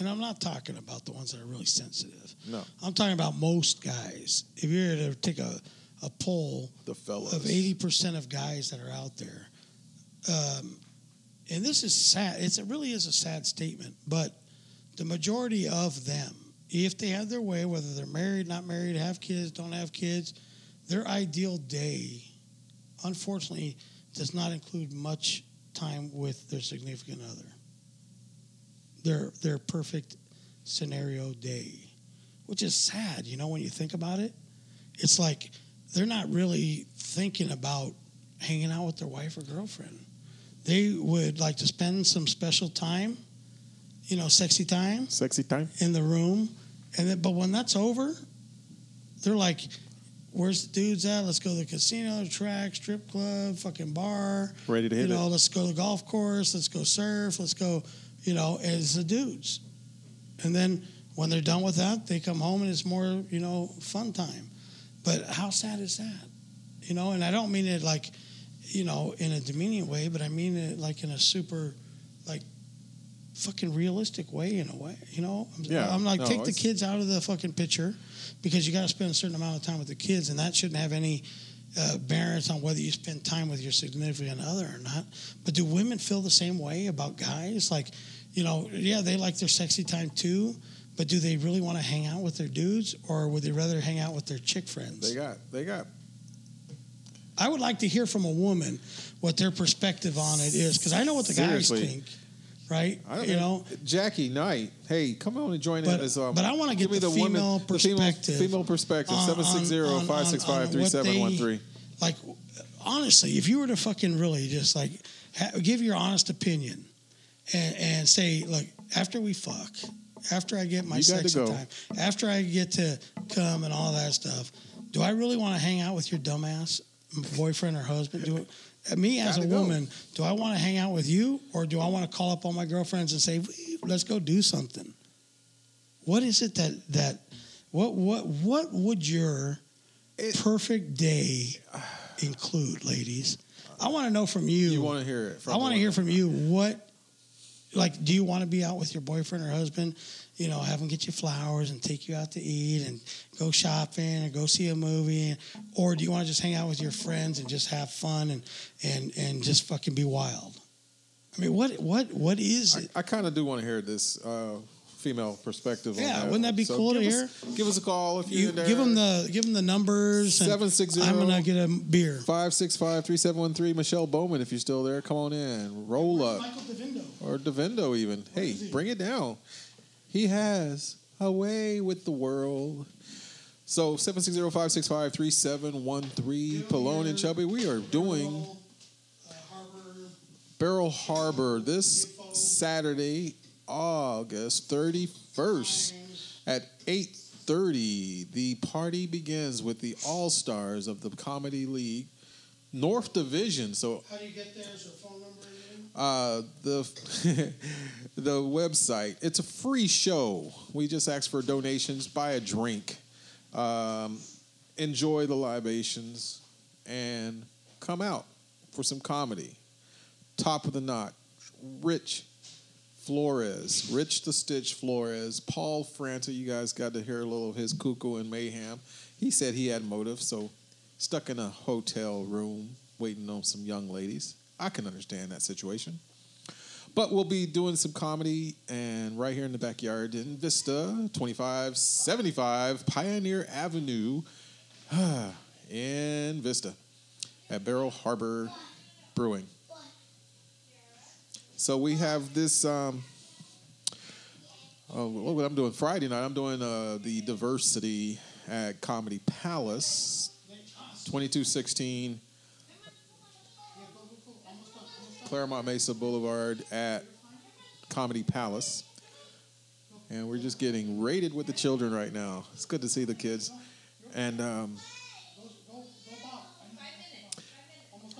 Speaker 3: and I'm not talking about the ones that are really sensitive.
Speaker 2: No.
Speaker 3: I'm talking about most guys. If you were to take a, a poll
Speaker 2: The fellas.
Speaker 3: of 80% of guys that are out there, um, and this is sad, it's, it really is a sad statement, but the majority of them, if they had their way, whether they're married, not married, have kids, don't have kids, their ideal day, unfortunately, does not include much time with their significant other. Their their perfect scenario day, which is sad, you know, when you think about it. It's like they're not really thinking about hanging out with their wife or girlfriend. They would like to spend some special time, you know, sexy time
Speaker 2: Sexy time.
Speaker 3: in the room, and then but when that's over, they're like, "Where's the dudes at? Let's go to the casino, track, strip club, fucking bar.
Speaker 2: Ready to
Speaker 3: You
Speaker 2: hit
Speaker 3: know,
Speaker 2: it.
Speaker 3: let's go to the golf course. Let's go surf. Let's go. You know, as the dudes, and then when they're done with that, they come home and it's more you know fun time. But how sad is that? You know, and I don't mean it like, you know, in a demeaning way, but I mean it like in a super, like, fucking realistic way in a way. You know, I'm,
Speaker 2: Yeah,
Speaker 3: I'm like
Speaker 2: no,
Speaker 3: take the
Speaker 2: it's-
Speaker 3: kids out of the fucking picture because you got to spend a certain amount of time with the kids, and that shouldn't have any uh, bearance on whether you spend time with your significant other or not. But do women feel the same way about guys? Like, you know, yeah, they like their sexy time too. But do they really want to hang out with their dudes, or would they rather hang out with their chick friends?
Speaker 2: They got they got
Speaker 3: I would like to hear from a woman what their perspective on it is because I know what the
Speaker 2: Seriously.
Speaker 3: guys think, right?
Speaker 2: I don't
Speaker 3: you know,
Speaker 2: Jackie Knight. Hey, come on and join
Speaker 3: But-
Speaker 2: in. As, um,
Speaker 3: but I wanna get the female perspective
Speaker 2: Female, female perspective.
Speaker 3: on-
Speaker 2: Seven six
Speaker 3: on-
Speaker 2: zero
Speaker 3: on-
Speaker 2: five six
Speaker 3: on-
Speaker 2: five
Speaker 3: on
Speaker 2: three
Speaker 3: what
Speaker 2: seven one three.
Speaker 3: like honestly, if you were to fucking really just like ha- give your honest opinion and, and say, look, after we fuck, after I get my
Speaker 2: You got to
Speaker 3: sexy
Speaker 2: go.
Speaker 3: time, after I get to come and all that stuff, do I really want to hang out with your dumbass boyfriend or husband? Do it, me as
Speaker 2: Gotta
Speaker 3: a
Speaker 2: go.
Speaker 3: woman, do I want to hang out with you or do I want to call up all my girlfriends and say, "Wee, let's go do something? What is it that that what what what would your
Speaker 2: It-
Speaker 3: perfect day include, ladies? I want to know from you.
Speaker 2: You want to hear it?
Speaker 3: I want to hear from you what, like, do you want to be out with your boyfriend or husband? You know, have them get you flowers and take you out to eat and go shopping and go see a movie, or do you want to just hang out with your friends and just have fun and and and just fucking be wild? I mean, what what what is it?
Speaker 2: I, I kind of do want to hear this uh, female perspective. on
Speaker 3: Yeah,
Speaker 2: that
Speaker 3: wouldn't that
Speaker 2: one.
Speaker 3: be
Speaker 2: So
Speaker 3: cool to
Speaker 2: give us- Give us a call if you're
Speaker 3: You
Speaker 2: in there.
Speaker 3: give them the give them the numbers. and
Speaker 2: 760.
Speaker 3: I'm gonna get a beer.
Speaker 2: five six five three seven one three. Michelle Bowman, if you're still there, come on in. Roll up.
Speaker 3: Michael DeVindo.
Speaker 2: or Devendo even. Hey, bring it down. He has a way with the world. So 760-565-3713, Pallone and Chubby, we are doing Barrel Harbor this Saturday, August 31st At 8.30, the party begins with the all-stars of the Comedy League North Division. So
Speaker 3: How do you get there? Is there a phone number? in
Speaker 2: uh, the the website. It's a free show. We just ask for donations, buy a drink, um, enjoy the libations, and come out for some comedy. Top of the knot, Rich Flores, Rich the Stitch Flores, Paul Franta. You guys got to hear a little of his cuckoo and mayhem. He said he had motive, so stuck in a hotel room waiting on some young ladies. I can understand that situation. But we'll be doing some comedy and right here in the backyard in Vista, 2575 Pioneer Avenue in Vista at Barrel Harbor Brewing. So we have this. Um, oh, look what I'm doing Friday night. I'm doing uh, the diversity at Comedy Palace, 2216 Claremont Mesa Boulevard at Comedy Palace. And we're just getting raided with the children right now. It's good to see the kids. And um,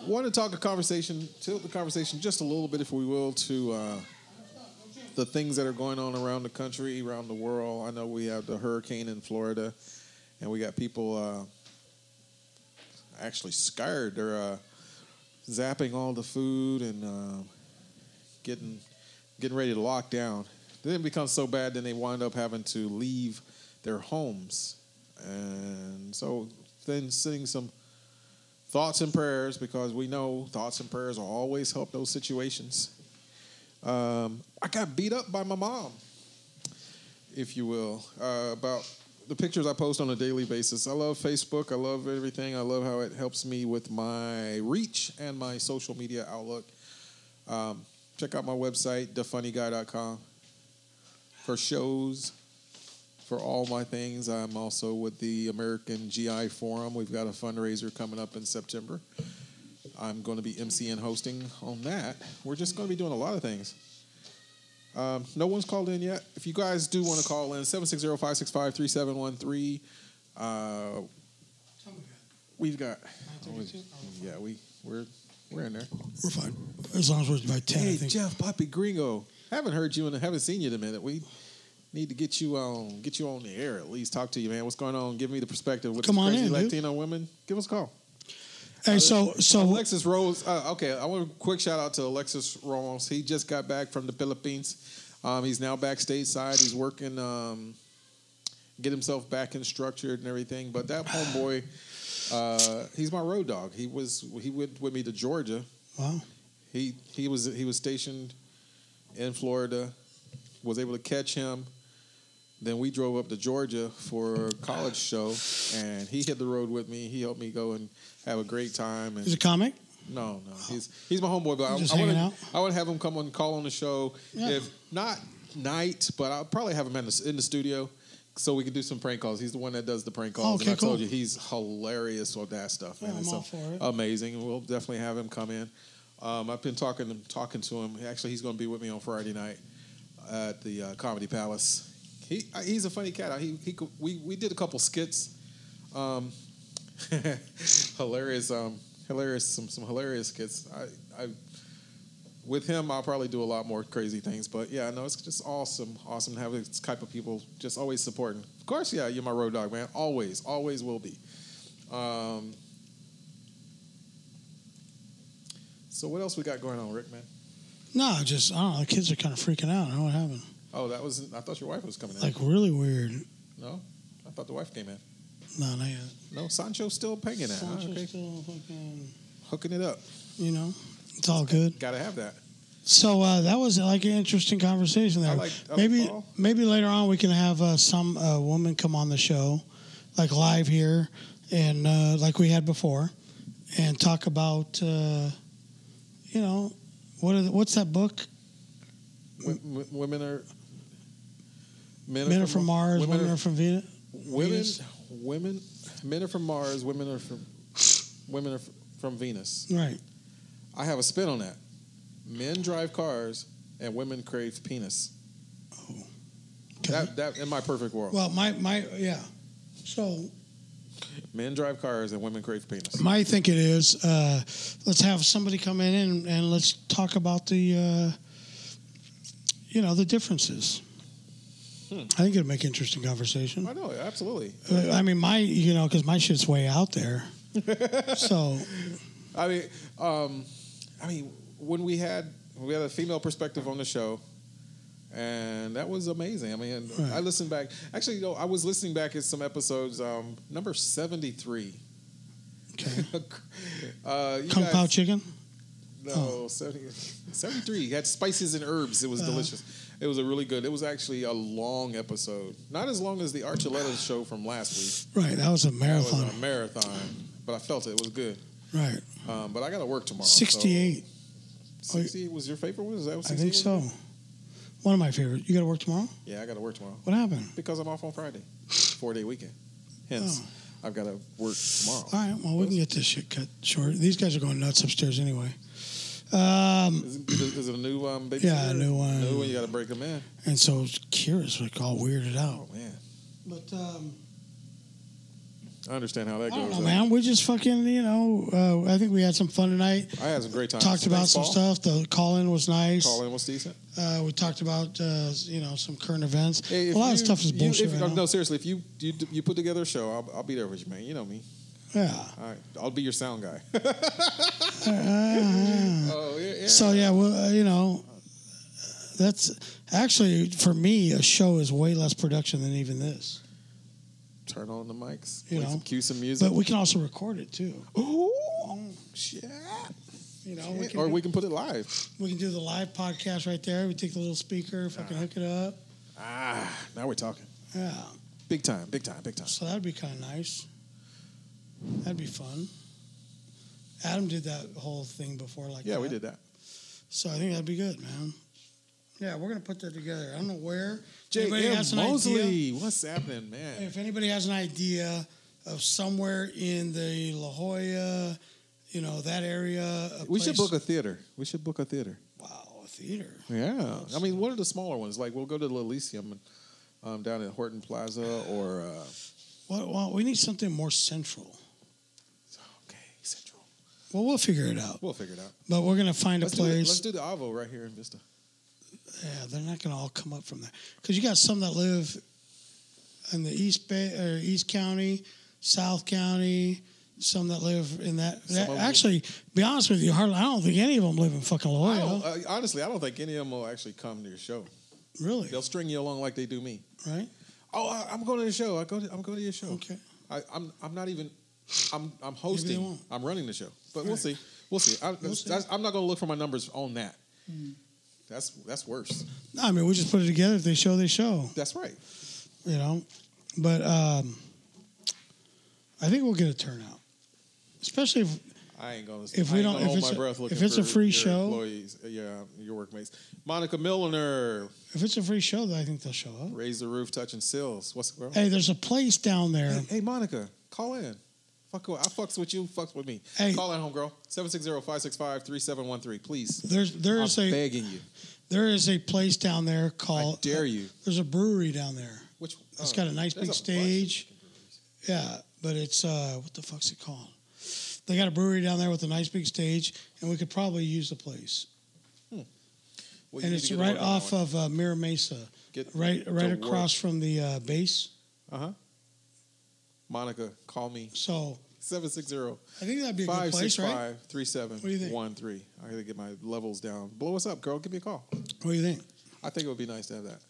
Speaker 2: want to talk a conversation, tilt the conversation just a little bit, if we will, to uh, the things that are going on around the country, around the world. I know we have the hurricane in Florida, and we got people uh, actually scared. They're uh, zapping all the food and uh, getting getting ready to lock down. Then it becomes so bad, then they wind up having to leave their homes, and so then sending some thoughts and prayers because we know thoughts and prayers will always help those situations. Um, I got beat up by my mom, if you will, uh, about the pictures I post on a daily basis. I love Facebook. I love everything. I love how it helps me with my reach and my social media outlook. Um, check out my website, thefunnyguy.com, for shows, for all my things. I'm also with the American GI Forum. We've got a fundraiser coming up in September. I'm going to be MCing hosting on that. We're just going to be doing a lot of things. Um, no one's called in yet. If you guys do want to call in, 760 565 3713.
Speaker 3: Tell me.
Speaker 2: uh, We've got. always-
Speaker 3: 932?
Speaker 2: yeah, we, we're, we're in there.
Speaker 3: We're fine. As long as we're by 10, I
Speaker 2: Hey,
Speaker 3: think.
Speaker 2: Jeff, Poppy Gringo. Haven't heard you and haven't seen you in a minute. We need to get you on, get you on the air at least. Talk to you, man. What's going on? Give me the perspective with
Speaker 3: Come
Speaker 2: these
Speaker 3: on
Speaker 2: crazy
Speaker 3: in, dude.
Speaker 2: Latino women. Give us a call.
Speaker 3: Hey, so, so
Speaker 2: Alexis Rose. Uh, okay, I want a quick shout out to Alexis Ramos. He just got back from the Philippines. Um, he's now back stateside. He's working, um, get himself back and structured and everything. But that homeboy, uh, he's my road dog. He was he went with me to Georgia.
Speaker 3: wow.
Speaker 2: He he was he was stationed in Florida. Was able to catch him. Then we drove up to Georgia for a college show, and he hit the road with me. He helped me go and have a great time. And
Speaker 3: He's a comic?
Speaker 2: no, no, he's he's my homeboy. But I,
Speaker 3: Just
Speaker 2: I
Speaker 3: hanging
Speaker 2: wanna-
Speaker 3: out?
Speaker 2: I would have him come on, call on the show.
Speaker 3: Yeah.
Speaker 2: If not night, but I'll probably have him in the, in the studio so we can do some prank calls. He's the one that does the prank calls.
Speaker 3: Oh, Okay,
Speaker 2: and I told
Speaker 3: cool.
Speaker 2: you he's hilarious with that stuff, man.
Speaker 3: Yeah, I'm
Speaker 2: It's
Speaker 3: all for it.
Speaker 2: amazing. And We'll definitely have him come in. Um, I've been talking to talking to him. Actually, he's going to be with me on Friday night at the uh, Comedy Palace. He I- he's a funny cat. I- He, he could- we we did a couple skits. Um, hilarious, um, hilarious, some some hilarious skits. I, I with him, I'll probably do a lot more crazy things. But yeah, no, it's just awesome, awesome to have this type of people just always supporting. Of course, yeah, you're my road dog, man. Always, always will be. Um, so what else we got going on, Rick? Man,
Speaker 3: No, just, I don't know. The kids are kind of freaking out. I don't know what happened.
Speaker 2: oh, that was I thought your wife was coming in.
Speaker 3: Like, really weird.
Speaker 2: no, I thought the wife came in.
Speaker 3: No, not yet.
Speaker 2: No, Sancho's still pinging that.
Speaker 3: Sancho's
Speaker 2: okay.
Speaker 3: still fucking,
Speaker 2: Hooking it up.
Speaker 3: you know, it's all good.
Speaker 2: Got to have that.
Speaker 3: So uh, that was like an interesting conversation there.
Speaker 2: I like- I like
Speaker 3: maybe
Speaker 2: Paul.
Speaker 3: maybe later on we can have uh, some uh, woman come on the show, like live here, and uh, like we had before, and talk about uh, you know what are the, what's that book?
Speaker 2: W- w- women are. Men
Speaker 3: Men are from Mars, women,
Speaker 2: are
Speaker 3: are from Venus.
Speaker 2: Women,
Speaker 3: Venus.
Speaker 2: women, men are from Mars. Women are from women are f- from Venus.
Speaker 3: Right.
Speaker 2: I have a spin on that. Men drive cars, and women crave penis. That that in my perfect world,
Speaker 3: Well, my my yeah. So
Speaker 2: men drive cars and women crave penis.
Speaker 3: my think it is. Uh, let's have somebody come in and, and let's talk about the uh, you know the differences. I think it'd make interesting conversation.
Speaker 2: I know, absolutely.
Speaker 3: Uh, I mean, my you know because my shit's way out there. so
Speaker 2: I mean, um, I mean, when we had when we had a female perspective on the show, and that was amazing. I mean, and
Speaker 3: Right.
Speaker 2: I listened back. Actually, you know, I was listening back at some episodes. Um, number seventy three.
Speaker 3: okay,
Speaker 2: uh, you
Speaker 3: kung
Speaker 2: guys,
Speaker 3: pao oh. chicken.
Speaker 2: No, 70, 73. It had spices and herbs. It was
Speaker 3: Uh-huh.
Speaker 2: delicious. It was a really good. It was actually a long episode, not as long as the Archuleta show from last week.
Speaker 3: Right, that was a
Speaker 2: That was
Speaker 3: marathon.
Speaker 2: a marathon, but I felt it. It was good.
Speaker 3: right,
Speaker 2: Um, but I got to work tomorrow. so-
Speaker 3: sixty-eight.
Speaker 2: 68 was your favorite one? Is that what
Speaker 3: I
Speaker 2: 68
Speaker 3: think
Speaker 2: was?
Speaker 3: so. One of my favorite. You got to work tomorrow.
Speaker 2: Yeah, I got to work tomorrow
Speaker 3: What happened?
Speaker 2: because I'm off on Friday, four day weekend. Hence,
Speaker 3: Oh.
Speaker 2: I've got to work tomorrow.
Speaker 3: All right. Well, we can get this shit cut short. These guys are going nuts upstairs anyway. Um,
Speaker 2: Is, it- is it a new um, baby?
Speaker 3: Yeah, a new one.
Speaker 2: New one. You got to break them in.
Speaker 3: and so Kira's like all weirded out.
Speaker 2: Oh man,
Speaker 3: But um,
Speaker 2: I understand how that
Speaker 3: I don't
Speaker 2: goes.
Speaker 3: know,
Speaker 2: though.
Speaker 3: man. We just fucking, you know, uh, I think we had some fun tonight.
Speaker 2: I had some great times.
Speaker 3: Talked about
Speaker 2: Thanks,
Speaker 3: some
Speaker 2: Paul.
Speaker 3: stuff. The call in was nice.
Speaker 2: Call in was decent.
Speaker 3: Uh, we talked about, uh, you know, some current events.
Speaker 2: Hey, if
Speaker 3: a lot
Speaker 2: you-
Speaker 3: of stuff is
Speaker 2: you-
Speaker 3: bullshit.
Speaker 2: if-
Speaker 3: right now.
Speaker 2: no, seriously, if you, you you put together a show, I'll, I'll be there with you, man. You know me.
Speaker 3: Yeah.
Speaker 2: All right, I'll be your sound guy.
Speaker 3: Uh,
Speaker 2: oh yeah, yeah.
Speaker 3: So yeah, well, uh, you know, that's actually for me a show is way less production than even this.
Speaker 2: Turn on the mics.
Speaker 3: You
Speaker 2: play
Speaker 3: know.
Speaker 2: some, cue some music.
Speaker 3: But we can also record it too.
Speaker 2: Ooh, oh, shit.
Speaker 3: You know, we can,
Speaker 2: or
Speaker 3: do,
Speaker 2: we
Speaker 3: we,
Speaker 2: can put it live.
Speaker 3: can do the live podcast right there. We take the little speaker, fucking hook it up.
Speaker 2: Ah, now we're talking.
Speaker 3: Yeah,
Speaker 2: Big time, big time, big time.
Speaker 3: so that'd be kind of nice. That'd be fun. Adam did that whole thing before, like
Speaker 2: Yeah,
Speaker 3: that.
Speaker 2: we did that.
Speaker 3: So I think that'd be good, man. Yeah, we're gonna put that together. I don't know where. Anybody
Speaker 2: J.M.
Speaker 3: has an idea?
Speaker 2: Mosley, what's happening, man?
Speaker 3: If anybody has an idea of somewhere in the La Jolla, you know that area, a
Speaker 2: We should
Speaker 3: place-
Speaker 2: book a theater. We should book a theater.
Speaker 3: wow a theater.
Speaker 2: Yeah, I mean, what are the smaller ones? Like, we'll go to the Elysium um, down at Horton Plaza, or uh,
Speaker 3: Well, well, we need something more central.
Speaker 2: okay, Central.
Speaker 3: Well, we'll figure it out.
Speaker 2: We'll figure it out.
Speaker 3: But we're gonna find
Speaker 2: Let's
Speaker 3: a
Speaker 2: do, the,
Speaker 3: place.
Speaker 2: let's do the Avo right here in Vista.
Speaker 3: yeah, they're not gonna all come up from there because you got some that live in the East Bay or East County, South County. Some that live in that. that-
Speaker 2: of them-
Speaker 3: actually, be honest with you, hardly. I don't think any of them live in fucking La
Speaker 2: I
Speaker 3: Jolla.
Speaker 2: don't, uh, honestly, I don't think any of them will actually come to your show.
Speaker 3: really,
Speaker 2: They'll string you along like they do me.
Speaker 3: right?
Speaker 2: Oh, I, I'm going to the show. I go. To, I'm going to your show.
Speaker 3: Okay.
Speaker 2: I, I'm. I'm not even. I'm. I'm
Speaker 3: they
Speaker 2: hosting.
Speaker 3: won't.
Speaker 2: I'm running the show. But we'll
Speaker 3: Right.
Speaker 2: see. We'll see. I,
Speaker 3: We'll see. Hmm.
Speaker 2: that's- I'm not going to look for my numbers on that. That's that's worse.
Speaker 3: No, I mean, we just put it together. If they show, they show.
Speaker 2: That's right.
Speaker 3: you know. But um, I think we'll get a turnout, especially if
Speaker 2: I ain't going to.
Speaker 3: If we don't- if
Speaker 2: hold
Speaker 3: it's
Speaker 2: my
Speaker 3: a-
Speaker 2: breath looking
Speaker 3: if it's a
Speaker 2: for
Speaker 3: free
Speaker 2: your
Speaker 3: show-
Speaker 2: employees, uh, yeah, your workmates. Monica Milliner,
Speaker 3: if it's a free show, then I think they'll show up.
Speaker 2: raise the roof, touching sills. What's girl?
Speaker 3: Hey, there's a place down there.
Speaker 2: Hey, hey, Monica, call in. Fuck with, I fucks with you, fucks with me.
Speaker 3: Hey.
Speaker 2: Call in, homegirl. 760-565-3713, please.
Speaker 3: There's there is
Speaker 2: I'm
Speaker 3: a
Speaker 2: begging you.
Speaker 3: there is a place down there
Speaker 2: I
Speaker 3: called.
Speaker 2: dare you.
Speaker 3: There's a brewery down there.
Speaker 2: Which uh,
Speaker 3: It's got a nice
Speaker 2: there's
Speaker 3: big
Speaker 2: bunch of
Speaker 3: stage.
Speaker 2: fucking breweries.
Speaker 3: Yeah, but it's uh, what the fuck's it called? They got a brewery down there with a nice big stage, and we could probably use the place.
Speaker 2: Well, you
Speaker 3: And
Speaker 2: need
Speaker 3: it's
Speaker 2: to get
Speaker 3: right
Speaker 2: working on
Speaker 3: off
Speaker 2: it.
Speaker 3: of uh, Mira Mesa,
Speaker 2: Get
Speaker 3: right right
Speaker 2: to
Speaker 3: across from the uh, base.
Speaker 2: Monica, call me.
Speaker 3: So
Speaker 2: 760-565-3713.
Speaker 3: I think that'd be a good place, right? What do you think?
Speaker 2: I gotta get my levels down. Blow us up, girl. Give me a call.
Speaker 3: What do you think?
Speaker 2: I think it would be nice to have that.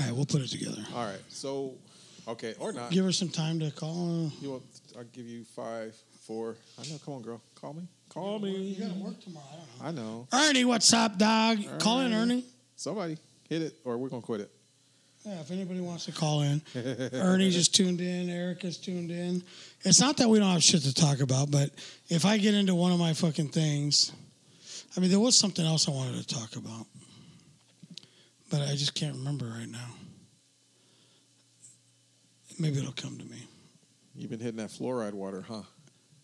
Speaker 3: All right, we'll put it together.
Speaker 2: All right. So okay, or not.
Speaker 3: Give her some time to call.
Speaker 2: You want I'll give you five, four. I know, come on, girl. Call me. Call me.
Speaker 3: work tomorrow. I don't
Speaker 2: I know.
Speaker 3: Ernie, what's up, dog? Call in, Ernie.
Speaker 2: Somebody hit it, or we're gonna quit it.
Speaker 3: Yeah, if anybody wants to call in, Ernie's just tuned in. Erica's tuned in. It's not that we don't have shit to talk about, but if I get into one of my fucking things, I mean, there was something else I wanted to talk about, but I just can't remember right now. Maybe it'll come to me.
Speaker 2: You've been hitting that fluoride water, huh?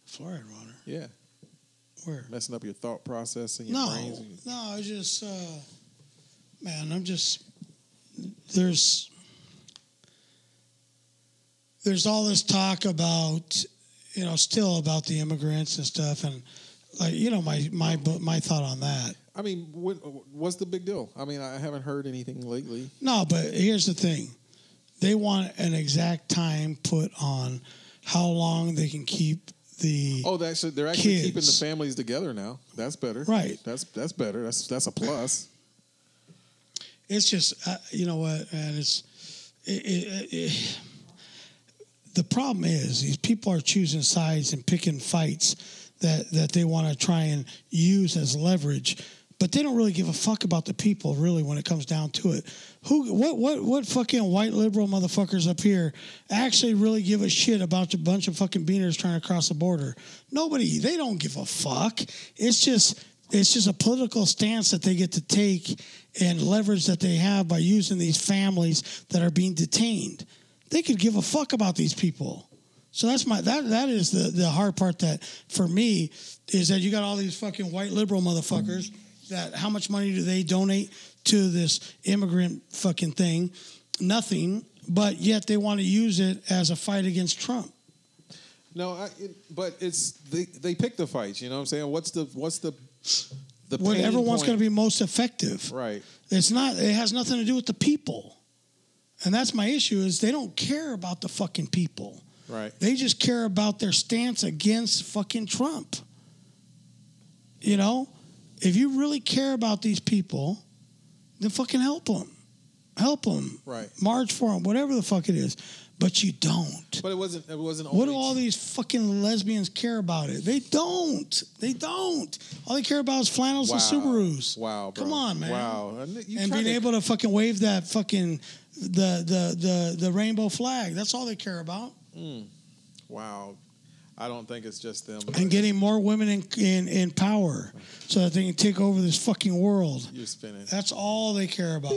Speaker 3: Fluoride water.
Speaker 2: Yeah,
Speaker 3: Where?
Speaker 2: messing up your thought process and your
Speaker 3: No,
Speaker 2: brains. and-
Speaker 3: no, I just, uh, man, I'm just, there's, there's all this talk about you know still about the immigrants and stuff, and like you know my my my thought on that.
Speaker 2: I mean, what, what's the big deal? I mean, I haven't heard anything lately.
Speaker 3: No, but here's the thing: they want an exact time put on how long they can keep the
Speaker 2: Oh, they actually, they're actually
Speaker 3: Kids.
Speaker 2: keeping the families together now. That's better.
Speaker 3: Right.
Speaker 2: That's that's better. That's that's a plus.
Speaker 3: it's just uh, you know what and it's it, it, it, the problem is these people are choosing sides and picking fights that that they want to try and use as leverage but they don't really give a fuck about the people really when it comes down to it who what what what fucking white liberal motherfuckers up here actually really give a shit about a bunch of fucking beaners trying to cross the border nobody they don't give a fuck it's just it's just a political stance that they get to take and leverage that they have by using these families that are being detained. They could give a fuck about these people. So that's my that that is the the hard part that for me is that you got all these fucking white liberal motherfuckers that how much money do they donate to this immigrant fucking thing? Nothing, but yet they want to use it as a fight against Trump.
Speaker 2: No, I, it, but it's they they pick the fights. You know what I'm saying? What's the what's the the pain
Speaker 3: Whatever one's
Speaker 2: point?
Speaker 3: going to be most effective.
Speaker 2: right?
Speaker 3: It's not. It has nothing to do with the people, and that's my issue. Is they don't care about the fucking people.
Speaker 2: Right.
Speaker 3: They just care about their stance against fucking Trump. You know, if you really care about these people, then fucking help them. Help them.
Speaker 2: Right.
Speaker 3: March for them. Whatever the fuck it is, but you don't.
Speaker 2: But it wasn't it wasn't.
Speaker 3: What
Speaker 2: only-
Speaker 3: do all these fucking lesbians care about it? They don't. They don't. All they care about is flannels
Speaker 2: wow.
Speaker 3: and Subarus
Speaker 2: Wow, bro.
Speaker 3: Come on, man.
Speaker 2: Wow, and, you
Speaker 3: and
Speaker 2: try
Speaker 3: being
Speaker 2: to-
Speaker 3: able to fucking wave that fucking the the the the rainbow flag. That's all they care about.
Speaker 2: Wow, I don't think it's just them.
Speaker 3: And getting more women in in, in power so that they can take over this fucking world.
Speaker 2: You're spinning.
Speaker 3: That's all they care about.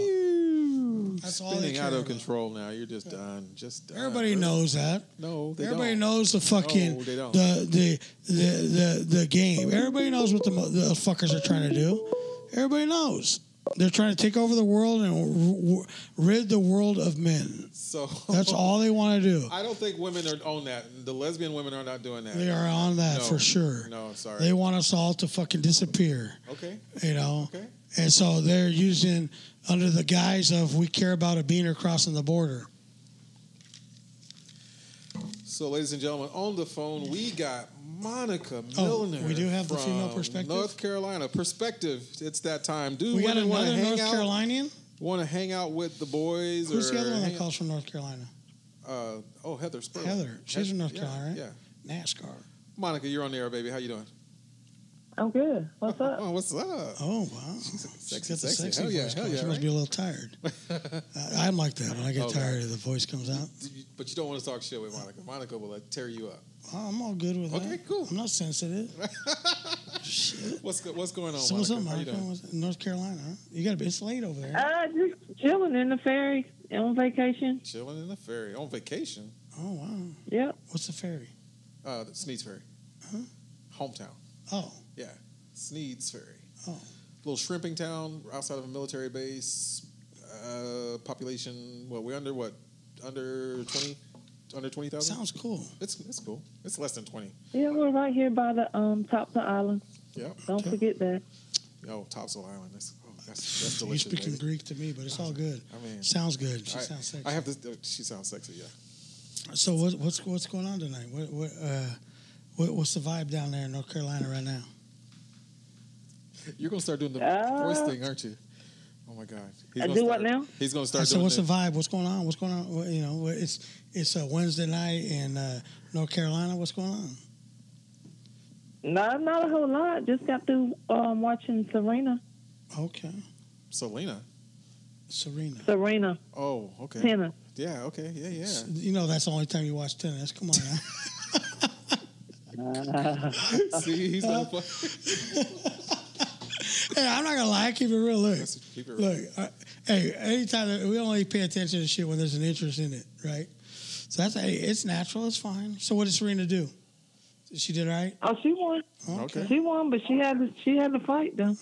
Speaker 3: That's all they
Speaker 2: spinning
Speaker 3: care
Speaker 2: out of
Speaker 3: about.
Speaker 2: control now. You're just done. Just done.
Speaker 3: Everybody
Speaker 2: bro.
Speaker 3: knows that.
Speaker 2: No, they
Speaker 3: Everybody
Speaker 2: don't.
Speaker 3: knows the fucking
Speaker 2: No, they don't.
Speaker 3: the, the the the the game. Everybody knows what the, mo- the fuckers are trying to do. Everybody knows they're trying to take over the world and r- r- rid the world of men.
Speaker 2: So
Speaker 3: That's all they want to do.
Speaker 2: I don't think women are on that. The lesbian women are not doing that.
Speaker 3: They are on that
Speaker 2: No.
Speaker 3: for sure.
Speaker 2: No, sorry.
Speaker 3: They want us all to fucking disappear,
Speaker 2: okay.
Speaker 3: you know?
Speaker 2: Okay.
Speaker 3: And so they're using, under the guise of we care about a beaner crossing the border.
Speaker 2: So, ladies and gentlemen, on the phone we got Monica
Speaker 3: Oh,
Speaker 2: Milner.
Speaker 3: we do have the
Speaker 2: from
Speaker 3: female perspective?
Speaker 2: North Carolina perspective. It's that time. Do
Speaker 3: we got
Speaker 2: women want to
Speaker 3: another
Speaker 2: hang
Speaker 3: North
Speaker 2: out?
Speaker 3: Carolinian?
Speaker 2: Want to hang out with the boys?
Speaker 3: Who's
Speaker 2: or
Speaker 3: the other one that
Speaker 2: hang-
Speaker 3: calls from North Carolina?
Speaker 2: Uh, oh, Heather Sperling.
Speaker 3: Heather. She's from North
Speaker 2: yeah,
Speaker 3: Carolina, right?
Speaker 2: Yeah.
Speaker 3: NASCAR.
Speaker 2: Monica, you're on the air, baby. How you doing?
Speaker 4: I'm good. What's up?
Speaker 2: Oh, what's up?
Speaker 3: Oh, wow. She's
Speaker 2: Sexy,
Speaker 3: got the
Speaker 2: sexy.
Speaker 3: sexy
Speaker 2: Hell yeah,
Speaker 3: voice
Speaker 2: hell
Speaker 3: going.
Speaker 2: yeah,
Speaker 3: She must
Speaker 2: right?
Speaker 3: be
Speaker 2: Oh,
Speaker 3: a little tired. I, I'm like that. When I get
Speaker 2: Okay.
Speaker 3: tired, the voice comes out.
Speaker 2: But you don't want to talk shit with Monica. Monica will like, tear you up.
Speaker 3: I'm all good with that.
Speaker 2: Okay, cool.
Speaker 3: I'm not sensitive.
Speaker 2: What's go- what's going on,
Speaker 3: so what's
Speaker 2: Monica?
Speaker 3: up,
Speaker 2: How you
Speaker 3: Monica?
Speaker 2: doing?
Speaker 3: What's- North Carolina, huh? You got to be. It's late over there.
Speaker 4: Uh, just chilling in the ferry on vacation.
Speaker 2: Chilling in the ferry on vacation.
Speaker 3: Oh, wow.
Speaker 4: Yep.
Speaker 3: What's the ferry?
Speaker 2: Uh, Sneed's Ferry,
Speaker 3: Huh?
Speaker 2: hometown.
Speaker 3: Oh,
Speaker 2: Yeah, Sneed's Ferry.
Speaker 3: Oh.
Speaker 2: Little shrimping town outside of a military base. Uh, population, well, we're under what? Under 20? Under 20,000?
Speaker 3: sounds cool.
Speaker 2: It's, it's cool. It's less than 20.
Speaker 4: Yeah, we're right here by the um Topsa Island.
Speaker 2: Yep.
Speaker 4: Don't
Speaker 3: Okay.
Speaker 4: forget that.
Speaker 2: Oh, Topsail Island. That's, oh, that's, that's
Speaker 3: You're
Speaker 2: delicious.
Speaker 3: speaking
Speaker 2: baby.
Speaker 3: Greek to me, but it's all good.
Speaker 2: I mean,
Speaker 3: Sounds good. She
Speaker 2: I,
Speaker 3: sounds sexy.
Speaker 2: I have this. uh, She sounds sexy, yeah.
Speaker 3: so what, what's what's going on tonight? What what, uh, what what's the vibe down there in North Carolina right now?
Speaker 2: You're gonna start doing the
Speaker 4: Uh,
Speaker 2: voice thing, aren't you? Oh my God! He's
Speaker 4: I
Speaker 2: gonna
Speaker 4: do what
Speaker 2: start-
Speaker 4: now?
Speaker 2: He's gonna start.
Speaker 3: So
Speaker 2: doing
Speaker 3: what's
Speaker 2: the,
Speaker 3: the vibe? What's going on? What's going on? What- You know, what- it's it's a Wednesday night in uh, North Carolina. What's going on?
Speaker 4: No, not a whole lot. Just got through um, watching Serena,
Speaker 3: Okay,
Speaker 2: Selena.
Speaker 3: Serena.
Speaker 4: Serena
Speaker 2: Oh, okay.
Speaker 4: tennis.
Speaker 2: Yeah, okay, yeah, yeah.
Speaker 3: You know that's the only time you watch tennis. Come on, now.
Speaker 2: See, he's gonna
Speaker 4: Uh,
Speaker 2: play.
Speaker 3: hey, I'm not gonna lie. I keep it real. Look,
Speaker 2: Keep it real.
Speaker 3: Look, I, hey, anytime that- we only pay attention to shit when there's an interest in it, right? So that's hey, it's natural, it's fine. So what did Serena do? She did all right.
Speaker 4: Oh, she won.
Speaker 2: Okay.
Speaker 4: She won, but she had to, she had to fight though.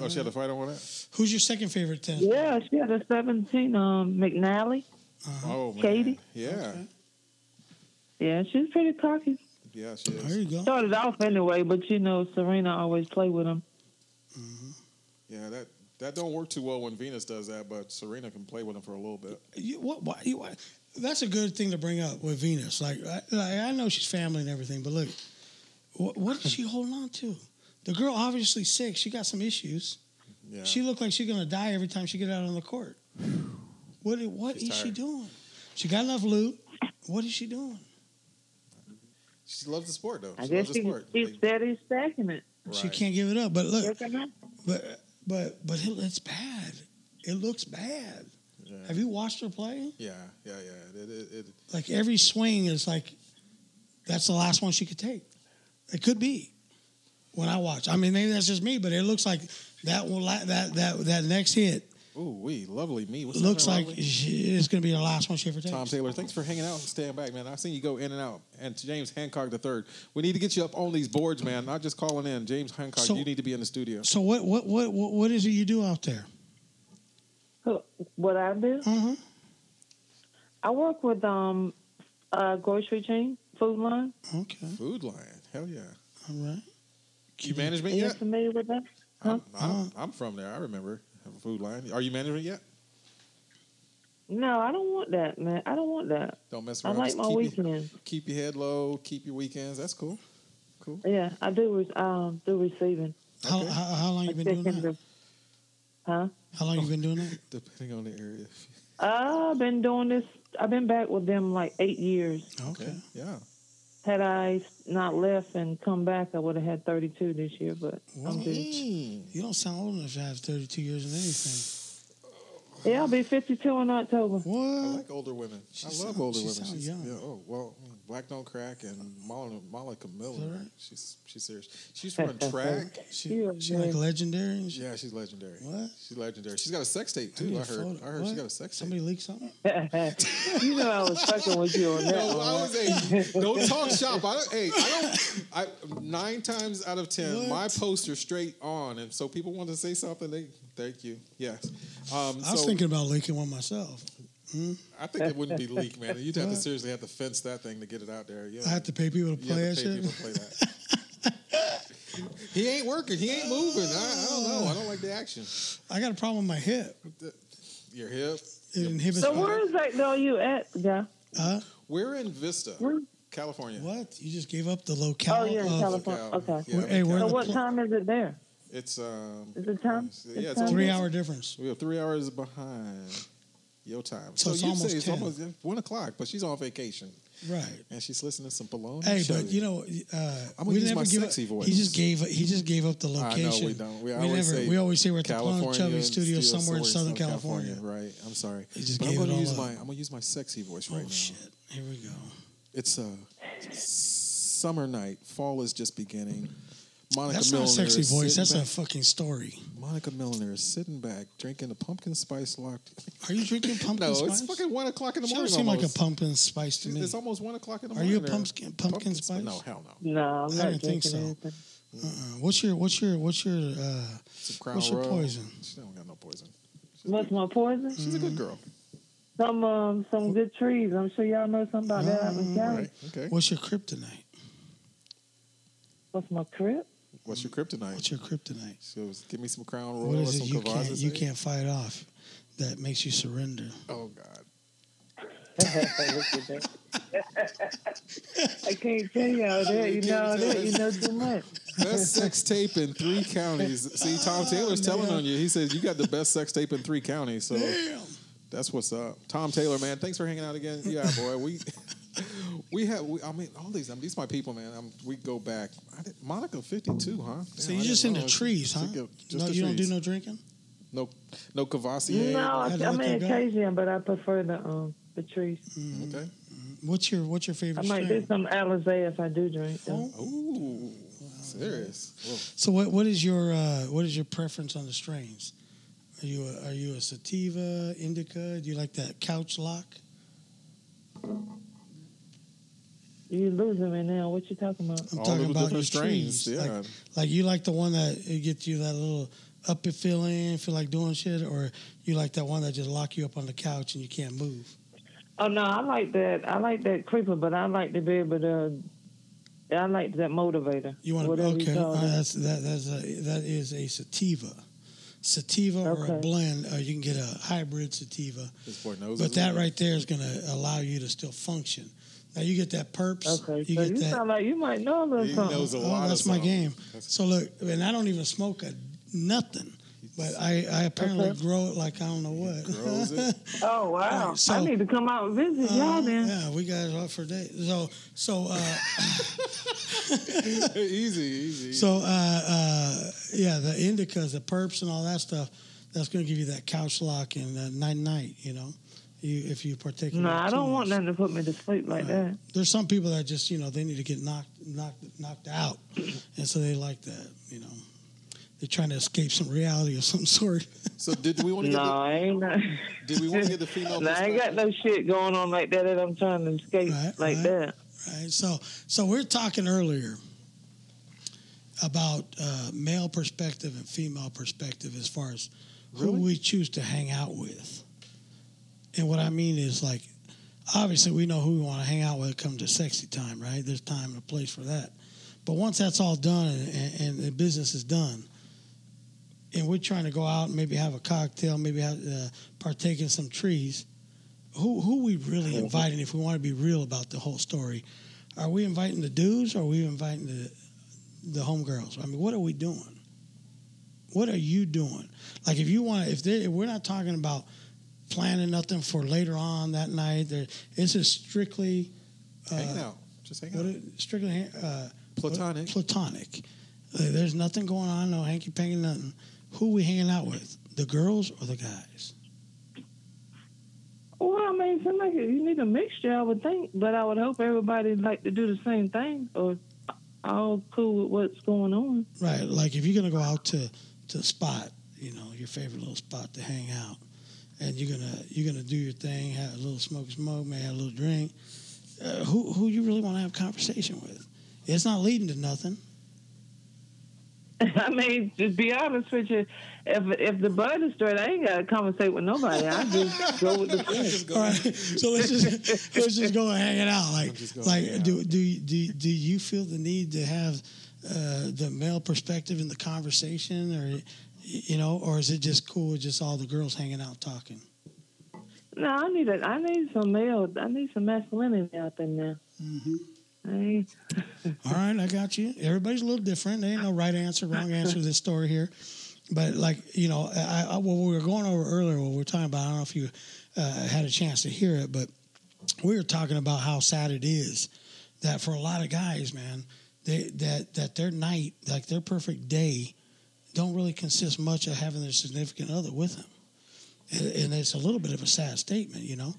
Speaker 2: Oh, she had a fight on that.
Speaker 3: Who's your second favorite tennis?
Speaker 4: Yeah, she had a seventeen. Um, McNally.
Speaker 2: Oh, man.
Speaker 4: Katie?
Speaker 2: Yeah.
Speaker 4: Yeah, she's pretty cocky.
Speaker 2: Yeah, she
Speaker 3: There
Speaker 2: is.
Speaker 3: you go.
Speaker 4: Started off anyway, but you know Serena always play with him.
Speaker 2: Yeah, that that don't work too well when Venus does that, but Serena can play with him for a little bit.
Speaker 3: You, what, why, you, why, that's a good thing to bring up with Venus. Like I, like, I know she's family and everything, but look, what, what is she holding on to? The girl obviously sick. She got some issues.
Speaker 2: Yeah,
Speaker 3: She looked like she's gonna die every time she get out on the court. What? What is
Speaker 2: She's
Speaker 3: she
Speaker 2: tired.
Speaker 3: doing? She got enough loot. What is she doing?
Speaker 2: she loves the sport though. She
Speaker 4: I guess
Speaker 2: loves the
Speaker 4: she,
Speaker 2: sport.
Speaker 4: she's
Speaker 2: Like,
Speaker 4: steady stacking it.
Speaker 3: She
Speaker 2: right.
Speaker 3: can't give it up. But look,
Speaker 4: Yes, I know.
Speaker 3: but but but it, it's bad. It looks bad.
Speaker 2: Yeah.
Speaker 3: Have you watched her play?
Speaker 2: yeah, yeah, yeah. It, it, it,
Speaker 3: Like every swing is like that's the last one she could take. It could be. When I watch, I mean, maybe that's just me, but it looks like that will la- that that that next hit
Speaker 2: ooh, we lovely me. What's
Speaker 3: looks
Speaker 2: up, man,
Speaker 3: like
Speaker 2: lovely?
Speaker 3: she, it's going to be the last one she ever takes.
Speaker 2: Tom Taylor, thanks for hanging out and staying back, man. I've seen you go in and out. And James Hancock the third, we need to get you up on these boards, man. Not just calling in. James Hancock,
Speaker 3: So-
Speaker 2: you need to be in the studio.
Speaker 3: So what what what what, what is it you do out there?
Speaker 4: Who- What I do?
Speaker 3: Uh-huh.
Speaker 4: I work with um, uh, grocery chain, food line.
Speaker 3: Okay,
Speaker 2: Food line, hell yeah.
Speaker 3: all right.
Speaker 2: You management
Speaker 4: Are you
Speaker 2: yet?
Speaker 4: familiar with that?
Speaker 2: I'm, I'm, I'm from there. I remember food line. Are you management yet?
Speaker 4: No, I don't want that, man. I don't want that.
Speaker 2: Don't mess
Speaker 4: I
Speaker 2: around.
Speaker 4: like
Speaker 2: Just
Speaker 4: my
Speaker 2: keep
Speaker 4: weekends.
Speaker 2: Your, keep your head low. Keep your weekends. That's cool. Cool.
Speaker 4: Yeah, I do. Re- um, do receiving.
Speaker 3: How,
Speaker 2: Okay.
Speaker 3: how how long you been doing that?
Speaker 4: Huh?
Speaker 3: How long you been doing that?
Speaker 2: Depending on the area.
Speaker 4: I've been doing this. I've been back with them like eight years.
Speaker 3: Okay.
Speaker 2: Yeah.
Speaker 4: Had I not left and come back, I would have had 32 this year. But I'm good.
Speaker 2: Mm.
Speaker 3: You don't sound old enough to have 32 years in anything.
Speaker 4: Yeah, I'll be 52 in October.
Speaker 2: I
Speaker 3: What?
Speaker 2: like older women. I love
Speaker 3: sound-
Speaker 2: older
Speaker 3: she
Speaker 2: women.
Speaker 3: sound
Speaker 2: She's,
Speaker 3: young.
Speaker 2: Yeah, oh well, mm, black don't crack and Molly, Molly Camilla.
Speaker 3: Is that right?
Speaker 2: She's she's serious. She's from track. She,
Speaker 4: You are
Speaker 3: She like
Speaker 4: good.
Speaker 3: legendary? and shit?
Speaker 2: yeah, she's legendary.
Speaker 3: What?
Speaker 2: She's legendary. She's got a sex tape
Speaker 3: I need
Speaker 2: too. I,
Speaker 3: a
Speaker 2: heard.
Speaker 3: photo.
Speaker 2: I heard she
Speaker 3: What?
Speaker 2: got a sex tape.
Speaker 3: Somebody leaked something?
Speaker 4: you know I was fucking with you on that.
Speaker 2: No,
Speaker 4: one,
Speaker 2: I
Speaker 4: right?
Speaker 2: was hey, don't talk shop. I don't, hey, I don't. I nine times out of ten, my posts are straight on, and so people want to say something. They thank you. Yes. Um,
Speaker 3: I was
Speaker 2: so
Speaker 3: thinking about leaking one myself.
Speaker 2: I think it wouldn't be leaked, man. You'd have to seriously have to fence that thing to get it out there. Yeah.
Speaker 3: I had to pay people to
Speaker 2: You
Speaker 3: play
Speaker 2: have
Speaker 3: that
Speaker 2: to pay
Speaker 3: shit.
Speaker 2: people to play that. he ain't working. He ain't moving. I, I don't know. I don't like the action.
Speaker 3: I got a problem with my hip.
Speaker 2: Your hip.
Speaker 3: It inhibits
Speaker 4: So
Speaker 3: my-
Speaker 4: where is that girl you at, guy?
Speaker 3: Huh?
Speaker 2: We're in Vista,
Speaker 4: Where-
Speaker 2: California.
Speaker 3: What? You just gave up the locale?
Speaker 4: Oh, you're in
Speaker 3: of-
Speaker 4: California. Okay.
Speaker 2: Yeah,
Speaker 3: Hey, we're in
Speaker 4: So
Speaker 3: the
Speaker 4: what
Speaker 3: pl-
Speaker 4: time is it there?
Speaker 2: It's um.
Speaker 4: Is it time?
Speaker 2: Yeah, it's
Speaker 4: time?
Speaker 3: Three hour difference.
Speaker 2: We are three hours behind your time.
Speaker 3: So it's
Speaker 2: you
Speaker 3: almost
Speaker 2: say it's
Speaker 3: 10.
Speaker 2: almost one o'clock, but she's on vacation
Speaker 3: Right.
Speaker 2: and she's listening to some baloney.
Speaker 3: Hey,
Speaker 2: Shut
Speaker 3: but
Speaker 2: it.
Speaker 3: you know, uh,
Speaker 2: I'm gonna
Speaker 3: we
Speaker 2: use
Speaker 3: never
Speaker 2: my
Speaker 3: give
Speaker 2: sexy
Speaker 3: up.
Speaker 2: voice.
Speaker 3: He just gave. He just gave up the
Speaker 2: I
Speaker 3: location.
Speaker 2: know we don't. We, always
Speaker 3: never.
Speaker 2: say
Speaker 3: we always say we're at the Plum
Speaker 2: California
Speaker 3: Chubby Studio
Speaker 2: still
Speaker 3: somewhere in Southern California.
Speaker 2: Right. I'm sorry.
Speaker 3: He just
Speaker 2: But I'm
Speaker 3: gave it
Speaker 2: gonna
Speaker 3: all
Speaker 2: use
Speaker 3: up.
Speaker 2: my I'm gonna use my sexy voice right
Speaker 3: Oh
Speaker 2: now.
Speaker 3: shit! Here we go.
Speaker 2: It's a summer night. Fall is just beginning. Monica
Speaker 3: That's
Speaker 2: Milliner
Speaker 3: not a sexy
Speaker 2: is
Speaker 3: voice. That's
Speaker 2: sitting
Speaker 3: a fucking story.
Speaker 2: back, Monica Milliner is sitting back drinking a pumpkin spice latte.
Speaker 3: Are you drinking pumpkin
Speaker 2: No,
Speaker 3: spice?
Speaker 2: it's fucking one o'clock in the
Speaker 3: she don't
Speaker 2: morning.
Speaker 3: seem like a
Speaker 2: almost.
Speaker 3: pumpkin spice to me.
Speaker 2: It's almost one o'clock in the
Speaker 3: Are
Speaker 2: morning.
Speaker 3: you a
Speaker 2: or-
Speaker 3: pumpkin- pumpkin spice?
Speaker 2: No, hell no.
Speaker 4: No, I'm
Speaker 3: I didn't
Speaker 4: not
Speaker 3: think
Speaker 4: drinking
Speaker 3: so.
Speaker 4: anything.
Speaker 3: Uh, What's your what's your what's your uh,
Speaker 2: Some Crown
Speaker 3: What's your
Speaker 2: Royal.
Speaker 3: poison? Mm-hmm.
Speaker 2: She don't got no poison.
Speaker 4: What's my poison?
Speaker 3: Hmm.
Speaker 2: She's a good girl.
Speaker 4: Some um, some good trees. I'm sure y'all know something about that out in
Speaker 2: All
Speaker 4: Cali.
Speaker 2: right. Okay.
Speaker 3: what's your kryptonite?
Speaker 4: What's my crib?
Speaker 2: What's your kryptonite?
Speaker 3: What's your kryptonite?
Speaker 2: She goes, give me some Crown Royal
Speaker 3: What
Speaker 2: or
Speaker 3: is
Speaker 2: some
Speaker 3: it you
Speaker 2: Cavaza.
Speaker 3: can't you can't fight off that makes you surrender?
Speaker 2: Oh God.
Speaker 4: I can't tell y'all that. You
Speaker 2: can't tell
Speaker 4: know that. You know too much.
Speaker 2: Best sex tape in three counties. See, Tom
Speaker 3: Oh,
Speaker 2: Taylor's telling on you. He says you got the best sex tape in three counties. So that's what's up. Tom Taylor, man, thanks for hanging out again. Yeah, boy, we we have. We, I mean, all these. I mean, these my people, man. I'm, we go back. I did, Monica, fifty-two, huh?
Speaker 3: So
Speaker 2: Damn,
Speaker 3: you
Speaker 2: I
Speaker 3: just
Speaker 2: didn't
Speaker 3: into
Speaker 2: know.
Speaker 3: trees, huh?
Speaker 2: Just the
Speaker 3: no, you don't do
Speaker 2: trees.
Speaker 3: no drinking.
Speaker 2: No, no Cavassier.
Speaker 4: No, I,
Speaker 3: How'd you
Speaker 4: I
Speaker 3: like
Speaker 4: mean
Speaker 3: that go?
Speaker 4: occasion, but I prefer the um the trees.
Speaker 2: Okay.
Speaker 3: What's your what's your
Speaker 4: I
Speaker 3: favorite
Speaker 4: might do
Speaker 3: strain?
Speaker 4: some alizé if I do drink.
Speaker 2: Oh.
Speaker 4: Though.
Speaker 2: Ooh, serious. Well,
Speaker 3: So what what is your uh, what is your preference on the strains? Are you a, are you a sativa, indica? Do you like that couch lock?
Speaker 4: You losing me now? What you talking about?
Speaker 3: I'm
Speaker 2: all
Speaker 3: talking
Speaker 2: the
Speaker 3: about your
Speaker 2: different strains.
Speaker 3: trees,
Speaker 2: Yeah.
Speaker 3: Like, like you like the one that it gets you that little up it feeling, feel like doing shit, or you like that one that just lock you up on the couch and you can't move.
Speaker 4: Oh no, I like that. I like that creeper, but I like to be able to. I like that motivator.
Speaker 3: You want to
Speaker 4: whatever
Speaker 3: okay?
Speaker 4: you
Speaker 3: all
Speaker 4: call
Speaker 3: right,
Speaker 4: it.
Speaker 3: that's that, that's a that is a sativa, sativa or a
Speaker 4: Okay.
Speaker 3: blend. Or you can get a hybrid sativa,
Speaker 5: This boy knows.
Speaker 3: but that right there is going to allow you to still function. Now you get that perps.
Speaker 4: Okay,
Speaker 3: you
Speaker 4: so
Speaker 3: get
Speaker 4: you
Speaker 3: that.
Speaker 4: sound like you might know a little
Speaker 5: He
Speaker 4: something.
Speaker 5: knows a
Speaker 3: Oh,
Speaker 5: lot. of
Speaker 3: that's my
Speaker 5: songs.
Speaker 3: game. So look, and I don't even smoke a nothing, but I, I apparently
Speaker 4: Okay.
Speaker 3: grow it like I don't know what.
Speaker 5: Grows it.
Speaker 4: Oh wow!
Speaker 3: Alright, so- Mm-hmm.
Speaker 4: I need to come out and visit y'all then.
Speaker 3: Uh, yeah, we got it all for days. So so uh,
Speaker 5: easy, easy.
Speaker 3: so uh, uh, yeah, the indicas, the perps, and all that stuff. That's going to give you that couch lock and uh, night night. You know, you if you partake. in
Speaker 4: No,
Speaker 3: that
Speaker 4: I
Speaker 3: too
Speaker 4: don't want
Speaker 3: much.
Speaker 4: nothing to put me to sleep like that.
Speaker 3: There's some people that just you know they need to get knocked knocked knocked out, and so they like that. You know, they're trying to escape some reality of some sort.
Speaker 5: So did we want to
Speaker 4: No,
Speaker 5: get? The,
Speaker 4: I ain't. Not,
Speaker 5: did we want to get the female?
Speaker 4: no, I ain't got
Speaker 5: perspective?
Speaker 4: no shit going on like that that I'm trying to escape
Speaker 3: Right,
Speaker 4: like
Speaker 3: right.
Speaker 4: that.
Speaker 3: Right. So, so we're talking earlier about uh, male perspective and female perspective as far as who we choose to hang out with. And what I mean is, like, obviously we know who we want to hang out with come to sexy time, right? There's time and a place for that. But once that's all done and, and, and the business is done, and we're trying to go out and maybe have a cocktail, maybe have, uh, partake in some trees, who who we really inviting? If we want to be real about the whole story, are we inviting the dudes? Or are we inviting the the homegirls? I mean, what are we doing? What are you doing? Like, if you want, if, they, if we're not talking about planning nothing for later on that night, there, this is strictly
Speaker 5: Hanging
Speaker 3: uh,
Speaker 5: out, just hanging
Speaker 3: what
Speaker 5: out.
Speaker 3: it, strictly uh,
Speaker 5: Platonic.
Speaker 3: Platonic. Uh, There's nothing going on, no hanky panky, nothing. Who we hanging out with? The girls or the guys?
Speaker 4: Well, I mean, it seems like you need a mixture, I would think, but I would hope everybody like to do the same thing or all cool with what's going on.
Speaker 3: Right. Like if you're gonna go out to to a spot, you know, your favorite little spot to hang out, and you're gonna you're gonna do your thing, have a little smoke, smoke, may have a little drink. Uh, who who you really want to have conversation with? It's not leading to nothing.
Speaker 4: I mean, to be honest with you, if if the bud is straight, I ain't got to conversate with nobody. I just go with the flow.
Speaker 3: All right. So let's just let's just go and hang it out. Like
Speaker 5: just go
Speaker 3: like
Speaker 5: hang out.
Speaker 3: do do do do you feel the need to have uh, the male perspective in the conversation, or y- you know, or is it just cool with just all the girls hanging out talking?
Speaker 4: No, I need a, I need some male. I need some masculinity out there now.
Speaker 6: Mm-hmm.
Speaker 4: I ain't-
Speaker 3: All right, I got you. Everybody's a little different. There ain't no right answer, wrong answer to this story here. But like you know, I, I, what we were going over earlier, what we were talking about, I don't know if you uh, had a chance to hear it, but we were talking about how sad it is that for a lot of guys, man, they, that that their night, like their perfect day, don't really consist much of having their significant other with them, and, and it's a little bit of a sad statement, you know.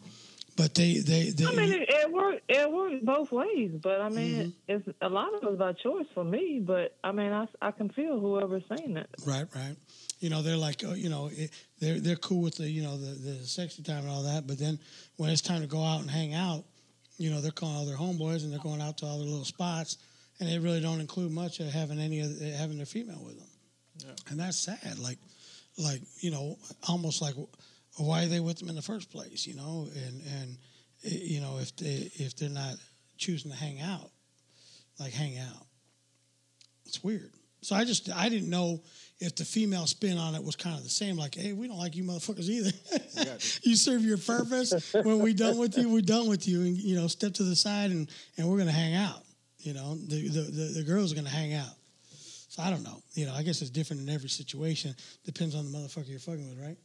Speaker 3: But they they, they
Speaker 4: I mean, it, it works. It works both ways, but I mean,
Speaker 6: Mm-hmm.
Speaker 4: it's a lot of it's by choice for me. But I mean, I, I can feel whoever's saying it.
Speaker 3: Right, right. You know, they're like, oh, you know, it, they're they're cool with the you know the the sexy time and all that, but then when it's time to go out and hang out, you know, they're calling all their homeboys and they're going out to all their little spots, and they really don't include much of having any of having their female with them, and that's sad. Like, like you know, almost like why are they with them in the first place? You know, and and eh, you know if they if they're not choosing to hang out, like hang out, it's weird. So I just I didn't know if the female spin on it was kind of the same. Like, hey, we don't like you motherfuckers either. you serve your purpose. when we done with you, we done with you, and you know, step to the side and and we're gonna hang out. You know, the the the, the girls are gonna hang out. So I don't know. You know, I guess it's different in every situation. Depends on the motherfucker you're fucking with, right?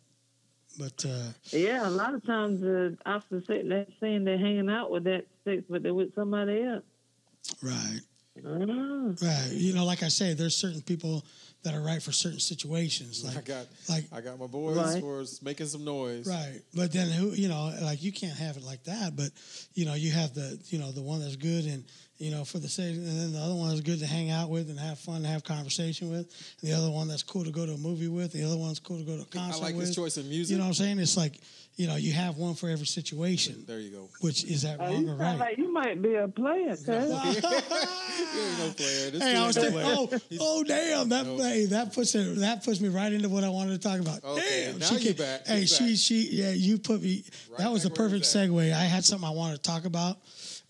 Speaker 3: But uh,
Speaker 4: Yeah, a lot of times the opposite sex, they're saying they're hanging out with that sex, but they're with somebody else.
Speaker 3: right,
Speaker 4: I don't know.
Speaker 3: right. You know, like I say, there's certain people that are right for certain situations.
Speaker 5: I
Speaker 3: Like,
Speaker 5: got,
Speaker 3: like
Speaker 5: I got my boys
Speaker 4: Right.
Speaker 5: for s- making some noise.
Speaker 3: Right. But then who you know, like you can't have it like that, but you know, you have the you know, the one that's good and you know, for the sake. And then the other one is good to hang out with and have fun, and have conversation with. And the other one that's cool to go to a movie with. The other one's cool to go to a concert.
Speaker 2: I like
Speaker 3: with.
Speaker 2: his choice in music.
Speaker 3: You know what I'm saying? It's like, you know, you have one for every situation.
Speaker 2: there you go.
Speaker 3: Which is that
Speaker 4: Uh,
Speaker 3: wrong
Speaker 4: you
Speaker 3: or right?
Speaker 4: sound like you might be a player, cuz.
Speaker 2: You ain't no
Speaker 3: Hey,
Speaker 2: player. This dude
Speaker 3: I was
Speaker 2: ain't
Speaker 3: thinking,
Speaker 2: no player.
Speaker 3: oh, oh, damn! That
Speaker 2: Nope.
Speaker 3: hey, that puts it, that puts me right into what I wanted to talk about.
Speaker 2: Okay,
Speaker 3: damn,
Speaker 2: now
Speaker 3: she
Speaker 2: you
Speaker 3: can-
Speaker 2: back,
Speaker 3: Hey,
Speaker 2: you
Speaker 3: she,
Speaker 2: back.
Speaker 3: she, yeah, you put me.
Speaker 2: Right
Speaker 3: that was the
Speaker 2: back where you
Speaker 3: perfect
Speaker 2: was at.
Speaker 3: segue. I had something I wanted to talk about,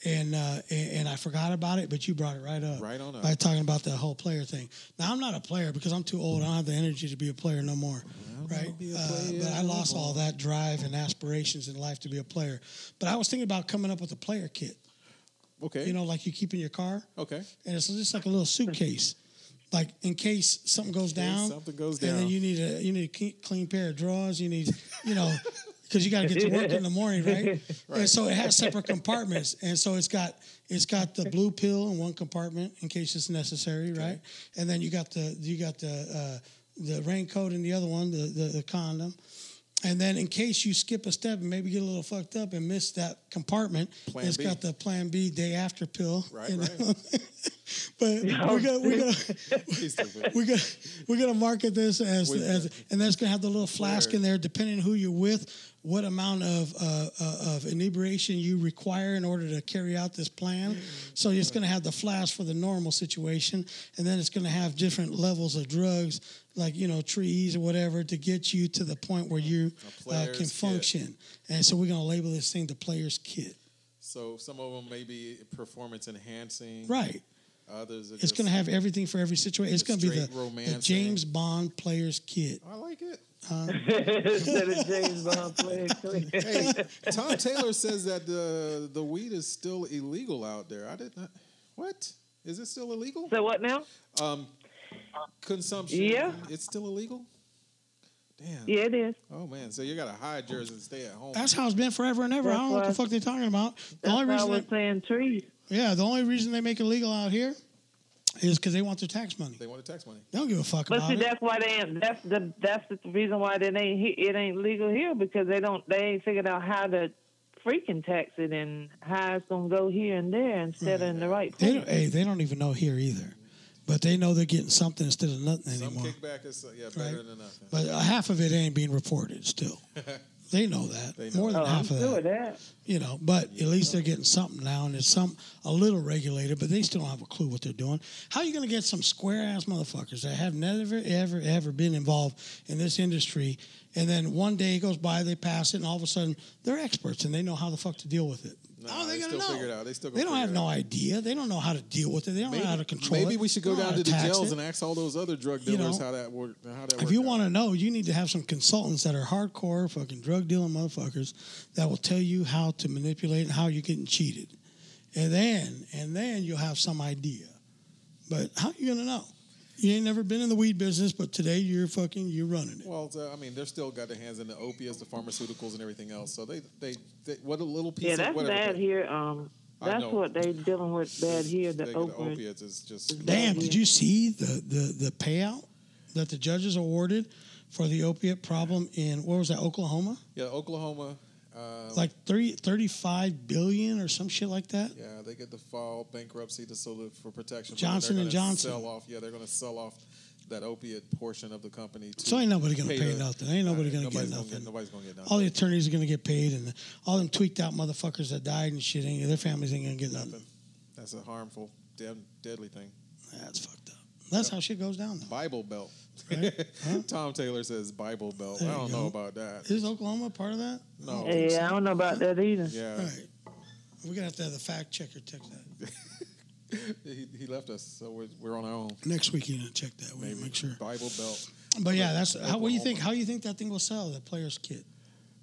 Speaker 3: and uh, and, and I forgot about it, but you brought it right up.
Speaker 2: Right on up.
Speaker 3: By talking about the whole player thing. Now I'm not a player because I'm too old. I don't have the energy to be a player no more. Right, uh, but I lost all that drive and aspirations in life to be a player. But I was thinking about coming up with a player kit.
Speaker 2: Okay.
Speaker 3: oh, You know, like you keep in your car
Speaker 2: okay.
Speaker 3: and it's just like a little suitcase, like in case something goes
Speaker 2: case
Speaker 3: down.
Speaker 2: something goes
Speaker 3: And then
Speaker 2: down.
Speaker 3: you need a you need a clean- clean pair of drawers. You need you know because you got to get to work in the morning, right? And so it has separate compartments, and so it's got it's got the blue pill in one compartment in case it's necessary, right? And then you got the you got the uh, the raincoat in the other one, the the, the condom. And then, in case you skip a step and maybe get a little fucked up and miss that compartment,
Speaker 2: Plan
Speaker 3: it's
Speaker 2: B.
Speaker 3: got the Plan B day after pill.
Speaker 2: Right,
Speaker 3: you know?
Speaker 2: right.
Speaker 3: But we're gonna we're gonna
Speaker 2: He's stupid.
Speaker 3: we're gonna we're gonna market this as,
Speaker 2: With
Speaker 3: as and that's gonna have the little flask in there, depending who you're with, what amount of uh, uh, of inebriation you require in order to carry out this plan.
Speaker 2: Mm-hmm.
Speaker 3: So it's gonna have the flask for the normal situation, and then it's gonna have different levels of drugs, like you know trees or whatever, to get you to the point where you uh,
Speaker 2: Mm-hmm. player's
Speaker 3: can
Speaker 2: kit.
Speaker 3: function. And so we're gonna label this thing the player's kit,
Speaker 2: So some of them may be performance enhancing.
Speaker 3: right?
Speaker 2: Others are
Speaker 3: It's
Speaker 2: just,
Speaker 3: going to have everything for every situation. It's
Speaker 2: The
Speaker 3: going to be
Speaker 2: straight
Speaker 3: the,
Speaker 2: romance eh?
Speaker 3: the James Bond player's kit.
Speaker 2: I like it.
Speaker 6: Instead of James Bond playing clean.
Speaker 2: Hey, Tom Taylor says that the the weed is still illegal out there. I did not. What is it still illegal?
Speaker 6: So what now?
Speaker 2: Um, consumption.
Speaker 6: Yeah.
Speaker 2: it's still illegal. Damn.
Speaker 4: Yeah, it is.
Speaker 2: Oh man, so you gotta hide yours and stay at home.
Speaker 3: That's how it's been forever and ever. I don't know what the
Speaker 4: That's why-
Speaker 3: fuck they're talking about. The
Speaker 4: That's
Speaker 3: only
Speaker 4: why I
Speaker 3: reason,
Speaker 4: was
Speaker 3: they-
Speaker 4: saying trees.
Speaker 3: yeah, the only reason they make it legal out here is because they want their tax money.
Speaker 2: they want the tax money.
Speaker 3: They don't give a fuck
Speaker 4: But
Speaker 3: about
Speaker 4: see,
Speaker 3: it.
Speaker 4: that's why they ain't. That's the that's the reason why they ain't he- it ain't legal here because they don't they ain't figured out how to freaking tax it and how it's gonna go here and there instead of in the right
Speaker 3: They
Speaker 4: place.
Speaker 3: don't, hey, they don't even know here either, but they know they're getting something instead of nothing
Speaker 2: Some
Speaker 3: anymore.
Speaker 2: kickback is uh, yeah better
Speaker 3: Right.
Speaker 2: than nothing.
Speaker 3: But uh, half of it ain't being reported still. They know that
Speaker 2: They know
Speaker 3: more than
Speaker 4: Oh, I'm
Speaker 3: half of
Speaker 4: sure
Speaker 3: that,
Speaker 4: of that.
Speaker 3: you know. But at least they're getting something now, and it's some a little regulated, but they still don't have a clue what they're doing. How you going to get some square ass motherfuckers that have never, ever, ever been involved in this industry, and then one day it goes by, they pass it, and all of a sudden they're experts and they know how the fuck to deal with it.
Speaker 2: Nah,
Speaker 3: how are they,
Speaker 2: they
Speaker 3: going to
Speaker 2: still
Speaker 3: know?
Speaker 2: figure it out. They still gonna
Speaker 3: they don't
Speaker 2: figure
Speaker 3: have
Speaker 2: it
Speaker 3: no
Speaker 2: out.
Speaker 3: idea. They don't know how to deal with it. They don't know how to control it.
Speaker 2: Maybe we should
Speaker 3: They
Speaker 2: go
Speaker 3: don't know
Speaker 2: down
Speaker 3: how
Speaker 2: to the
Speaker 3: tax
Speaker 2: jails
Speaker 3: it.
Speaker 2: and ask all those other drug
Speaker 3: You
Speaker 2: dealers
Speaker 3: know,
Speaker 2: how that work. How that
Speaker 3: If
Speaker 2: worked
Speaker 3: you
Speaker 2: out.
Speaker 3: want to know, you need to have some consultants that are hardcore fucking drug dealing motherfuckers that will tell you how to manipulate and how you're getting cheated. And then, and then you'll have some idea. But how you gonna know? You ain't never been in the weed business, but today you're fucking you're running it.
Speaker 2: Well, uh, I mean, they're still got their hands in the opiates, the pharmaceuticals, and everything else. So they, they, they what a little piece
Speaker 4: Yeah,
Speaker 2: of
Speaker 4: that's
Speaker 2: whatever.
Speaker 4: bad
Speaker 2: they-
Speaker 4: here. Um,
Speaker 2: I
Speaker 4: that's
Speaker 2: know.
Speaker 4: what they dealing with bad here.
Speaker 2: they
Speaker 4: The
Speaker 2: get
Speaker 4: open.
Speaker 2: opiates is just
Speaker 3: Damn! Did you see the the the payout that the judges awarded for the opiate problem in what was that Oklahoma?
Speaker 2: Yeah, Oklahoma. Uh,
Speaker 3: Like three, 35 billion or some shit like that.
Speaker 2: yeah, they get to file bankruptcy to sell it for protection.
Speaker 3: Johnson
Speaker 2: They're
Speaker 3: and
Speaker 2: gonna
Speaker 3: Johnson.
Speaker 2: Sell off. Yeah, they're going to sell off that opiate portion of the company. To
Speaker 3: So ain't nobody gonna pay
Speaker 2: the-
Speaker 3: nothing. Ain't nobody
Speaker 2: Nah,
Speaker 3: gonna get
Speaker 2: nobody's gonna
Speaker 3: nothing.
Speaker 2: nobody's going to get nothing.
Speaker 3: all the attorneys are going to get paid, and all them tweaked out motherfuckers that died and shit, ain't, their families ain't going to get nothing.
Speaker 2: That's a harmful, dead, deadly thing.
Speaker 3: That's fucked up. That's how shit goes down. Though.
Speaker 2: Bible Belt.
Speaker 3: Right? Huh?
Speaker 2: Tom Taylor says Bible Belt.
Speaker 3: There
Speaker 2: I
Speaker 3: you
Speaker 2: don't
Speaker 3: go.
Speaker 2: know about that.
Speaker 3: Is Oklahoma part of that?
Speaker 2: no.
Speaker 4: Yeah, I don't know about that either.
Speaker 2: Yeah.
Speaker 3: All right. We're going to have to have the fact checker check that.
Speaker 2: He, he left us, so we're, we're on our own.
Speaker 3: Next week, you're going to check that. We're going
Speaker 2: Maybe
Speaker 3: to make sure.
Speaker 2: Bible Belt.
Speaker 3: But yeah, that's how, what do you think?
Speaker 2: Oklahoma.
Speaker 3: How do you think that thing will sell, the player's kit?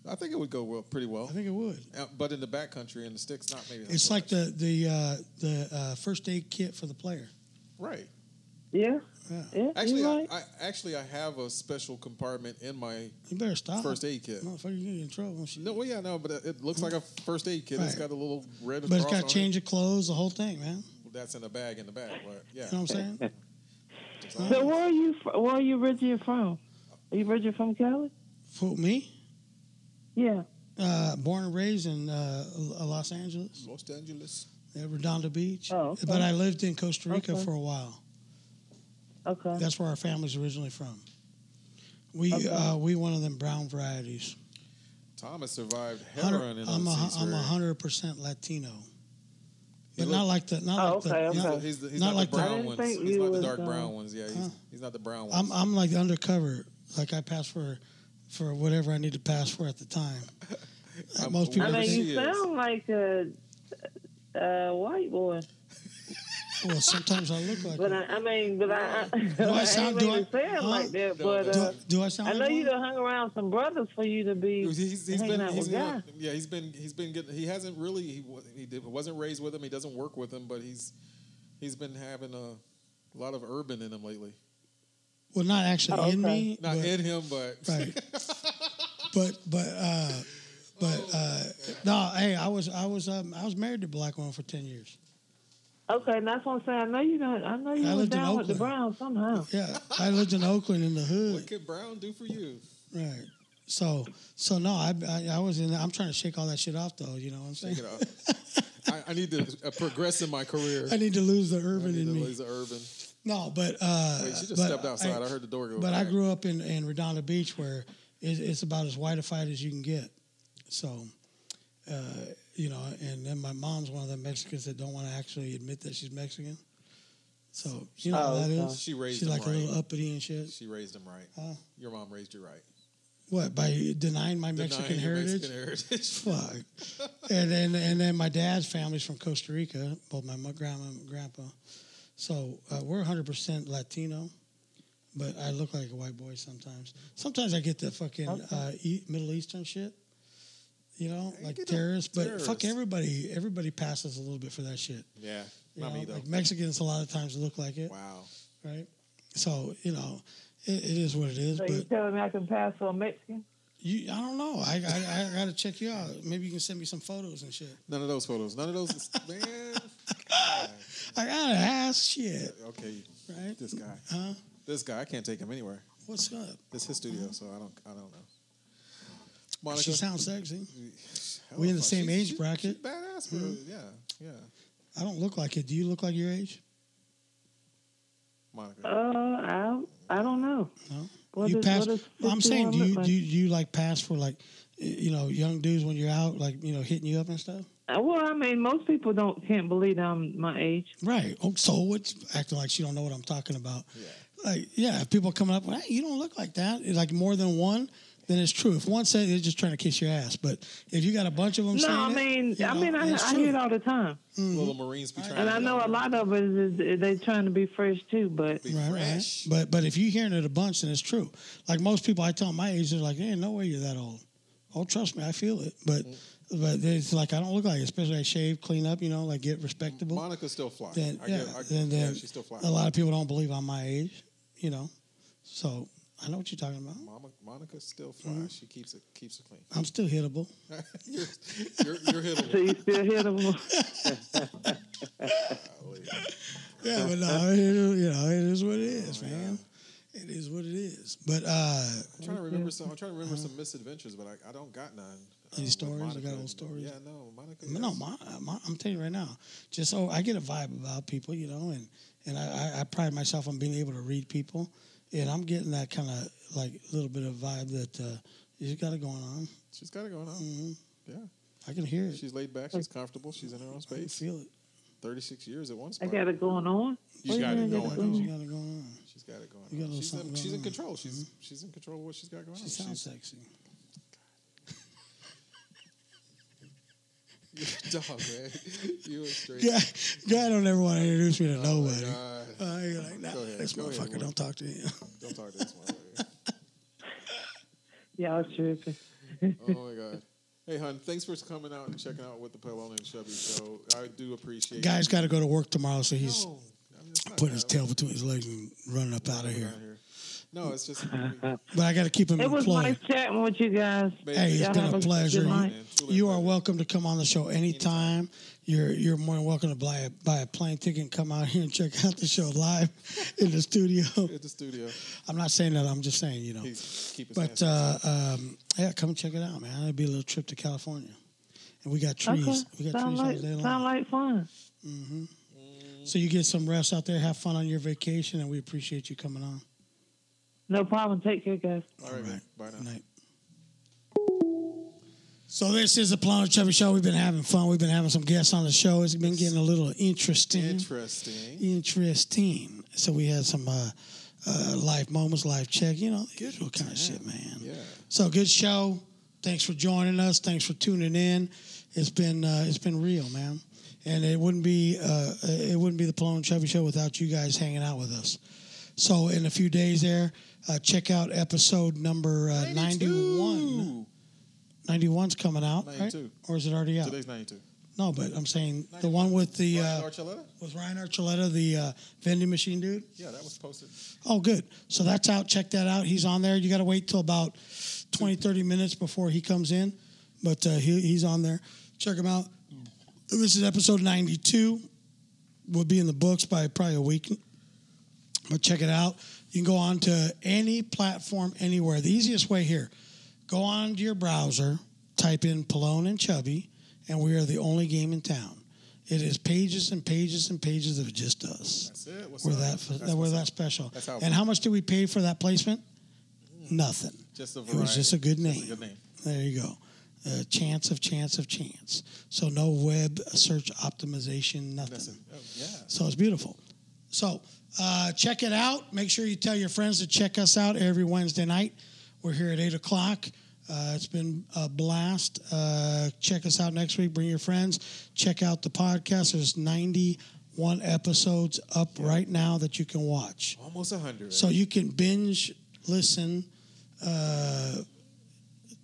Speaker 2: I think it would go well, pretty well.
Speaker 3: I think it would.
Speaker 2: Uh, but in the back country and the sticks, not maybe. not
Speaker 3: It's
Speaker 2: so
Speaker 3: like
Speaker 2: much.
Speaker 3: the the uh, the uh, first aid kit for the player.
Speaker 2: right.
Speaker 4: Yeah,
Speaker 3: Yeah.
Speaker 4: yeah. you
Speaker 2: Actually,
Speaker 4: right.
Speaker 2: I, I actually I have a special compartment in my
Speaker 3: You better stop.
Speaker 2: first aid kit.
Speaker 3: Motherfucker, you're going to get in trouble.
Speaker 2: No, well, yeah, no, but it- it looks like a first aid kit. It's
Speaker 3: Right.
Speaker 2: got a little red.
Speaker 3: But it's
Speaker 2: cross
Speaker 3: got
Speaker 2: on
Speaker 3: change of clothes, the whole thing, man.
Speaker 2: It. That's in the bag in the back. But yeah,
Speaker 3: You know uh-huh. what I'm saying?
Speaker 2: it's
Speaker 4: so
Speaker 2: all-
Speaker 4: where are you? fr- Where are you originally from? Are you originally from Cali?
Speaker 3: Fool me.
Speaker 4: Yeah.
Speaker 3: Uh, born and raised in uh, L- Los Angeles.
Speaker 2: Los Angeles.
Speaker 3: at Redondo Beach.
Speaker 4: Oh, okay.
Speaker 3: But I lived in Costa Rica
Speaker 4: Okay.
Speaker 3: for a while.
Speaker 4: Okay.
Speaker 3: That's where our family's originally from. We
Speaker 4: Okay.
Speaker 3: uh, we one of them brown varieties.
Speaker 2: Thomas survived
Speaker 3: Hundred-
Speaker 2: heroin in
Speaker 3: I'm a
Speaker 2: overseas
Speaker 3: I'm a
Speaker 2: career.
Speaker 3: hundred percent Latino,
Speaker 2: He
Speaker 3: but
Speaker 2: look-
Speaker 3: not like the not
Speaker 4: Oh,
Speaker 3: like the.
Speaker 4: okay,
Speaker 3: you
Speaker 4: okay.
Speaker 3: know,
Speaker 2: He's, he's the, he's
Speaker 3: Not
Speaker 2: not,
Speaker 3: like
Speaker 2: the
Speaker 3: the-
Speaker 4: I
Speaker 2: brown
Speaker 4: didn't
Speaker 2: ones.
Speaker 4: think
Speaker 2: He's
Speaker 4: you
Speaker 2: not the
Speaker 4: was,
Speaker 2: dark
Speaker 4: uh,
Speaker 2: brown ones. Yeah, he's,
Speaker 3: Huh.
Speaker 2: he's not the brown ones.
Speaker 3: I'm I'm like the undercover. Like I pass for for whatever I need to pass for at the time. Uh,
Speaker 2: I'm-
Speaker 3: most people.
Speaker 4: I
Speaker 2: Whoever
Speaker 4: mean,
Speaker 2: she
Speaker 4: you
Speaker 2: is.
Speaker 4: sound like a, a white boy,
Speaker 3: Well, sometimes I look like.
Speaker 4: but
Speaker 3: one.
Speaker 4: I, I mean, but I, I,
Speaker 3: I
Speaker 4: I
Speaker 3: sound-
Speaker 4: ain't
Speaker 3: do
Speaker 4: really
Speaker 3: I-
Speaker 4: sound
Speaker 3: huh?
Speaker 4: like that.
Speaker 2: No,
Speaker 4: but
Speaker 2: no.
Speaker 4: uh,
Speaker 3: do, do I sound?
Speaker 4: I know
Speaker 3: like
Speaker 4: you
Speaker 3: one?
Speaker 4: done hung around some brothers for you to be
Speaker 2: He's- he's- he's
Speaker 4: hanging
Speaker 2: been,
Speaker 4: out
Speaker 2: he's
Speaker 4: with
Speaker 2: been
Speaker 4: guys.
Speaker 2: a- yeah, he's been he's been getting he hasn't really he, wa- he did, wasn't raised with him. He doesn't work with him, but he's he's been having a lot of urban in him lately.
Speaker 3: Well, not actually
Speaker 4: Oh,
Speaker 3: in
Speaker 4: okay.
Speaker 3: me.
Speaker 2: Not
Speaker 3: but,
Speaker 2: in him, but
Speaker 3: Right. but but uh, but uh, no. Hey, I was I was um, I was married to a black woman for ten years.
Speaker 4: Okay, and that's what I'm saying. I know you done. I know you
Speaker 3: I
Speaker 4: was
Speaker 3: lived in
Speaker 4: down with the
Speaker 3: Oakland.
Speaker 4: Browns somehow.
Speaker 3: Yeah, I lived in Oakland in the
Speaker 2: what
Speaker 3: hood.
Speaker 2: could Brown do for you?
Speaker 3: Right. So so no, I I, I was in. I'm trying to shake all that shit off though. You know what I'm saying?
Speaker 2: Take it off. I, I need to uh, progress in my career.
Speaker 3: I need to lose the
Speaker 2: I
Speaker 3: urban
Speaker 2: need to
Speaker 3: in me.
Speaker 2: lose the urban.
Speaker 3: No, but uh,
Speaker 2: Wait, she just
Speaker 3: but
Speaker 2: stepped outside.
Speaker 3: I-
Speaker 2: I, heard the door go.
Speaker 3: But I
Speaker 2: bang.
Speaker 3: grew up in, in Redondo Beach where it, it's about as white a fight as you can get. So, uh, you know, and then my mom's one of the Mexicans that don't want to actually admit that she's Mexican. So, you know how
Speaker 4: Oh,
Speaker 3: that
Speaker 4: okay.
Speaker 3: is?
Speaker 2: She raised
Speaker 3: She's
Speaker 2: him
Speaker 3: like a
Speaker 2: right.
Speaker 3: little uppity and shit.
Speaker 2: She raised him right.
Speaker 3: Huh?
Speaker 2: Your mom raised you right.
Speaker 3: What, by denying my Mexican
Speaker 2: Denying your
Speaker 3: heritage?
Speaker 2: Mexican heritage.
Speaker 3: Fuck. and then and then my dad's family's from Costa Rica, both my mo- grandma and grandpa. So uh, we're 100% Latino, but I look like a white boy sometimes. Sometimes I get the fucking uh, e- Middle Eastern shit, you know,
Speaker 2: You
Speaker 3: like
Speaker 2: get a
Speaker 3: terrorists. But fuck
Speaker 2: terrorist.
Speaker 3: everybody, everybody passes a little bit for that shit.
Speaker 2: yeah,
Speaker 3: You
Speaker 2: not
Speaker 3: know?
Speaker 2: me though.
Speaker 3: Like Mexicans, a lot of times look like it,
Speaker 2: Wow.
Speaker 3: right? So you know, it, it is what it is.
Speaker 4: So you
Speaker 3: but
Speaker 4: telling me I can pass for a Mexican?
Speaker 3: you, I don't know. I, I I gotta check you out. Maybe you can send me some photos and shit.
Speaker 2: None of those photos. None of those. man.
Speaker 3: I gotta ask shit,
Speaker 2: Okay,
Speaker 3: right?
Speaker 2: this guy.
Speaker 3: Huh?
Speaker 2: This guy. I can't take him anywhere.
Speaker 3: What's up?
Speaker 2: It's his studio, so I don't. I don't know.
Speaker 3: She sounds sexy.
Speaker 2: Hell,
Speaker 3: we in the
Speaker 2: Oh, fuck,
Speaker 3: same
Speaker 2: she's-
Speaker 3: age
Speaker 2: she's-
Speaker 3: bracket.
Speaker 2: she's badass, bro.
Speaker 3: Mhm.
Speaker 2: Yeah, yeah.
Speaker 3: I don't look like it. Do you look like your age?
Speaker 2: Monica.
Speaker 4: Uh, I I don't know.
Speaker 3: No.
Speaker 4: What
Speaker 3: you
Speaker 4: is-
Speaker 3: pass.
Speaker 4: what is
Speaker 3: I'm saying, do
Speaker 4: 51
Speaker 3: you,
Speaker 4: look
Speaker 3: do you do you like pass for like, y- you know, young dudes when you're out, like you know, hitting you up and stuff?
Speaker 4: like? Uh, Well, I mean, most people don't can't believe I'm my age.
Speaker 3: Right. Oh, so what's acting like she don't know what I'm talking about?
Speaker 2: yeah.
Speaker 3: Like, yeah, if people coming up, hey, you don't look like that. Like more than one, then it's true. If one said it, they're just trying to kiss your ass, but if you got a bunch of them,
Speaker 4: No,
Speaker 3: saying
Speaker 4: I
Speaker 3: it,
Speaker 4: mean,
Speaker 3: you
Speaker 4: I
Speaker 3: know,
Speaker 4: mean, I,
Speaker 3: it's
Speaker 4: I
Speaker 3: true.
Speaker 4: hear it all the time,
Speaker 3: Mm-hmm.
Speaker 2: Little Marines be trying.
Speaker 4: and
Speaker 2: to
Speaker 4: I
Speaker 2: get
Speaker 4: know
Speaker 2: on
Speaker 4: a
Speaker 2: her.
Speaker 4: lot of it is is they trying to be fresh too. But
Speaker 2: Be
Speaker 3: Right,
Speaker 2: fresh.
Speaker 3: right. But but if you're hearing it a bunch, then it's true. Like most people, I tell my age, they're like, "Hey, no way you're that old." Oh, trust me, I feel it. But
Speaker 2: Mm.
Speaker 3: but it's like I don't look like, it, especially I shave, clean up, you know, like get respectable.
Speaker 2: Monica's still fly.
Speaker 3: then
Speaker 2: I
Speaker 3: yeah,
Speaker 2: get, I,
Speaker 3: then,
Speaker 2: yeah,
Speaker 3: then
Speaker 2: she's still fly.
Speaker 3: a lot of people don't believe I'm my age, you know. So I know what you're talking about.
Speaker 2: Mama, Monica's still fly.
Speaker 3: Mm-hmm.
Speaker 2: She keeps it keeps it clean.
Speaker 3: I'm still hittable.
Speaker 2: you're, you're, you're
Speaker 4: so
Speaker 2: hittable.
Speaker 4: you still hear them.
Speaker 3: Yeah, but no, it is, you know, it is what it
Speaker 2: Oh,
Speaker 3: is, man. It is what it is. But uh,
Speaker 2: I'm trying to remember some. I'm trying to remember some misadventures, but I, I don't got none.
Speaker 3: Uh-huh.
Speaker 2: Um,
Speaker 3: Any
Speaker 2: with
Speaker 3: stories? You
Speaker 2: Monica
Speaker 3: got old
Speaker 2: and-
Speaker 3: stories?
Speaker 2: Yeah, no, Monica.
Speaker 3: No,
Speaker 2: yes.
Speaker 3: my, my, I'm telling you right now. Just oh, I get a vibe about people, you know, and and I, I, I pride myself on being able to read people, and I'm getting that kind of like little bit of vibe that uh, you got it going on.
Speaker 2: she's got it going on.
Speaker 3: hmm
Speaker 2: Yeah,
Speaker 3: I can hear it.
Speaker 2: she's laid back. She's comfortable. She's in her own
Speaker 3: I can
Speaker 2: space.
Speaker 3: feel it.
Speaker 2: Thirty-six years at one
Speaker 4: I
Speaker 2: spot.
Speaker 4: got it going on.
Speaker 2: You
Speaker 4: What
Speaker 2: got
Speaker 4: do
Speaker 2: it
Speaker 4: you mean I
Speaker 2: going Oh,
Speaker 4: got
Speaker 2: on.
Speaker 3: You got it going on.
Speaker 2: She's got it going.
Speaker 3: You got a
Speaker 2: on.
Speaker 3: little
Speaker 2: She's, in,
Speaker 3: something
Speaker 2: she's
Speaker 3: going
Speaker 2: in
Speaker 3: on. Mm-hmm.
Speaker 2: control. She's she's in control of what she's got going
Speaker 3: She
Speaker 2: on.
Speaker 3: sounds
Speaker 2: She's,
Speaker 3: sexy.
Speaker 2: dog, man. You are straight.
Speaker 3: Yeah, guy don't ever want to introduce me to
Speaker 2: Oh my
Speaker 3: nobody.
Speaker 2: God.
Speaker 3: Uh, you're like, nah,
Speaker 2: Go ahead.
Speaker 3: this
Speaker 2: Go ahead,
Speaker 3: motherfucker
Speaker 2: Warren.
Speaker 3: don't talk to him.
Speaker 2: Don't talk to this one.
Speaker 4: Y'all tripping.
Speaker 2: Oh my god. Hey, hon, thanks for coming out and checking out with the Pelone and Chubby show. I do appreciate
Speaker 3: Guy's got to go to work tomorrow, so
Speaker 2: it.
Speaker 3: he's
Speaker 2: No, I mean, it's not
Speaker 3: putting his
Speaker 2: that.
Speaker 3: tail between his legs and running up out of here.
Speaker 2: Out No, it's just man,
Speaker 3: But I got to keep him
Speaker 4: It was
Speaker 3: employed.
Speaker 4: nice chatting with you guys.
Speaker 3: Hey, it's
Speaker 4: Y'all
Speaker 3: been
Speaker 4: have
Speaker 3: a
Speaker 4: a good
Speaker 3: pleasure.
Speaker 4: night.
Speaker 2: truly
Speaker 3: You
Speaker 2: a
Speaker 3: are
Speaker 2: pleasure.
Speaker 3: welcome to come on the show anytime. You're you're more than welcome to buy a, buy a plane ticket and come out here and check out the show live in the studio.
Speaker 2: at the studio.
Speaker 3: I'm not saying that. I'm just saying you know.
Speaker 2: He's keep his
Speaker 3: But
Speaker 2: hands
Speaker 3: uh, um, yeah, come check it out, man. It'd be a little trip to California, and we got trees.
Speaker 4: Okay.
Speaker 3: We got
Speaker 4: sound
Speaker 3: trees
Speaker 4: like
Speaker 3: all day long.
Speaker 4: sound like fun.
Speaker 2: Mm.
Speaker 3: so you get some rest out there, have fun on your vacation, and we appreciate you coming on.
Speaker 4: No problem. Take care, guys.
Speaker 5: All right, man. Bye now.
Speaker 3: Good night. So this is the Plano Chubby Show. We've been having fun. We've been having some guests on the show. It's been getting a little interesting.
Speaker 5: Interesting.
Speaker 3: interesting. So we had some uh, uh, live moments, live check, you know, usual kind of shit, man.
Speaker 5: Yeah.
Speaker 3: So good show. Thanks for joining us. Thanks for tuning in. It's been uh, it's been real, man. And it wouldn't be uh, it wouldn't be the Plone Chevy Show without you guys hanging out with us. So in a few days there, uh, check out episode number uh, 91.
Speaker 5: 92.
Speaker 3: 91's coming out, right?
Speaker 5: 92.
Speaker 3: Or is it already out?
Speaker 5: Today's 92.
Speaker 3: no, but I'm saying the one with the
Speaker 5: Ryan
Speaker 3: uh,
Speaker 5: Archuleta?
Speaker 3: with Ryan Archuleta, the uh, vending machine dude.
Speaker 5: Yeah, that was posted.
Speaker 3: Oh, good. So that's out. Check that out. He's on there. You got to wait till about 20, 30 minutes before he comes in, but uh, he, he's on there. Check him out. This is episode 92. We'll be in the books by probably a week, but check it out. You can go on to any platform anywhere. The easiest way here go on to your browser, type in Pallone and Chubby, and we are the only game in town. It is pages and pages and pages of just us.
Speaker 5: That's it. What's
Speaker 3: We're
Speaker 5: up?
Speaker 3: that
Speaker 5: That's
Speaker 3: we're
Speaker 5: what's
Speaker 3: that
Speaker 5: up.
Speaker 3: special.
Speaker 5: That's how-
Speaker 3: and how much did we pay for that placement? Nothing.
Speaker 5: Just a
Speaker 3: It was just a good name.
Speaker 5: good name.
Speaker 3: There you go. Uh, chance of chance of chance. So no web search optimization, nothing.
Speaker 5: That's it. Oh, yeah.
Speaker 3: So it's beautiful. So uh, check it out. Make sure you tell your friends to check us out every Wednesday night. We're here at 8 o'clock. Uh, it's been a blast. Uh, check us out next week. Bring your friends. Check out the podcast. There's 91 episodes up right now that you can watch.
Speaker 5: Almost 100.
Speaker 3: So you can binge listen uh,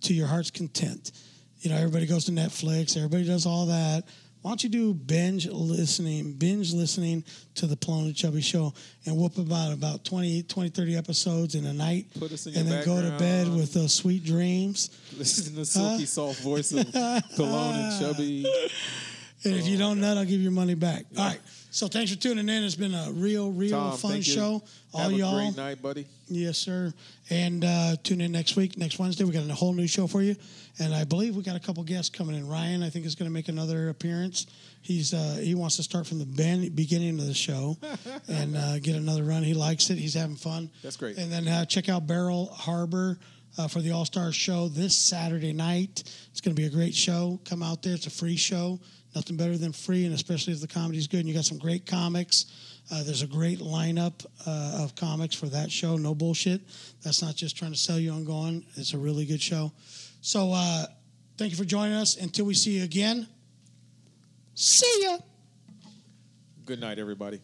Speaker 3: to your heart's content. You know, everybody goes to Netflix, everybody does all that. Why don't you do binge listening, binge listening to the Plone and Chubby show and whoop about about 20, 20 30 episodes in a night
Speaker 5: Put us in
Speaker 3: and
Speaker 5: your
Speaker 3: then go to bed
Speaker 5: background.
Speaker 3: with those sweet dreams.
Speaker 5: Listen to the silky, soft voice of Cologne and Chubby.
Speaker 3: And if you
Speaker 5: Oh,
Speaker 3: don't nut, I'll give your money back. All right. So thanks for tuning in. It's been a real, real
Speaker 5: Tom,
Speaker 3: fun
Speaker 5: thank you.
Speaker 3: show. All
Speaker 5: Have
Speaker 3: y'all.
Speaker 5: a great night, buddy.
Speaker 3: Yes, sir. And uh, tune in next week, next Wednesday. We got a whole new show for you, and I believe we got a couple guests coming in. Ryan, I think, is going to make another appearance. He's uh, he wants to start from the ben- beginning of the show and uh, get another run. He likes it. He's having fun.
Speaker 5: That's great.
Speaker 3: And then uh, check out Barrel Harbor. Uh, for the All Star Show this Saturday night, it's going to be a great show. Come out there; it's a free show. Nothing better than free, and especially if the comedy's good. And you got some great comics. Uh, there's a great lineup uh, of comics for that show. No bullshit. That's not just trying to sell you on going. It's a really good show. So uh, thank you for joining us. Until we see you again, see ya.
Speaker 5: Good night, everybody.